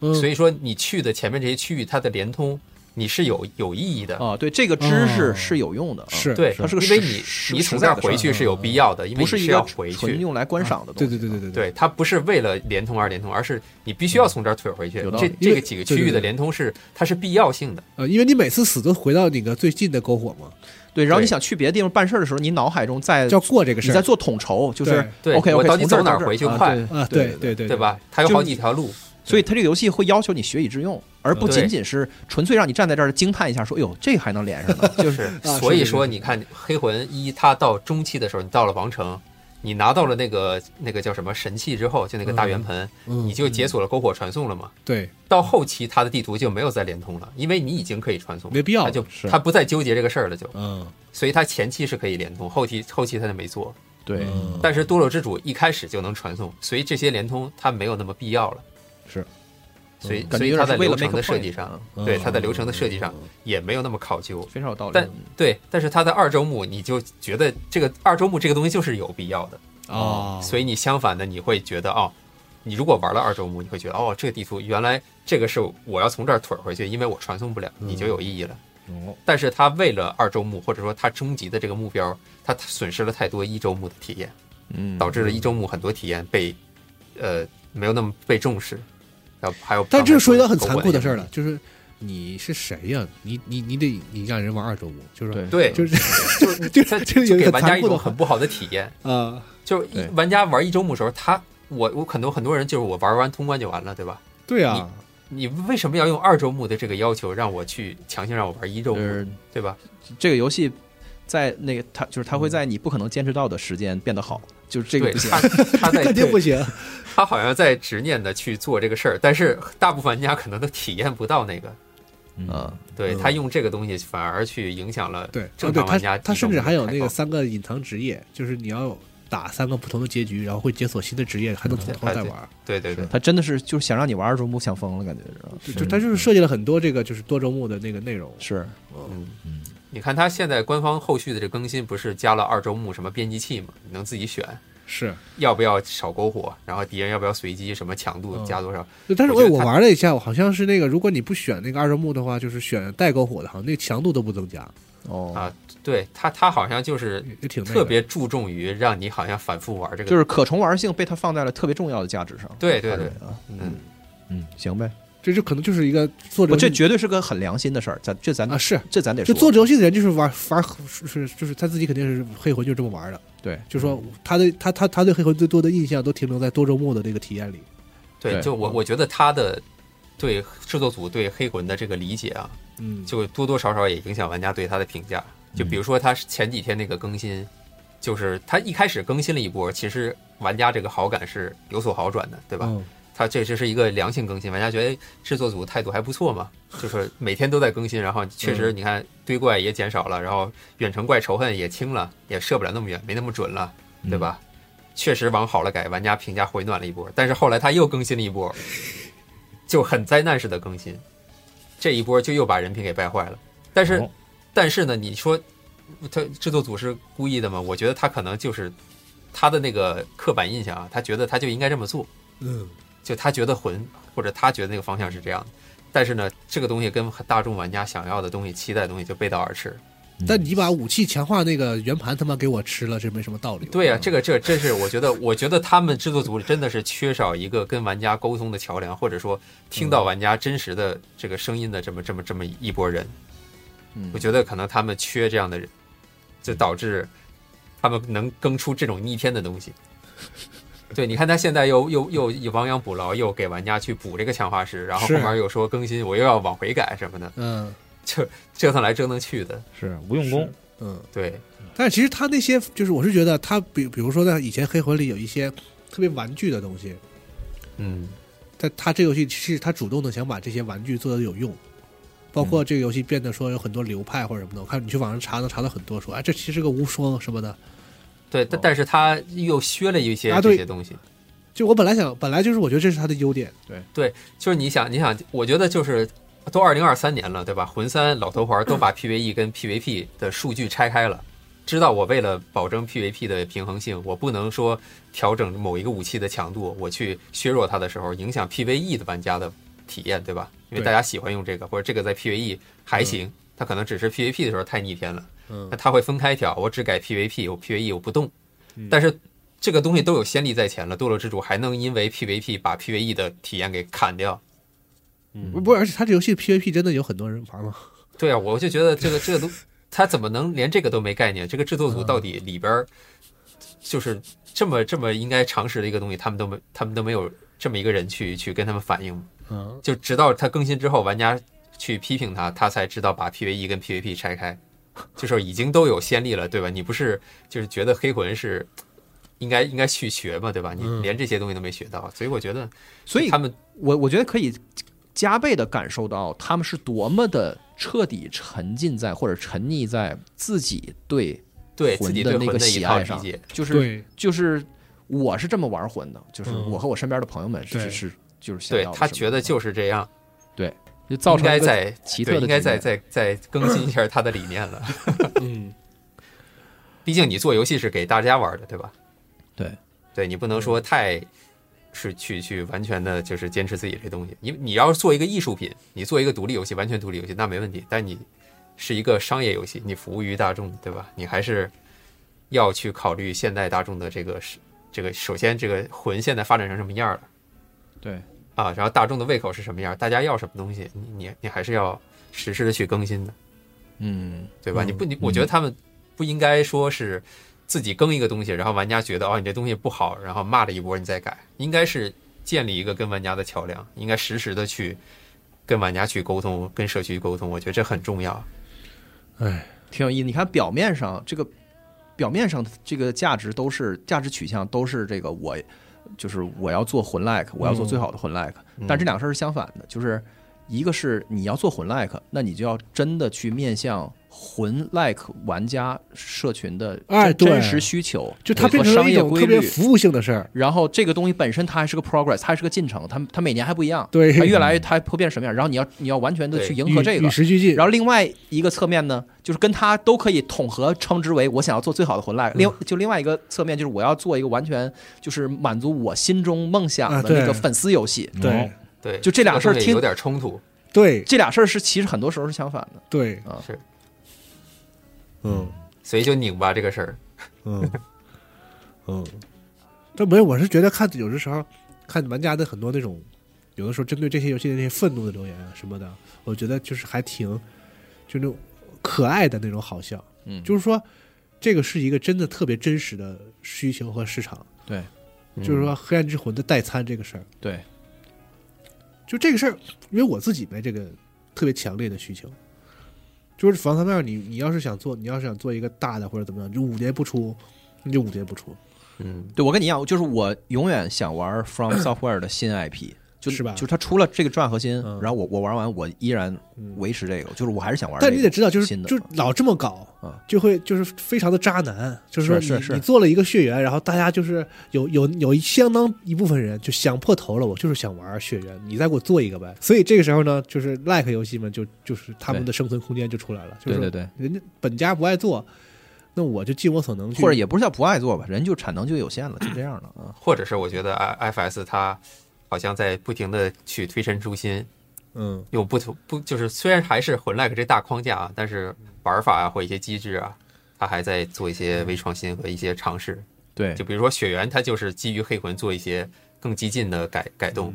Speaker 2: 嗯
Speaker 5: 所以说你去的前面这些区域，它的联通你是有有意义的。
Speaker 4: 啊，对这个知识
Speaker 2: 哦
Speaker 4: 是有用的，啊
Speaker 2: 是
Speaker 5: 对，
Speaker 4: 它是个
Speaker 5: 因为
Speaker 4: 实
Speaker 5: 你
Speaker 4: 实
Speaker 5: 你
Speaker 4: 实
Speaker 5: 从
Speaker 4: 在
Speaker 5: 那儿
Speaker 4: 的
Speaker 5: 回
Speaker 4: 事
Speaker 5: 去是有必要的，因为
Speaker 4: 不
Speaker 5: 你
Speaker 4: 是一
Speaker 5: 要
Speaker 4: 个
Speaker 5: 回
Speaker 4: 纯
Speaker 5: 去。啊
Speaker 4: 用来观赏的东
Speaker 2: 啊对
Speaker 4: 西，
Speaker 2: 对对对对
Speaker 5: 对，它不是为了联通而联通，而是你必须要从这儿退回去
Speaker 4: 有。道
Speaker 5: 这
Speaker 4: 理
Speaker 5: 这个几个区
Speaker 2: 对
Speaker 5: 域
Speaker 2: 对
Speaker 5: 的
Speaker 2: 对
Speaker 5: 联通是它是必要性的。
Speaker 2: 呃，因为你每次死都回到那个最近的篝火嘛，
Speaker 4: 对，然后你
Speaker 5: 对
Speaker 4: 想去别的地方办事儿的时候，你脑海中在
Speaker 2: 叫过这个
Speaker 4: 呃你
Speaker 2: 事
Speaker 4: 在
Speaker 2: 儿
Speaker 4: 做统筹，就是
Speaker 2: 对
Speaker 5: 对
Speaker 4: OK
Speaker 5: 我
Speaker 4: OK，
Speaker 5: 到底
Speaker 4: 从这
Speaker 5: 走哪儿
Speaker 4: 到这
Speaker 5: 回去
Speaker 4: 啊
Speaker 5: 快
Speaker 4: 对
Speaker 2: 啊，
Speaker 4: 对
Speaker 2: 对对对
Speaker 5: 对？吧？它有
Speaker 2: 就
Speaker 5: 好
Speaker 2: 是
Speaker 5: 几条路，
Speaker 4: 所以它这个游戏会要求你学以致用，而不
Speaker 5: 啊对
Speaker 4: 仅仅是纯粹让你站在这儿惊叹一下，说：“哎呦，这还能连上呢
Speaker 5: 就是
Speaker 2: 啊
Speaker 5: 所
Speaker 2: 是
Speaker 5: 以
Speaker 2: 是
Speaker 5: 说，
Speaker 2: 是
Speaker 5: 你看《黑魂一》，它到中期的时候，你到了王城，你拿到了那个那个叫什么神器之后，就那个大圆盆，
Speaker 2: 嗯，
Speaker 5: 你就解锁了篝火传送了嘛。
Speaker 2: 对，
Speaker 5: 到后期，它的地图就没有再联通了，因为你已经可以传送，
Speaker 2: 没必要
Speaker 5: 它就是它不再纠结这个事儿了，就
Speaker 2: 嗯，
Speaker 5: 所以它前期是可以联通，后期后期它就没做。！”
Speaker 3: 对，
Speaker 2: 嗯
Speaker 5: 但是多罗之主一开始就能传送，所以这些联通它没有那么必要了。
Speaker 3: 是，
Speaker 5: 所以
Speaker 4: 感
Speaker 5: 所
Speaker 4: 觉
Speaker 5: 以
Speaker 4: 有
Speaker 5: 它
Speaker 4: 点
Speaker 5: 在
Speaker 4: 是为
Speaker 5: 流
Speaker 4: 了
Speaker 5: 程
Speaker 4: make
Speaker 5: 的
Speaker 4: a
Speaker 5: 设
Speaker 4: point
Speaker 5: 计上
Speaker 4: 啊，
Speaker 5: 对它在流程的设计上也没有那么考究。
Speaker 4: 非常有道理。
Speaker 5: 但对，但是它的二周目，你就觉得这个二周目这个东西就是有必要的
Speaker 2: 哦，
Speaker 5: 所以你相反的，你会觉得哦，你如果玩了二周目，你会觉得哦，这个地图原来这个是我要从这儿腿回去，因为我传送不了，你就有意义了。
Speaker 2: 嗯
Speaker 3: 哦，
Speaker 5: 但是它为了二周目，或者说它终极的这个目标，它损失了太多一周目的体验，
Speaker 4: 嗯
Speaker 5: 导致了一周目很多体验被呃没有那么被重视。然后还有，
Speaker 2: 但这说一个很残酷的事儿了，，就是你是谁呀？你你你得你让人玩二周目，就是说
Speaker 3: 对
Speaker 5: 对，
Speaker 2: 就是
Speaker 5: 就是
Speaker 2: 就
Speaker 5: 它
Speaker 2: 这个有
Speaker 5: 就
Speaker 2: 一
Speaker 5: 给
Speaker 2: 个
Speaker 5: 玩家
Speaker 2: 残
Speaker 5: 一
Speaker 2: 酷的
Speaker 5: 种很不好的体验。
Speaker 2: 啊，
Speaker 5: 就是一
Speaker 4: 对
Speaker 5: 玩家玩一周目的时候，他我我很多很多人就是我玩完通关就完了，对吧？
Speaker 2: 对啊，
Speaker 5: 你为什么要用二周目的这个要求让我去强行让我玩一周
Speaker 4: 就
Speaker 5: 目，
Speaker 4: 是
Speaker 5: 对吧？
Speaker 4: 这个游戏在那个它就是它会在你不可能坚持到的时间变得好，就是这个
Speaker 5: 对
Speaker 4: 不行。
Speaker 5: 他他在
Speaker 2: 肯定不行，
Speaker 5: 他好像在执念的去做这个事儿，但是大部分玩家可能都体验不到那个。
Speaker 4: 嗯，
Speaker 5: 对
Speaker 2: 嗯
Speaker 5: 他用这个东西反而去影响了
Speaker 2: 对，
Speaker 5: 正
Speaker 2: 哦
Speaker 5: 常
Speaker 2: 对
Speaker 5: 玩家
Speaker 2: 他他甚至还有那
Speaker 5: 一周目
Speaker 2: 个
Speaker 5: 的开
Speaker 2: 三个隐藏职业，就是你要打三个不同的结局，然后会解锁新的职业，还能从头再玩。
Speaker 5: 放嗯对对对，
Speaker 4: 它真的是就是想让你玩二周目想疯了，感觉是吧
Speaker 2: 就就他就是设计了很多这个就是多周目的那个内容。
Speaker 4: 是
Speaker 5: 嗯
Speaker 3: 嗯，
Speaker 5: 你看他现在官方后续的这更新不是加了二周目什么编辑器嘛？你能自己选
Speaker 2: 是，
Speaker 5: 要不要少篝火，然后敌人要不要随机，什么强度
Speaker 2: 嗯
Speaker 5: 加多少，
Speaker 2: 就但是
Speaker 5: 我觉
Speaker 2: 我
Speaker 5: 得
Speaker 2: 我
Speaker 5: 他
Speaker 2: 玩了一下，我好像是那个，如果你不选那个二周目的话，就是选带篝火的，好像那个强度都不增加，
Speaker 4: 哦
Speaker 5: 啊，对他，他好像就是
Speaker 2: 也也挺那个
Speaker 5: 特别注重于让你好像反复玩这个，
Speaker 4: 就是可重玩性被它放在了特别重要的价值上。
Speaker 5: 对对对，
Speaker 4: 啊，
Speaker 5: 嗯，
Speaker 4: 行呗，
Speaker 2: 这就可能就是一个做
Speaker 4: 我
Speaker 2: 游
Speaker 4: 这
Speaker 2: 戏
Speaker 4: 绝对是个很良心的事儿，咱这咱
Speaker 2: 啊是。
Speaker 4: 这咱得
Speaker 2: 就
Speaker 4: 说。
Speaker 2: 做游戏的人就是玩玩是就是他自己肯定是黑魂就这么玩的，
Speaker 4: 对，
Speaker 2: 就说
Speaker 5: 嗯
Speaker 2: 他对他他他对黑魂最多的印象都停留在多周目的那个体验里。
Speaker 5: 对，
Speaker 4: 对
Speaker 5: 就我我觉得他的对制作组对黑魂的这个理解啊，
Speaker 2: 嗯，
Speaker 5: 就多多少少也影响玩家对他的评价。就比如说他前几天那个更新，就是他一开始更新了一波，其实玩家这个好感是有所好转的，对吧？
Speaker 2: 嗯
Speaker 5: 他这这是一个良性更新，玩家觉得哎制作组态度还不错嘛，就是每天都在更新，然后确实你看堆怪也减少了，然后远程怪仇恨也轻了，也射不了那么远，没那么准了，对吧？确实往好了改，玩家评价回暖了一波，但是后来他又更新了一波，就很灾难式的更新，这一波就又把人品给败坏了。但是，
Speaker 3: 哦
Speaker 5: 但是呢，你说他制作组是故意的吗？我觉得他可能就是他的那个刻板印象啊，他觉得他就应该这么做，
Speaker 2: 嗯，
Speaker 5: 就他觉得魂或者他觉得那个方向是这样的。但是呢，这个东西跟大众玩家想要的东西、期待的东西就背道而驰。
Speaker 2: 但你把武器强化那个圆盘他妈给我吃了，这没什么道理。嗯
Speaker 5: 对啊呀、这个这真是我觉得，我觉得他们制作组真的是缺少一个跟玩家沟通的桥梁，或者说听
Speaker 2: 嗯
Speaker 5: 到玩家真实的这个声音的这么这么这么一波人。
Speaker 4: 嗯
Speaker 5: 我觉得可能他们缺这样的人，就导致他们能更出这种逆天的东西。对，你看他现在又又又以亡羊补牢，又给玩家去补这个强化石，然后后
Speaker 2: 是
Speaker 5: 面又说更新，我又要往回改什么的，
Speaker 2: 嗯
Speaker 5: 折腾来折腾去的。
Speaker 3: 是无用功，
Speaker 2: 嗯。
Speaker 5: 对，
Speaker 2: 但是其实他那些就是，我是觉得他比比如说在以前黑魂里有一些特别玩具的东西，
Speaker 5: 嗯，
Speaker 2: 但他这游戏是他主动的想把这些玩具做的有用，包括这个游戏变得说有很多流派或者什么的，我看你去网上查能查到很多说，哎，这其实是个无双什么的。
Speaker 5: 对，但但是他又削了一些
Speaker 2: 啊
Speaker 5: 这
Speaker 2: 对
Speaker 5: 些东西。
Speaker 2: 就我本来想，本来就是我觉得这是他的优点，对，
Speaker 5: 就是你想，你想，我觉得就是都二零二三年了，对吧？魂三老头环 都把 PVE 跟 PVP 的数据拆开了，知道我为了保证 PVP 的平衡性，我不能说调整某一个武器的强度，我去削弱它的时候，影响 PVE 的玩家的体验，对吧？因为
Speaker 2: 对
Speaker 5: 大家喜欢用这个，或者这个在 PVE 还行，它可能只是 PVP 的时候太逆天了。
Speaker 2: 嗯
Speaker 5: 那，它会分开调，我只改 PVP，我 PVE 我不动。
Speaker 2: 嗯
Speaker 5: 但是这个东西都有先例在前了，堕落之主还能因为 PVP 把 PVE 的体验给砍掉。
Speaker 2: 不不，而且他这游戏 PVP 真的有很多人玩吗？
Speaker 5: 对啊，我就觉得这个这个都，他怎么能连这个都没概念？这个制作
Speaker 4: 嗯
Speaker 5: 组到底里边儿就是这么这么应该常识的一个东西，他们都没他们都没有这么一个人去去跟他们反映，
Speaker 2: 嗯，
Speaker 5: 就直到他更新之后，玩家去批评他，他才知道把 PVE 跟 PVP 拆开，就是已经都有先例了，对吧？你不是就是觉得黑魂是应该应该去学嘛，对吧？你
Speaker 2: 嗯
Speaker 5: 连这些东西都没学到，所以我觉得
Speaker 4: 所以
Speaker 5: 他们
Speaker 4: 我我觉得可以加倍的感受到他们是多么的彻底沉浸在或者沉溺在自己对
Speaker 5: 对
Speaker 4: 魂
Speaker 5: 自己
Speaker 4: 的
Speaker 5: 对
Speaker 4: 那
Speaker 5: 魂
Speaker 4: 个
Speaker 5: 的一
Speaker 4: 喜
Speaker 5: 套
Speaker 4: 爱
Speaker 5: 理
Speaker 4: 上
Speaker 5: 解，
Speaker 4: 就是
Speaker 2: 对，
Speaker 4: 就是我是这么玩魂的，就是
Speaker 2: 嗯
Speaker 4: 我和我身边的朋友们是
Speaker 2: 对
Speaker 4: 是就是想
Speaker 5: 对
Speaker 4: 要
Speaker 5: 他
Speaker 4: 什么
Speaker 5: 觉得就是这样。
Speaker 4: 就造
Speaker 5: 应
Speaker 4: 成
Speaker 5: 该
Speaker 4: 一个
Speaker 5: 在
Speaker 4: 奇
Speaker 5: 对
Speaker 4: 特的
Speaker 5: 应该
Speaker 4: 局面
Speaker 5: 再再再更新一下他的理念了。
Speaker 2: 嗯，
Speaker 5: 毕竟你做游戏是给大家玩的，对吧？
Speaker 4: 对，
Speaker 5: 对你不能说太是去去完全的就是坚持自己这东西。你你要是做一个艺术品，你做一个独立游戏，完全独立游戏那没问题。但你是一个商业游戏，你服务于大众的，对吧？你还是要去考虑现代大众的这个是这个，首先这个魂现在发展成什么样了。
Speaker 3: 对
Speaker 5: 啊，然后大众的胃口是什么样，大家要什么东西，你你你还是要实时的去更新的。
Speaker 4: 嗯
Speaker 5: 对吧？
Speaker 2: 嗯
Speaker 5: 你不，你我觉得他们不应该说是自己更一个东西，然后玩家觉得哦你这东西不好，然后骂了一波你再改，应该是建立一个跟玩家的桥梁，应该实时的去跟玩家去沟通，跟社区沟通，我觉得这很重要。
Speaker 2: 哎，
Speaker 4: 挺有意思。你看表面上这个表面上这个价值都是价值取向都是这个我就是我要做魂 like，我要做最好的魂 like，、但
Speaker 2: 嗯
Speaker 4: 这两个事儿是相反的，就是一个是你要做魂 like，那你就要真的去面向魂 like 玩家社群的真,、
Speaker 2: 哎对
Speaker 4: 真实需求，
Speaker 2: 就它
Speaker 4: 和
Speaker 2: 变成了
Speaker 4: 商
Speaker 2: 一
Speaker 4: 业
Speaker 2: 种
Speaker 4: 规
Speaker 2: 特别
Speaker 4: 律。
Speaker 2: 服务性的事儿，
Speaker 4: 然后这个东西本身它还是个 progress，它还是个进程，它它每年还不一样，
Speaker 2: 对
Speaker 4: 它越来越它会变成什么样？然后你要你要完全的去
Speaker 5: 对
Speaker 4: 迎合这
Speaker 2: 与
Speaker 4: 个
Speaker 2: 与，时俱进。
Speaker 4: 然后另外一个侧面呢，就是跟它都可以统合称之为我想要做最好的
Speaker 2: 嗯
Speaker 4: 魂 like。另就另外一个侧面就是我要做一个完全就是满足我心中梦想
Speaker 2: 啊
Speaker 4: 的那个
Speaker 2: 对
Speaker 4: 粉丝游戏。
Speaker 2: 对
Speaker 5: 对，
Speaker 4: 就这两个事儿
Speaker 5: 个东西
Speaker 4: 听
Speaker 5: 有点冲突。
Speaker 2: 对
Speaker 4: 这俩事儿是其实很多时候是相反的。
Speaker 2: 对，
Speaker 5: 是，
Speaker 2: 嗯
Speaker 5: 所以就拧巴这个事儿。
Speaker 2: 嗯 嗯，但没有，我是觉得看有的时候看玩家的很多那种，有的时候针对这些游戏的那些愤怒的留言啊什么的，我觉得就是还挺就那种可爱的那种好笑，
Speaker 4: 嗯
Speaker 2: 就是说这个是一个真的特别真实的需求和市场，
Speaker 4: 对，
Speaker 5: 嗯
Speaker 2: 就是说《黑暗之魂》的代餐这个事儿，
Speaker 4: 嗯对，
Speaker 2: 就这个事儿，因为我自己没这个特别强烈的需求，就是防弹面，你你要是想做，你要是想做一个大的或者怎么样，你就五年不出，那就五年不出，
Speaker 5: 嗯，
Speaker 4: 对我跟你一样，就是我永远想 玩 From Software 的新 IP。就是
Speaker 2: 吧
Speaker 4: 就是它出了这个转核心，
Speaker 2: 嗯
Speaker 4: 然后我我玩完，我依然维持这个，就是我还是想玩、这个。
Speaker 2: 但你得知道，就是
Speaker 4: 新的
Speaker 2: 就老这么搞
Speaker 4: 啊，
Speaker 2: 就会就是非常的渣男，就是说你
Speaker 4: 是是是
Speaker 2: 你做了一个血缘，然后大家就是有有有一相当一部分人就想破头了，我就是想玩血缘，你再给我做一个呗。所以这个时候呢，就是 like 游戏们就就是他们的生存空间就出来了，就
Speaker 4: 对
Speaker 2: 是
Speaker 4: 对
Speaker 2: 说
Speaker 4: 对，
Speaker 2: 人家本家不爱做，那我就尽我所能去，嗯
Speaker 4: 或者也不是叫不爱做吧，人就产能就有限了，就这样了啊。
Speaker 5: 或者是我觉得 I F S 它好像在不停的去推陈出新，
Speaker 2: 嗯
Speaker 5: 用不同不就是虽然还是混 like 这大框架啊，但是玩法啊或一些机制啊，它还在做一些微创新和一些尝试。
Speaker 4: 对
Speaker 5: 就比如说血缘，它就是基于黑魂做一些更激进的改改动，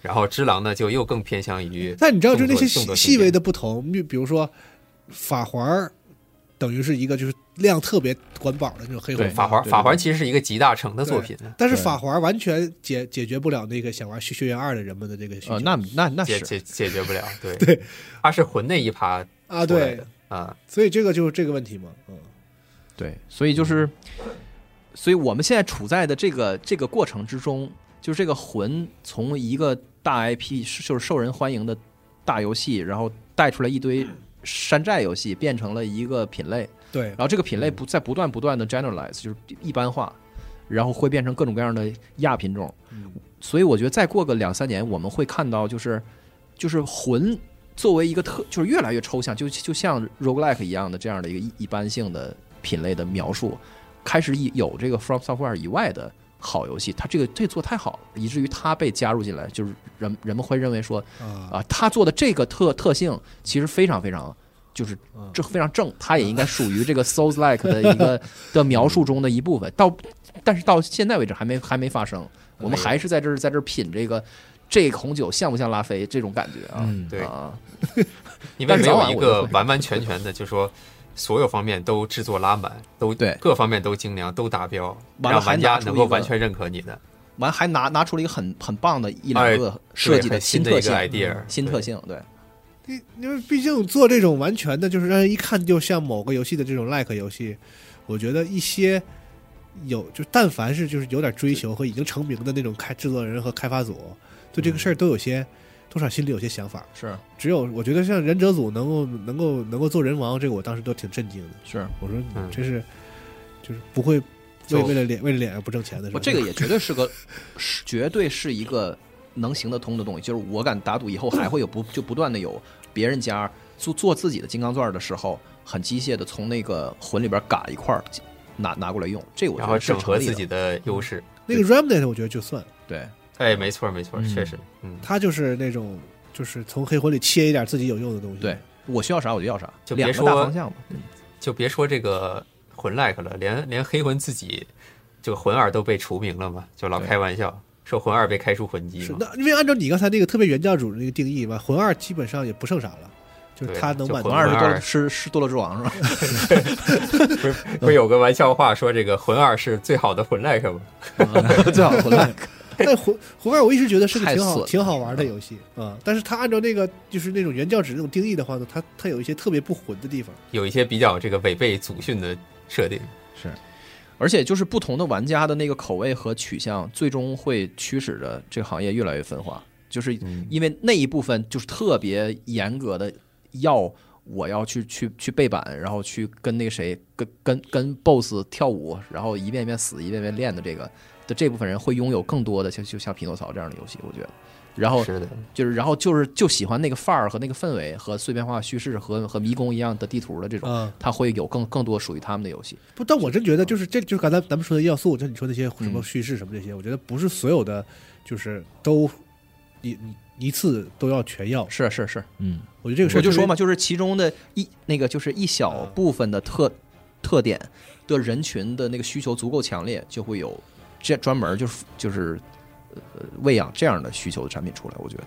Speaker 5: 然后只狼呢就又更偏向于
Speaker 2: 但你知道，就那些
Speaker 5: 动
Speaker 2: 细
Speaker 5: 作
Speaker 2: 细微
Speaker 5: 动作
Speaker 2: 的不同，你比如说法环儿等于是一个就是量特别管饱的那种黑魂
Speaker 3: 对
Speaker 2: 饭
Speaker 5: 法环
Speaker 3: 对对
Speaker 5: 法环其实是一个集大成的作品，
Speaker 2: 但是
Speaker 3: 对
Speaker 2: 法环完全解解决不了那个想玩《血血缘二》的人们的这个需求。
Speaker 4: 呃，那那那
Speaker 5: 解
Speaker 4: 是
Speaker 5: 解解决不了。对对，它是魂那一趴
Speaker 2: 啊，
Speaker 5: 出来
Speaker 2: 对
Speaker 5: 的，啊，
Speaker 2: 所以这个就是这个问题嘛，嗯，
Speaker 4: 对，所以就是，所以我们现在处在的这个这个过程之中，就是这个魂从一个大 IP 是就是受人欢迎的大游戏，然后带出来一堆山寨游戏，变成了一个品类，
Speaker 2: 对
Speaker 4: 然，后这个品类不在不断不断的 generalize，就是一般化，然后会变成各种各样的亚品种。所以我觉得再过个两三年，我们会看到就是就是魂作为一个特就是越来越抽象，就就像 roguelike 一样的这样的一个一一般性的品类的描述，开始以有这个 from software 以外的。好游戏，它这个这做太好了，以至于它被加入进来，就是人人们会认为说
Speaker 2: 啊，
Speaker 4: 啊，他做的这个特特性其实非常非常，就是
Speaker 2: 嗯
Speaker 4: 这非常正，他也应该属于这个 souls like 的一个的描述中的一部分。到但是到现在为止还没还没发生，我们还是在这儿在这儿品这个这个红酒像不像拉菲这种感觉啊？
Speaker 3: 嗯
Speaker 5: 对
Speaker 4: 啊，
Speaker 5: 因为
Speaker 4: 但是
Speaker 5: 没
Speaker 4: 早
Speaker 5: 有
Speaker 4: 晚
Speaker 5: 一
Speaker 4: 我都
Speaker 5: 个
Speaker 4: 会
Speaker 5: 完完全全的，就是说所有方面都制作拉满，都
Speaker 4: 对
Speaker 5: 各方面都精良，都达标，
Speaker 4: 完了
Speaker 5: 让
Speaker 4: 还
Speaker 5: 玩家
Speaker 4: 拿出
Speaker 5: 能
Speaker 4: 一
Speaker 5: 够
Speaker 4: 个
Speaker 5: 完全认可你的
Speaker 4: 完还拿拿出了一个很很棒的一两
Speaker 5: 哎
Speaker 4: 个设计
Speaker 5: 对很新
Speaker 4: 新特
Speaker 5: 一个
Speaker 4: 性，嗯
Speaker 5: idea，
Speaker 4: 新特性对。
Speaker 2: 因因为毕竟做这种完全的，就是让人一看就像某个游戏的这种 like 游戏，我觉得一些有就但凡是就是有点追求和已经成名的那种开制作人和开发组，对这个事儿都有些多少心里有些想法。
Speaker 4: 是
Speaker 2: 只有我觉得像忍者组能够能够能够做人王，这个我当时都挺震惊的。
Speaker 4: 是，
Speaker 2: 我说你
Speaker 5: 嗯
Speaker 2: 这是就是不会为
Speaker 5: 就
Speaker 2: 为了脸为了脸而不挣钱的事
Speaker 4: 不，
Speaker 2: 儿。
Speaker 4: 哦这个也绝对是个，是绝对是一个能行得通的东西。就是我敢打赌，以后还会有不就不断的有别人家做做自己的金刚钻的时候，很机械的从那个魂里边嘎一块儿拿拿过来用，这我
Speaker 5: 然
Speaker 4: 觉
Speaker 5: 后
Speaker 4: 得是
Speaker 5: 整合
Speaker 4: 成立
Speaker 5: 自
Speaker 4: 的嗯
Speaker 5: 己的优势。
Speaker 2: 那个 Remnant 我觉得就算，
Speaker 4: 对
Speaker 5: 哎，没错没错，
Speaker 3: 嗯
Speaker 5: 确实，嗯，
Speaker 2: 他就是那种就是从黑魂里切一点自己有用的东西。
Speaker 4: 对，我需要啥我就要啥，
Speaker 5: 就别
Speaker 4: 两个大
Speaker 5: 说
Speaker 4: 方向吧。
Speaker 5: 就别说这个魂 like 了，连连黑魂自己这个魂二都被除名了嘛，就老
Speaker 4: 对
Speaker 5: 开玩笑说魂二被开除魂籍
Speaker 2: 是
Speaker 5: 嘛，
Speaker 2: 那因为按照你刚才那个特别原教主的那个定义吧，魂二基本上也不剩啥了，就是
Speaker 5: 对
Speaker 2: 他能
Speaker 5: 就
Speaker 2: 满足
Speaker 5: 魂
Speaker 4: 魂二是
Speaker 5: 二
Speaker 4: 多乐是是多乐之 王是吧？
Speaker 5: 不是不是有个玩笑话说这个魂二是最好的魂 like 吗？
Speaker 4: 最好魂 like
Speaker 2: 但 魂魂二我一直觉得是个
Speaker 4: 太
Speaker 2: 挺
Speaker 4: 损
Speaker 2: 好
Speaker 4: 了
Speaker 2: 挺好玩的游戏啊、但是它按照那个就是那种原教旨那种定义的话呢，它它有一些特别不混的地方。
Speaker 5: 有一些比较这个违背祖训的设定，
Speaker 4: 而且就是不同的玩家的那个口味和取向，最终会驱使着这个行业越来越分化。就是因为那一部分就是特别严格的要我要去去去背板，然后去跟那谁跟跟跟 BOSS 跳舞，然后一遍一遍死，一遍一遍练的这个的这部分人会拥有更多的像就像匹诺曹这样的游戏，我觉得。然后
Speaker 5: 是的，
Speaker 4: 就是，然后就是就喜欢那个范儿和那个氛围和碎片化叙事和和迷宫一样的地图的这种，
Speaker 2: 啊
Speaker 4: 他会有更更多属于他们的游戏。
Speaker 2: 不，但我真觉得就是这就是刚才咱们说的要素，就你说那些什么
Speaker 4: 嗯
Speaker 2: 叙事什么这些，我觉得不是所有的就是都一一一次都要全要。
Speaker 4: 是是是，
Speaker 3: 嗯，
Speaker 2: 我觉得嗯这个事儿
Speaker 4: 我就说嘛，
Speaker 2: 特
Speaker 4: 就是其中的一那个就是一小部分的特特点的人群的那个需求足够强烈，就会有这专门就是就是呃喂养这样的需求的产品出来。我觉得，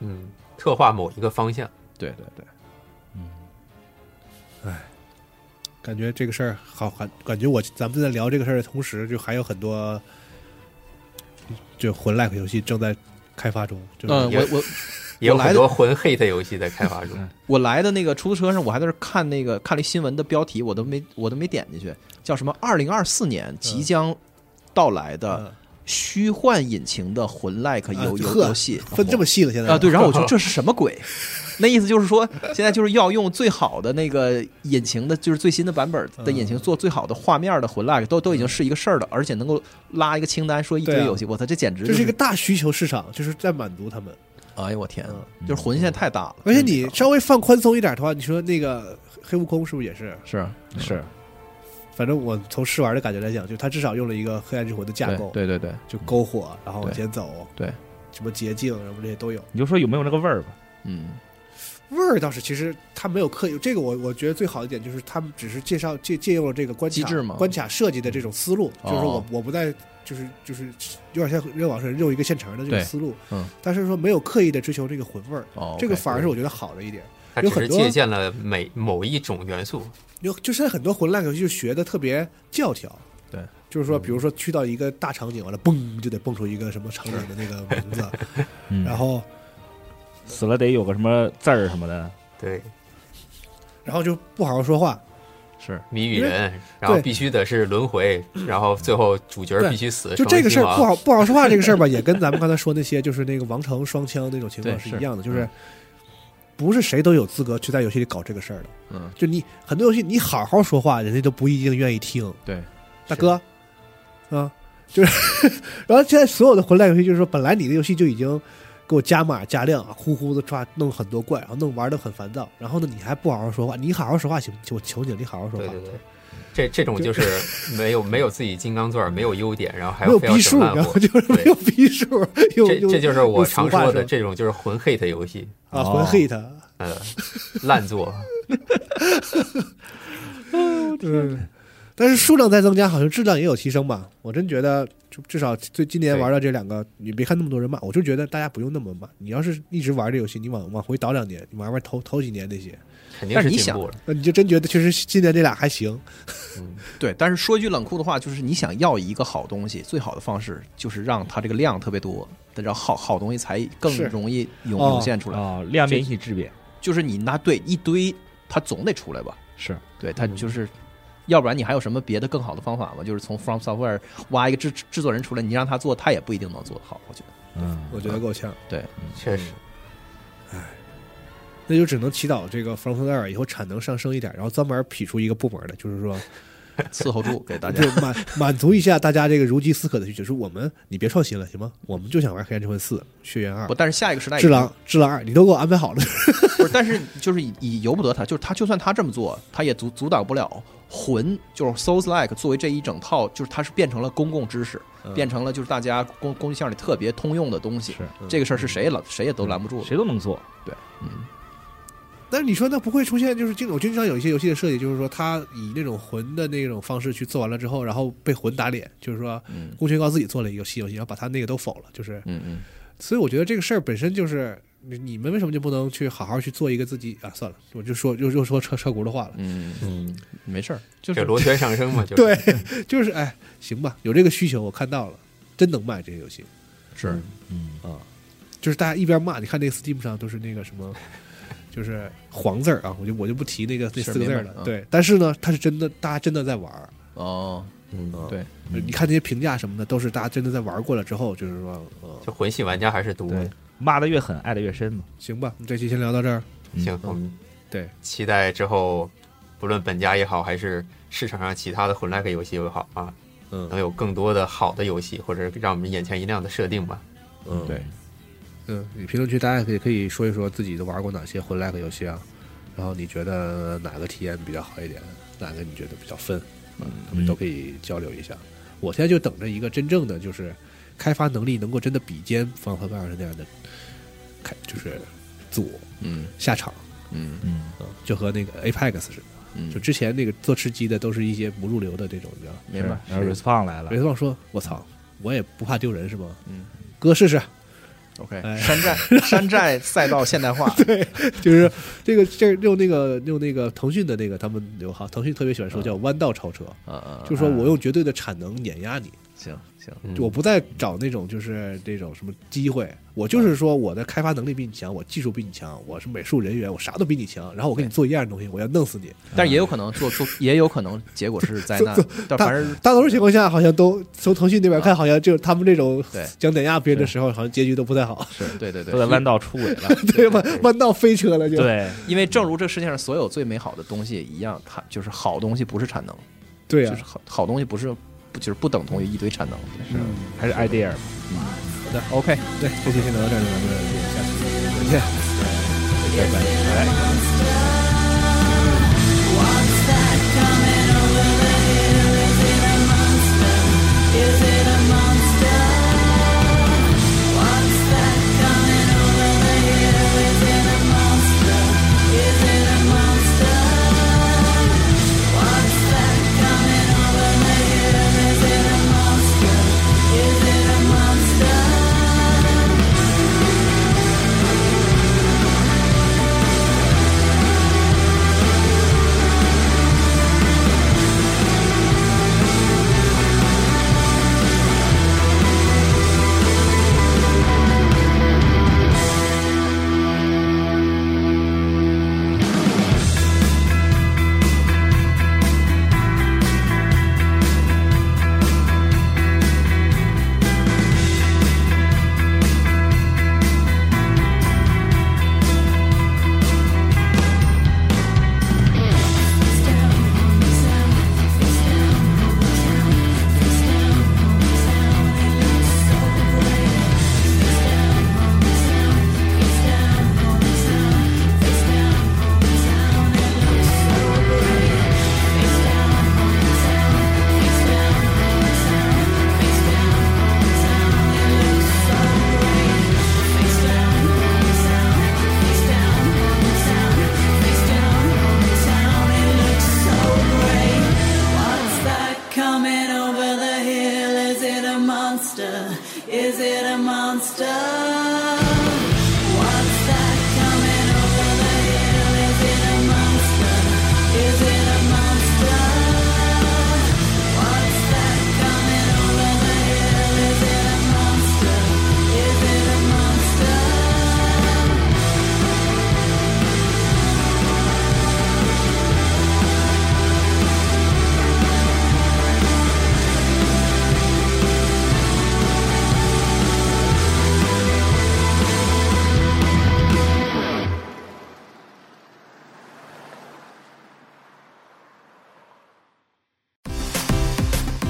Speaker 5: 嗯，特化某一个方向。
Speaker 4: 对对对，
Speaker 2: 别感觉这个事儿好，感感觉我咱们在聊这个事儿的同时，就还有很多就魂 like 游戏正在开发中。就是
Speaker 4: 嗯，
Speaker 5: 也
Speaker 4: 我我
Speaker 5: 也有
Speaker 4: 我来
Speaker 5: 很
Speaker 4: 的
Speaker 5: 多魂 hate 游戏在开发 中，
Speaker 4: 我来的那个出租车上，我还在这儿看那个看了一新闻的标题，我都没我都没点进去，叫什么？二零二四年即将到来的
Speaker 2: 嗯
Speaker 4: 虚幻引擎的魂 like 游
Speaker 2: 啊
Speaker 4: 游
Speaker 2: 呵
Speaker 4: 游戏
Speaker 2: 分这么细了，现在
Speaker 4: 啊，对，然后 我说这是什么鬼？那意思就是说，现在就是要用最好的那个引擎的，就是最新的版本的引擎做最好的画面的混 lag，都都已经是一个事儿了，而且能够拉一个清单说一堆
Speaker 2: 对啊
Speaker 4: 游戏，我操，这简直
Speaker 2: 这
Speaker 4: 就是
Speaker 2: 一个，大需求市场，就是在满足他们。
Speaker 4: 哎呦我天啊，就是魂现在太大了，
Speaker 2: 嗯而且你稍微放宽松一点的话，你说那个黑悟空是不是也是？
Speaker 4: 是
Speaker 3: 是
Speaker 2: 反正我从试玩的感觉来讲，就他至少用了一个黑暗之魂的架构，
Speaker 4: 对对对，
Speaker 2: 就篝火，然后往
Speaker 4: 对
Speaker 2: 前走，
Speaker 4: 对，
Speaker 2: 什么捷径什么这些都有。
Speaker 3: 你就说有没有那个味儿吧？
Speaker 4: 嗯，
Speaker 2: 味儿倒是其实他没有刻意，这个我我觉得最好的一点就是他们只是介绍借借用了这个关卡
Speaker 4: 机制嘛
Speaker 2: 关卡设计的这种思路，
Speaker 4: 哦
Speaker 2: 就是我我不再就是就是有点像任往事用一个现成的这种
Speaker 4: 对
Speaker 2: 思路，
Speaker 4: 嗯，
Speaker 2: 但是说没有刻意的追求这个魂味儿，
Speaker 4: 哦，
Speaker 2: 这个
Speaker 4: OK
Speaker 2: 反而是我觉得好的一点。
Speaker 5: 它
Speaker 2: 有
Speaker 5: 只
Speaker 2: 很
Speaker 5: 是
Speaker 2: 多
Speaker 5: 借鉴了每某一种元素。
Speaker 2: 有就现在很多混乱游戏就学的特别教条，
Speaker 3: 对，
Speaker 2: 就是
Speaker 4: 嗯
Speaker 2: 说，比如说去到一个大场景，完了嘣就得蹦出一个什么场景的那个名字，
Speaker 3: 嗯
Speaker 2: 然后
Speaker 3: 死了得有个什么字儿什么的，
Speaker 5: 对，
Speaker 2: 然后就不好好说话，
Speaker 3: 是
Speaker 5: 谜语
Speaker 2: 因为
Speaker 5: 人，然后
Speaker 2: 对
Speaker 5: 必须得是轮回，然后最后主角
Speaker 2: 对
Speaker 5: 必须死，
Speaker 2: 就
Speaker 5: 成为
Speaker 2: 这个事儿
Speaker 5: 君王
Speaker 2: 不好不好说话这个事儿吧，也跟咱们刚才说那些就是那个王城双枪那种情况
Speaker 3: 对
Speaker 2: 是
Speaker 3: 是
Speaker 2: 一样的，
Speaker 5: 嗯
Speaker 2: 就是不是谁都有资格去在游戏里搞这个事儿的。
Speaker 4: 嗯，
Speaker 2: 就你很多游戏你好好说话，人家都不一定愿意听。
Speaker 3: 对，
Speaker 2: 大哥，啊，就是， 然后现在所有的混乱游戏就是说，本来你的游戏就已经给我加码加量啊，呼呼的抓弄很多怪，然后弄玩的很烦躁，然后呢你还不好好说话，你好好说话行，我求你，你好好说话。
Speaker 5: 对对对，这这种就是 没有没有自己金刚钻儿，没有优点，然后还
Speaker 2: 没
Speaker 5: 要
Speaker 2: 有
Speaker 5: 非要
Speaker 2: 逼
Speaker 5: 整
Speaker 2: 数，
Speaker 5: 烂
Speaker 2: 然后
Speaker 5: 活。
Speaker 2: 就是没有逼数，又
Speaker 5: 这
Speaker 2: 又
Speaker 5: 这就是
Speaker 2: 又
Speaker 5: 我
Speaker 2: 俗
Speaker 5: 常
Speaker 2: 话
Speaker 5: 说的，
Speaker 2: 说
Speaker 5: 这种就是混 hate 游戏，
Speaker 2: 啊，
Speaker 3: 哦
Speaker 2: 混 hate，
Speaker 5: 呃，烂作。
Speaker 2: 嗯，但是数量在增加，好像质量也有提升吧？我真觉得，就至少最今年
Speaker 5: 对
Speaker 2: 玩的这两个，你别看那么多人骂，我就觉得大家不用那么骂。你要是一直玩这游戏，你往往回倒两年，你玩玩头头几年那些，
Speaker 5: 肯定
Speaker 4: 但是你
Speaker 5: 进
Speaker 4: 想
Speaker 5: 步了，
Speaker 2: 那你就真觉得确实今年这俩还行。
Speaker 4: 对。但是说一句冷酷的话，就是你想要一个好东西，最好的方式就是让它这个量特别多，让好好东西才更
Speaker 2: 是
Speaker 4: 容易涌
Speaker 2: 哦
Speaker 4: 涌现出来。
Speaker 3: 啊，量变
Speaker 4: 变
Speaker 3: 引起质变，
Speaker 4: 就是你拿对一堆，它总得出来吧？
Speaker 3: 是
Speaker 4: 对，它就是。要不然你还有什么别的更好的方法吗？就是从 From Software 挖一个制制作人出来，你让他做，他也不一定能做得好。我觉得，
Speaker 3: 嗯，
Speaker 2: 我觉得够呛，
Speaker 5: 确
Speaker 4: 嗯
Speaker 5: 实，
Speaker 2: 那就只能祈祷这个 From s o f t w a r 以后产能上升一点，然后专门劈出一个部门的，就是 说
Speaker 4: 伺候住给大家
Speaker 2: 就满满足一下大家这个如饥似渴的需求。说我们你别创新了，行吗？我们就想玩《黑暗之魂四》《血缘二
Speaker 4: 不，》但是下一个时代
Speaker 2: 《
Speaker 4: 已
Speaker 2: 智
Speaker 4: 经
Speaker 2: 狼》《智狼二》，你都给我安排好了。
Speaker 4: 不是，但是就是以以由不得他，就是他就算他这么做，他也阻阻挡不了魂，就是 Souls Like 作为这一整套，就是它是变成了公共知识，
Speaker 2: 嗯
Speaker 4: 变成了就是大家公公项里特别通用的东西。
Speaker 3: 是嗯
Speaker 4: 这个事儿是谁也拦谁也都拦不住的。
Speaker 3: 谁都能做，
Speaker 2: 但是你说那不会出现，就是经我经常有一些游戏的设计，就是说他以那种魂的那种方式去做完了之后，然后被魂打脸，就是说
Speaker 4: 嗯
Speaker 2: 宫崎骏自己做了一个新游戏，然后把他那个都否了，就是，
Speaker 4: 嗯嗯，
Speaker 2: 所以我觉得这个事儿本身就是。你你们为什么就不能去好好去做一个自己啊？算了，我就说又又说车车轱辘话了。
Speaker 4: 嗯，
Speaker 5: 嗯，
Speaker 4: 没事儿，就
Speaker 5: 这
Speaker 4: 是
Speaker 5: 螺旋上升嘛，就是
Speaker 2: 对， 就是哎，行吧，有这个需求，我看到了，真能卖这些游戏。
Speaker 4: 是
Speaker 3: 嗯，
Speaker 2: 就是大家一边骂，你看那个 Steam 上都是那个什么， 就是黄字儿啊，我就我就不提那个那
Speaker 4: 是
Speaker 2: 四个字儿
Speaker 4: 明白
Speaker 2: 了。
Speaker 4: 嗯
Speaker 2: 对，但是呢，它是真的，大家真的在玩儿。
Speaker 4: 哦，
Speaker 5: 嗯，
Speaker 4: 对，
Speaker 2: 你看那些评价什么的，都是大家真的在玩过了之后，就是说，呃，
Speaker 5: 就魂系玩家还是多。
Speaker 3: 对，骂的越狠，爱的越深嘛，
Speaker 2: 行吧，这期先聊到这儿。
Speaker 5: 行，我们
Speaker 2: 嗯对，
Speaker 5: 期待之后，不论本家也好，还是市场上其他的混 l 类游戏也好啊，
Speaker 2: 嗯
Speaker 5: 能有更多的好的游戏，或者让我们眼前一亮的设定吧。
Speaker 2: 嗯，
Speaker 3: 对，
Speaker 2: 嗯，你评论区大家可以可以说一说自己都玩过哪些魂 like 游戏啊，然后你觉得哪个体验比较好一点，哪个你觉得比较分，嗯，咱们都可以交流一下。我现在就等着一个真正的就是开发能力能够真的比肩《方方方那样的开，就是组
Speaker 4: 嗯
Speaker 2: 下场，
Speaker 4: 嗯
Speaker 3: 嗯，
Speaker 2: 嗯，就和那个 Apex 似的，
Speaker 4: 嗯，
Speaker 2: 就之前那个做吃鸡的都是一些不入流的这种，你知道吗。
Speaker 4: 明白。
Speaker 3: 然后 respawn 来了
Speaker 2: 韦，特旺说：“我操，我也不怕丢人是吗？
Speaker 4: 嗯，
Speaker 2: 哥试试，
Speaker 4: OK，
Speaker 2: 哎
Speaker 4: 山 寨山寨赛道现代化，
Speaker 2: 就是这个这用那个用那个腾讯的那个，他们有哈，腾讯特别喜欢说叫弯道超车，
Speaker 4: 嗯嗯，
Speaker 2: 就说我用绝对的产能碾压你，
Speaker 4: 行行，
Speaker 5: 嗯
Speaker 2: 我不再找那种就是这种什么机会，我
Speaker 4: 嗯
Speaker 2: 就是说我的开发能力比你强，我技术比你强，我是美术人员，我啥都比你强，然后我给你做一样东西，我要弄死你。
Speaker 4: 但是也有可能做做，也有可能结果是灾难，但
Speaker 2: 大
Speaker 4: 反正
Speaker 2: 大多数情况下，好像都从腾讯那边看，好像就是他们这种
Speaker 4: 啊对
Speaker 2: 想碾压别人的时候，好像结局都不太好，
Speaker 4: 是对对对，
Speaker 3: 都在弯道出轨 了，
Speaker 2: 对吧？弯道飞车了就。”
Speaker 3: 对，
Speaker 4: 因为正如这世界上所有最美好的东西一样，它就是好东西不是产能，
Speaker 2: 对啊
Speaker 4: 就
Speaker 2: 呀
Speaker 4: 是，好好东西不是不就是不等同于一堆产能。
Speaker 3: 还是 idea 嘛。 嗯
Speaker 4: OK。
Speaker 2: 对，这期先聊到这儿，咱们下期再见。
Speaker 6: Is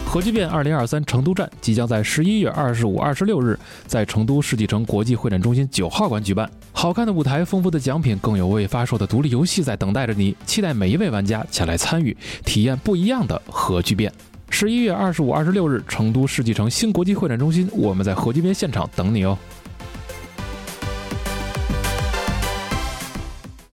Speaker 4: 核聚变二零二三成都站即将在十一月二十五、二十六日在成都世纪城国际会展中心九号馆举办。好看的舞台、丰富的奖品，更有未发售的独立游戏在等待着你。期待每一位玩家前来参与，体验不一样的核聚变。十一月二十五、二十六日，成都世纪城新国际会展中心，我们在核聚变现场等你哦。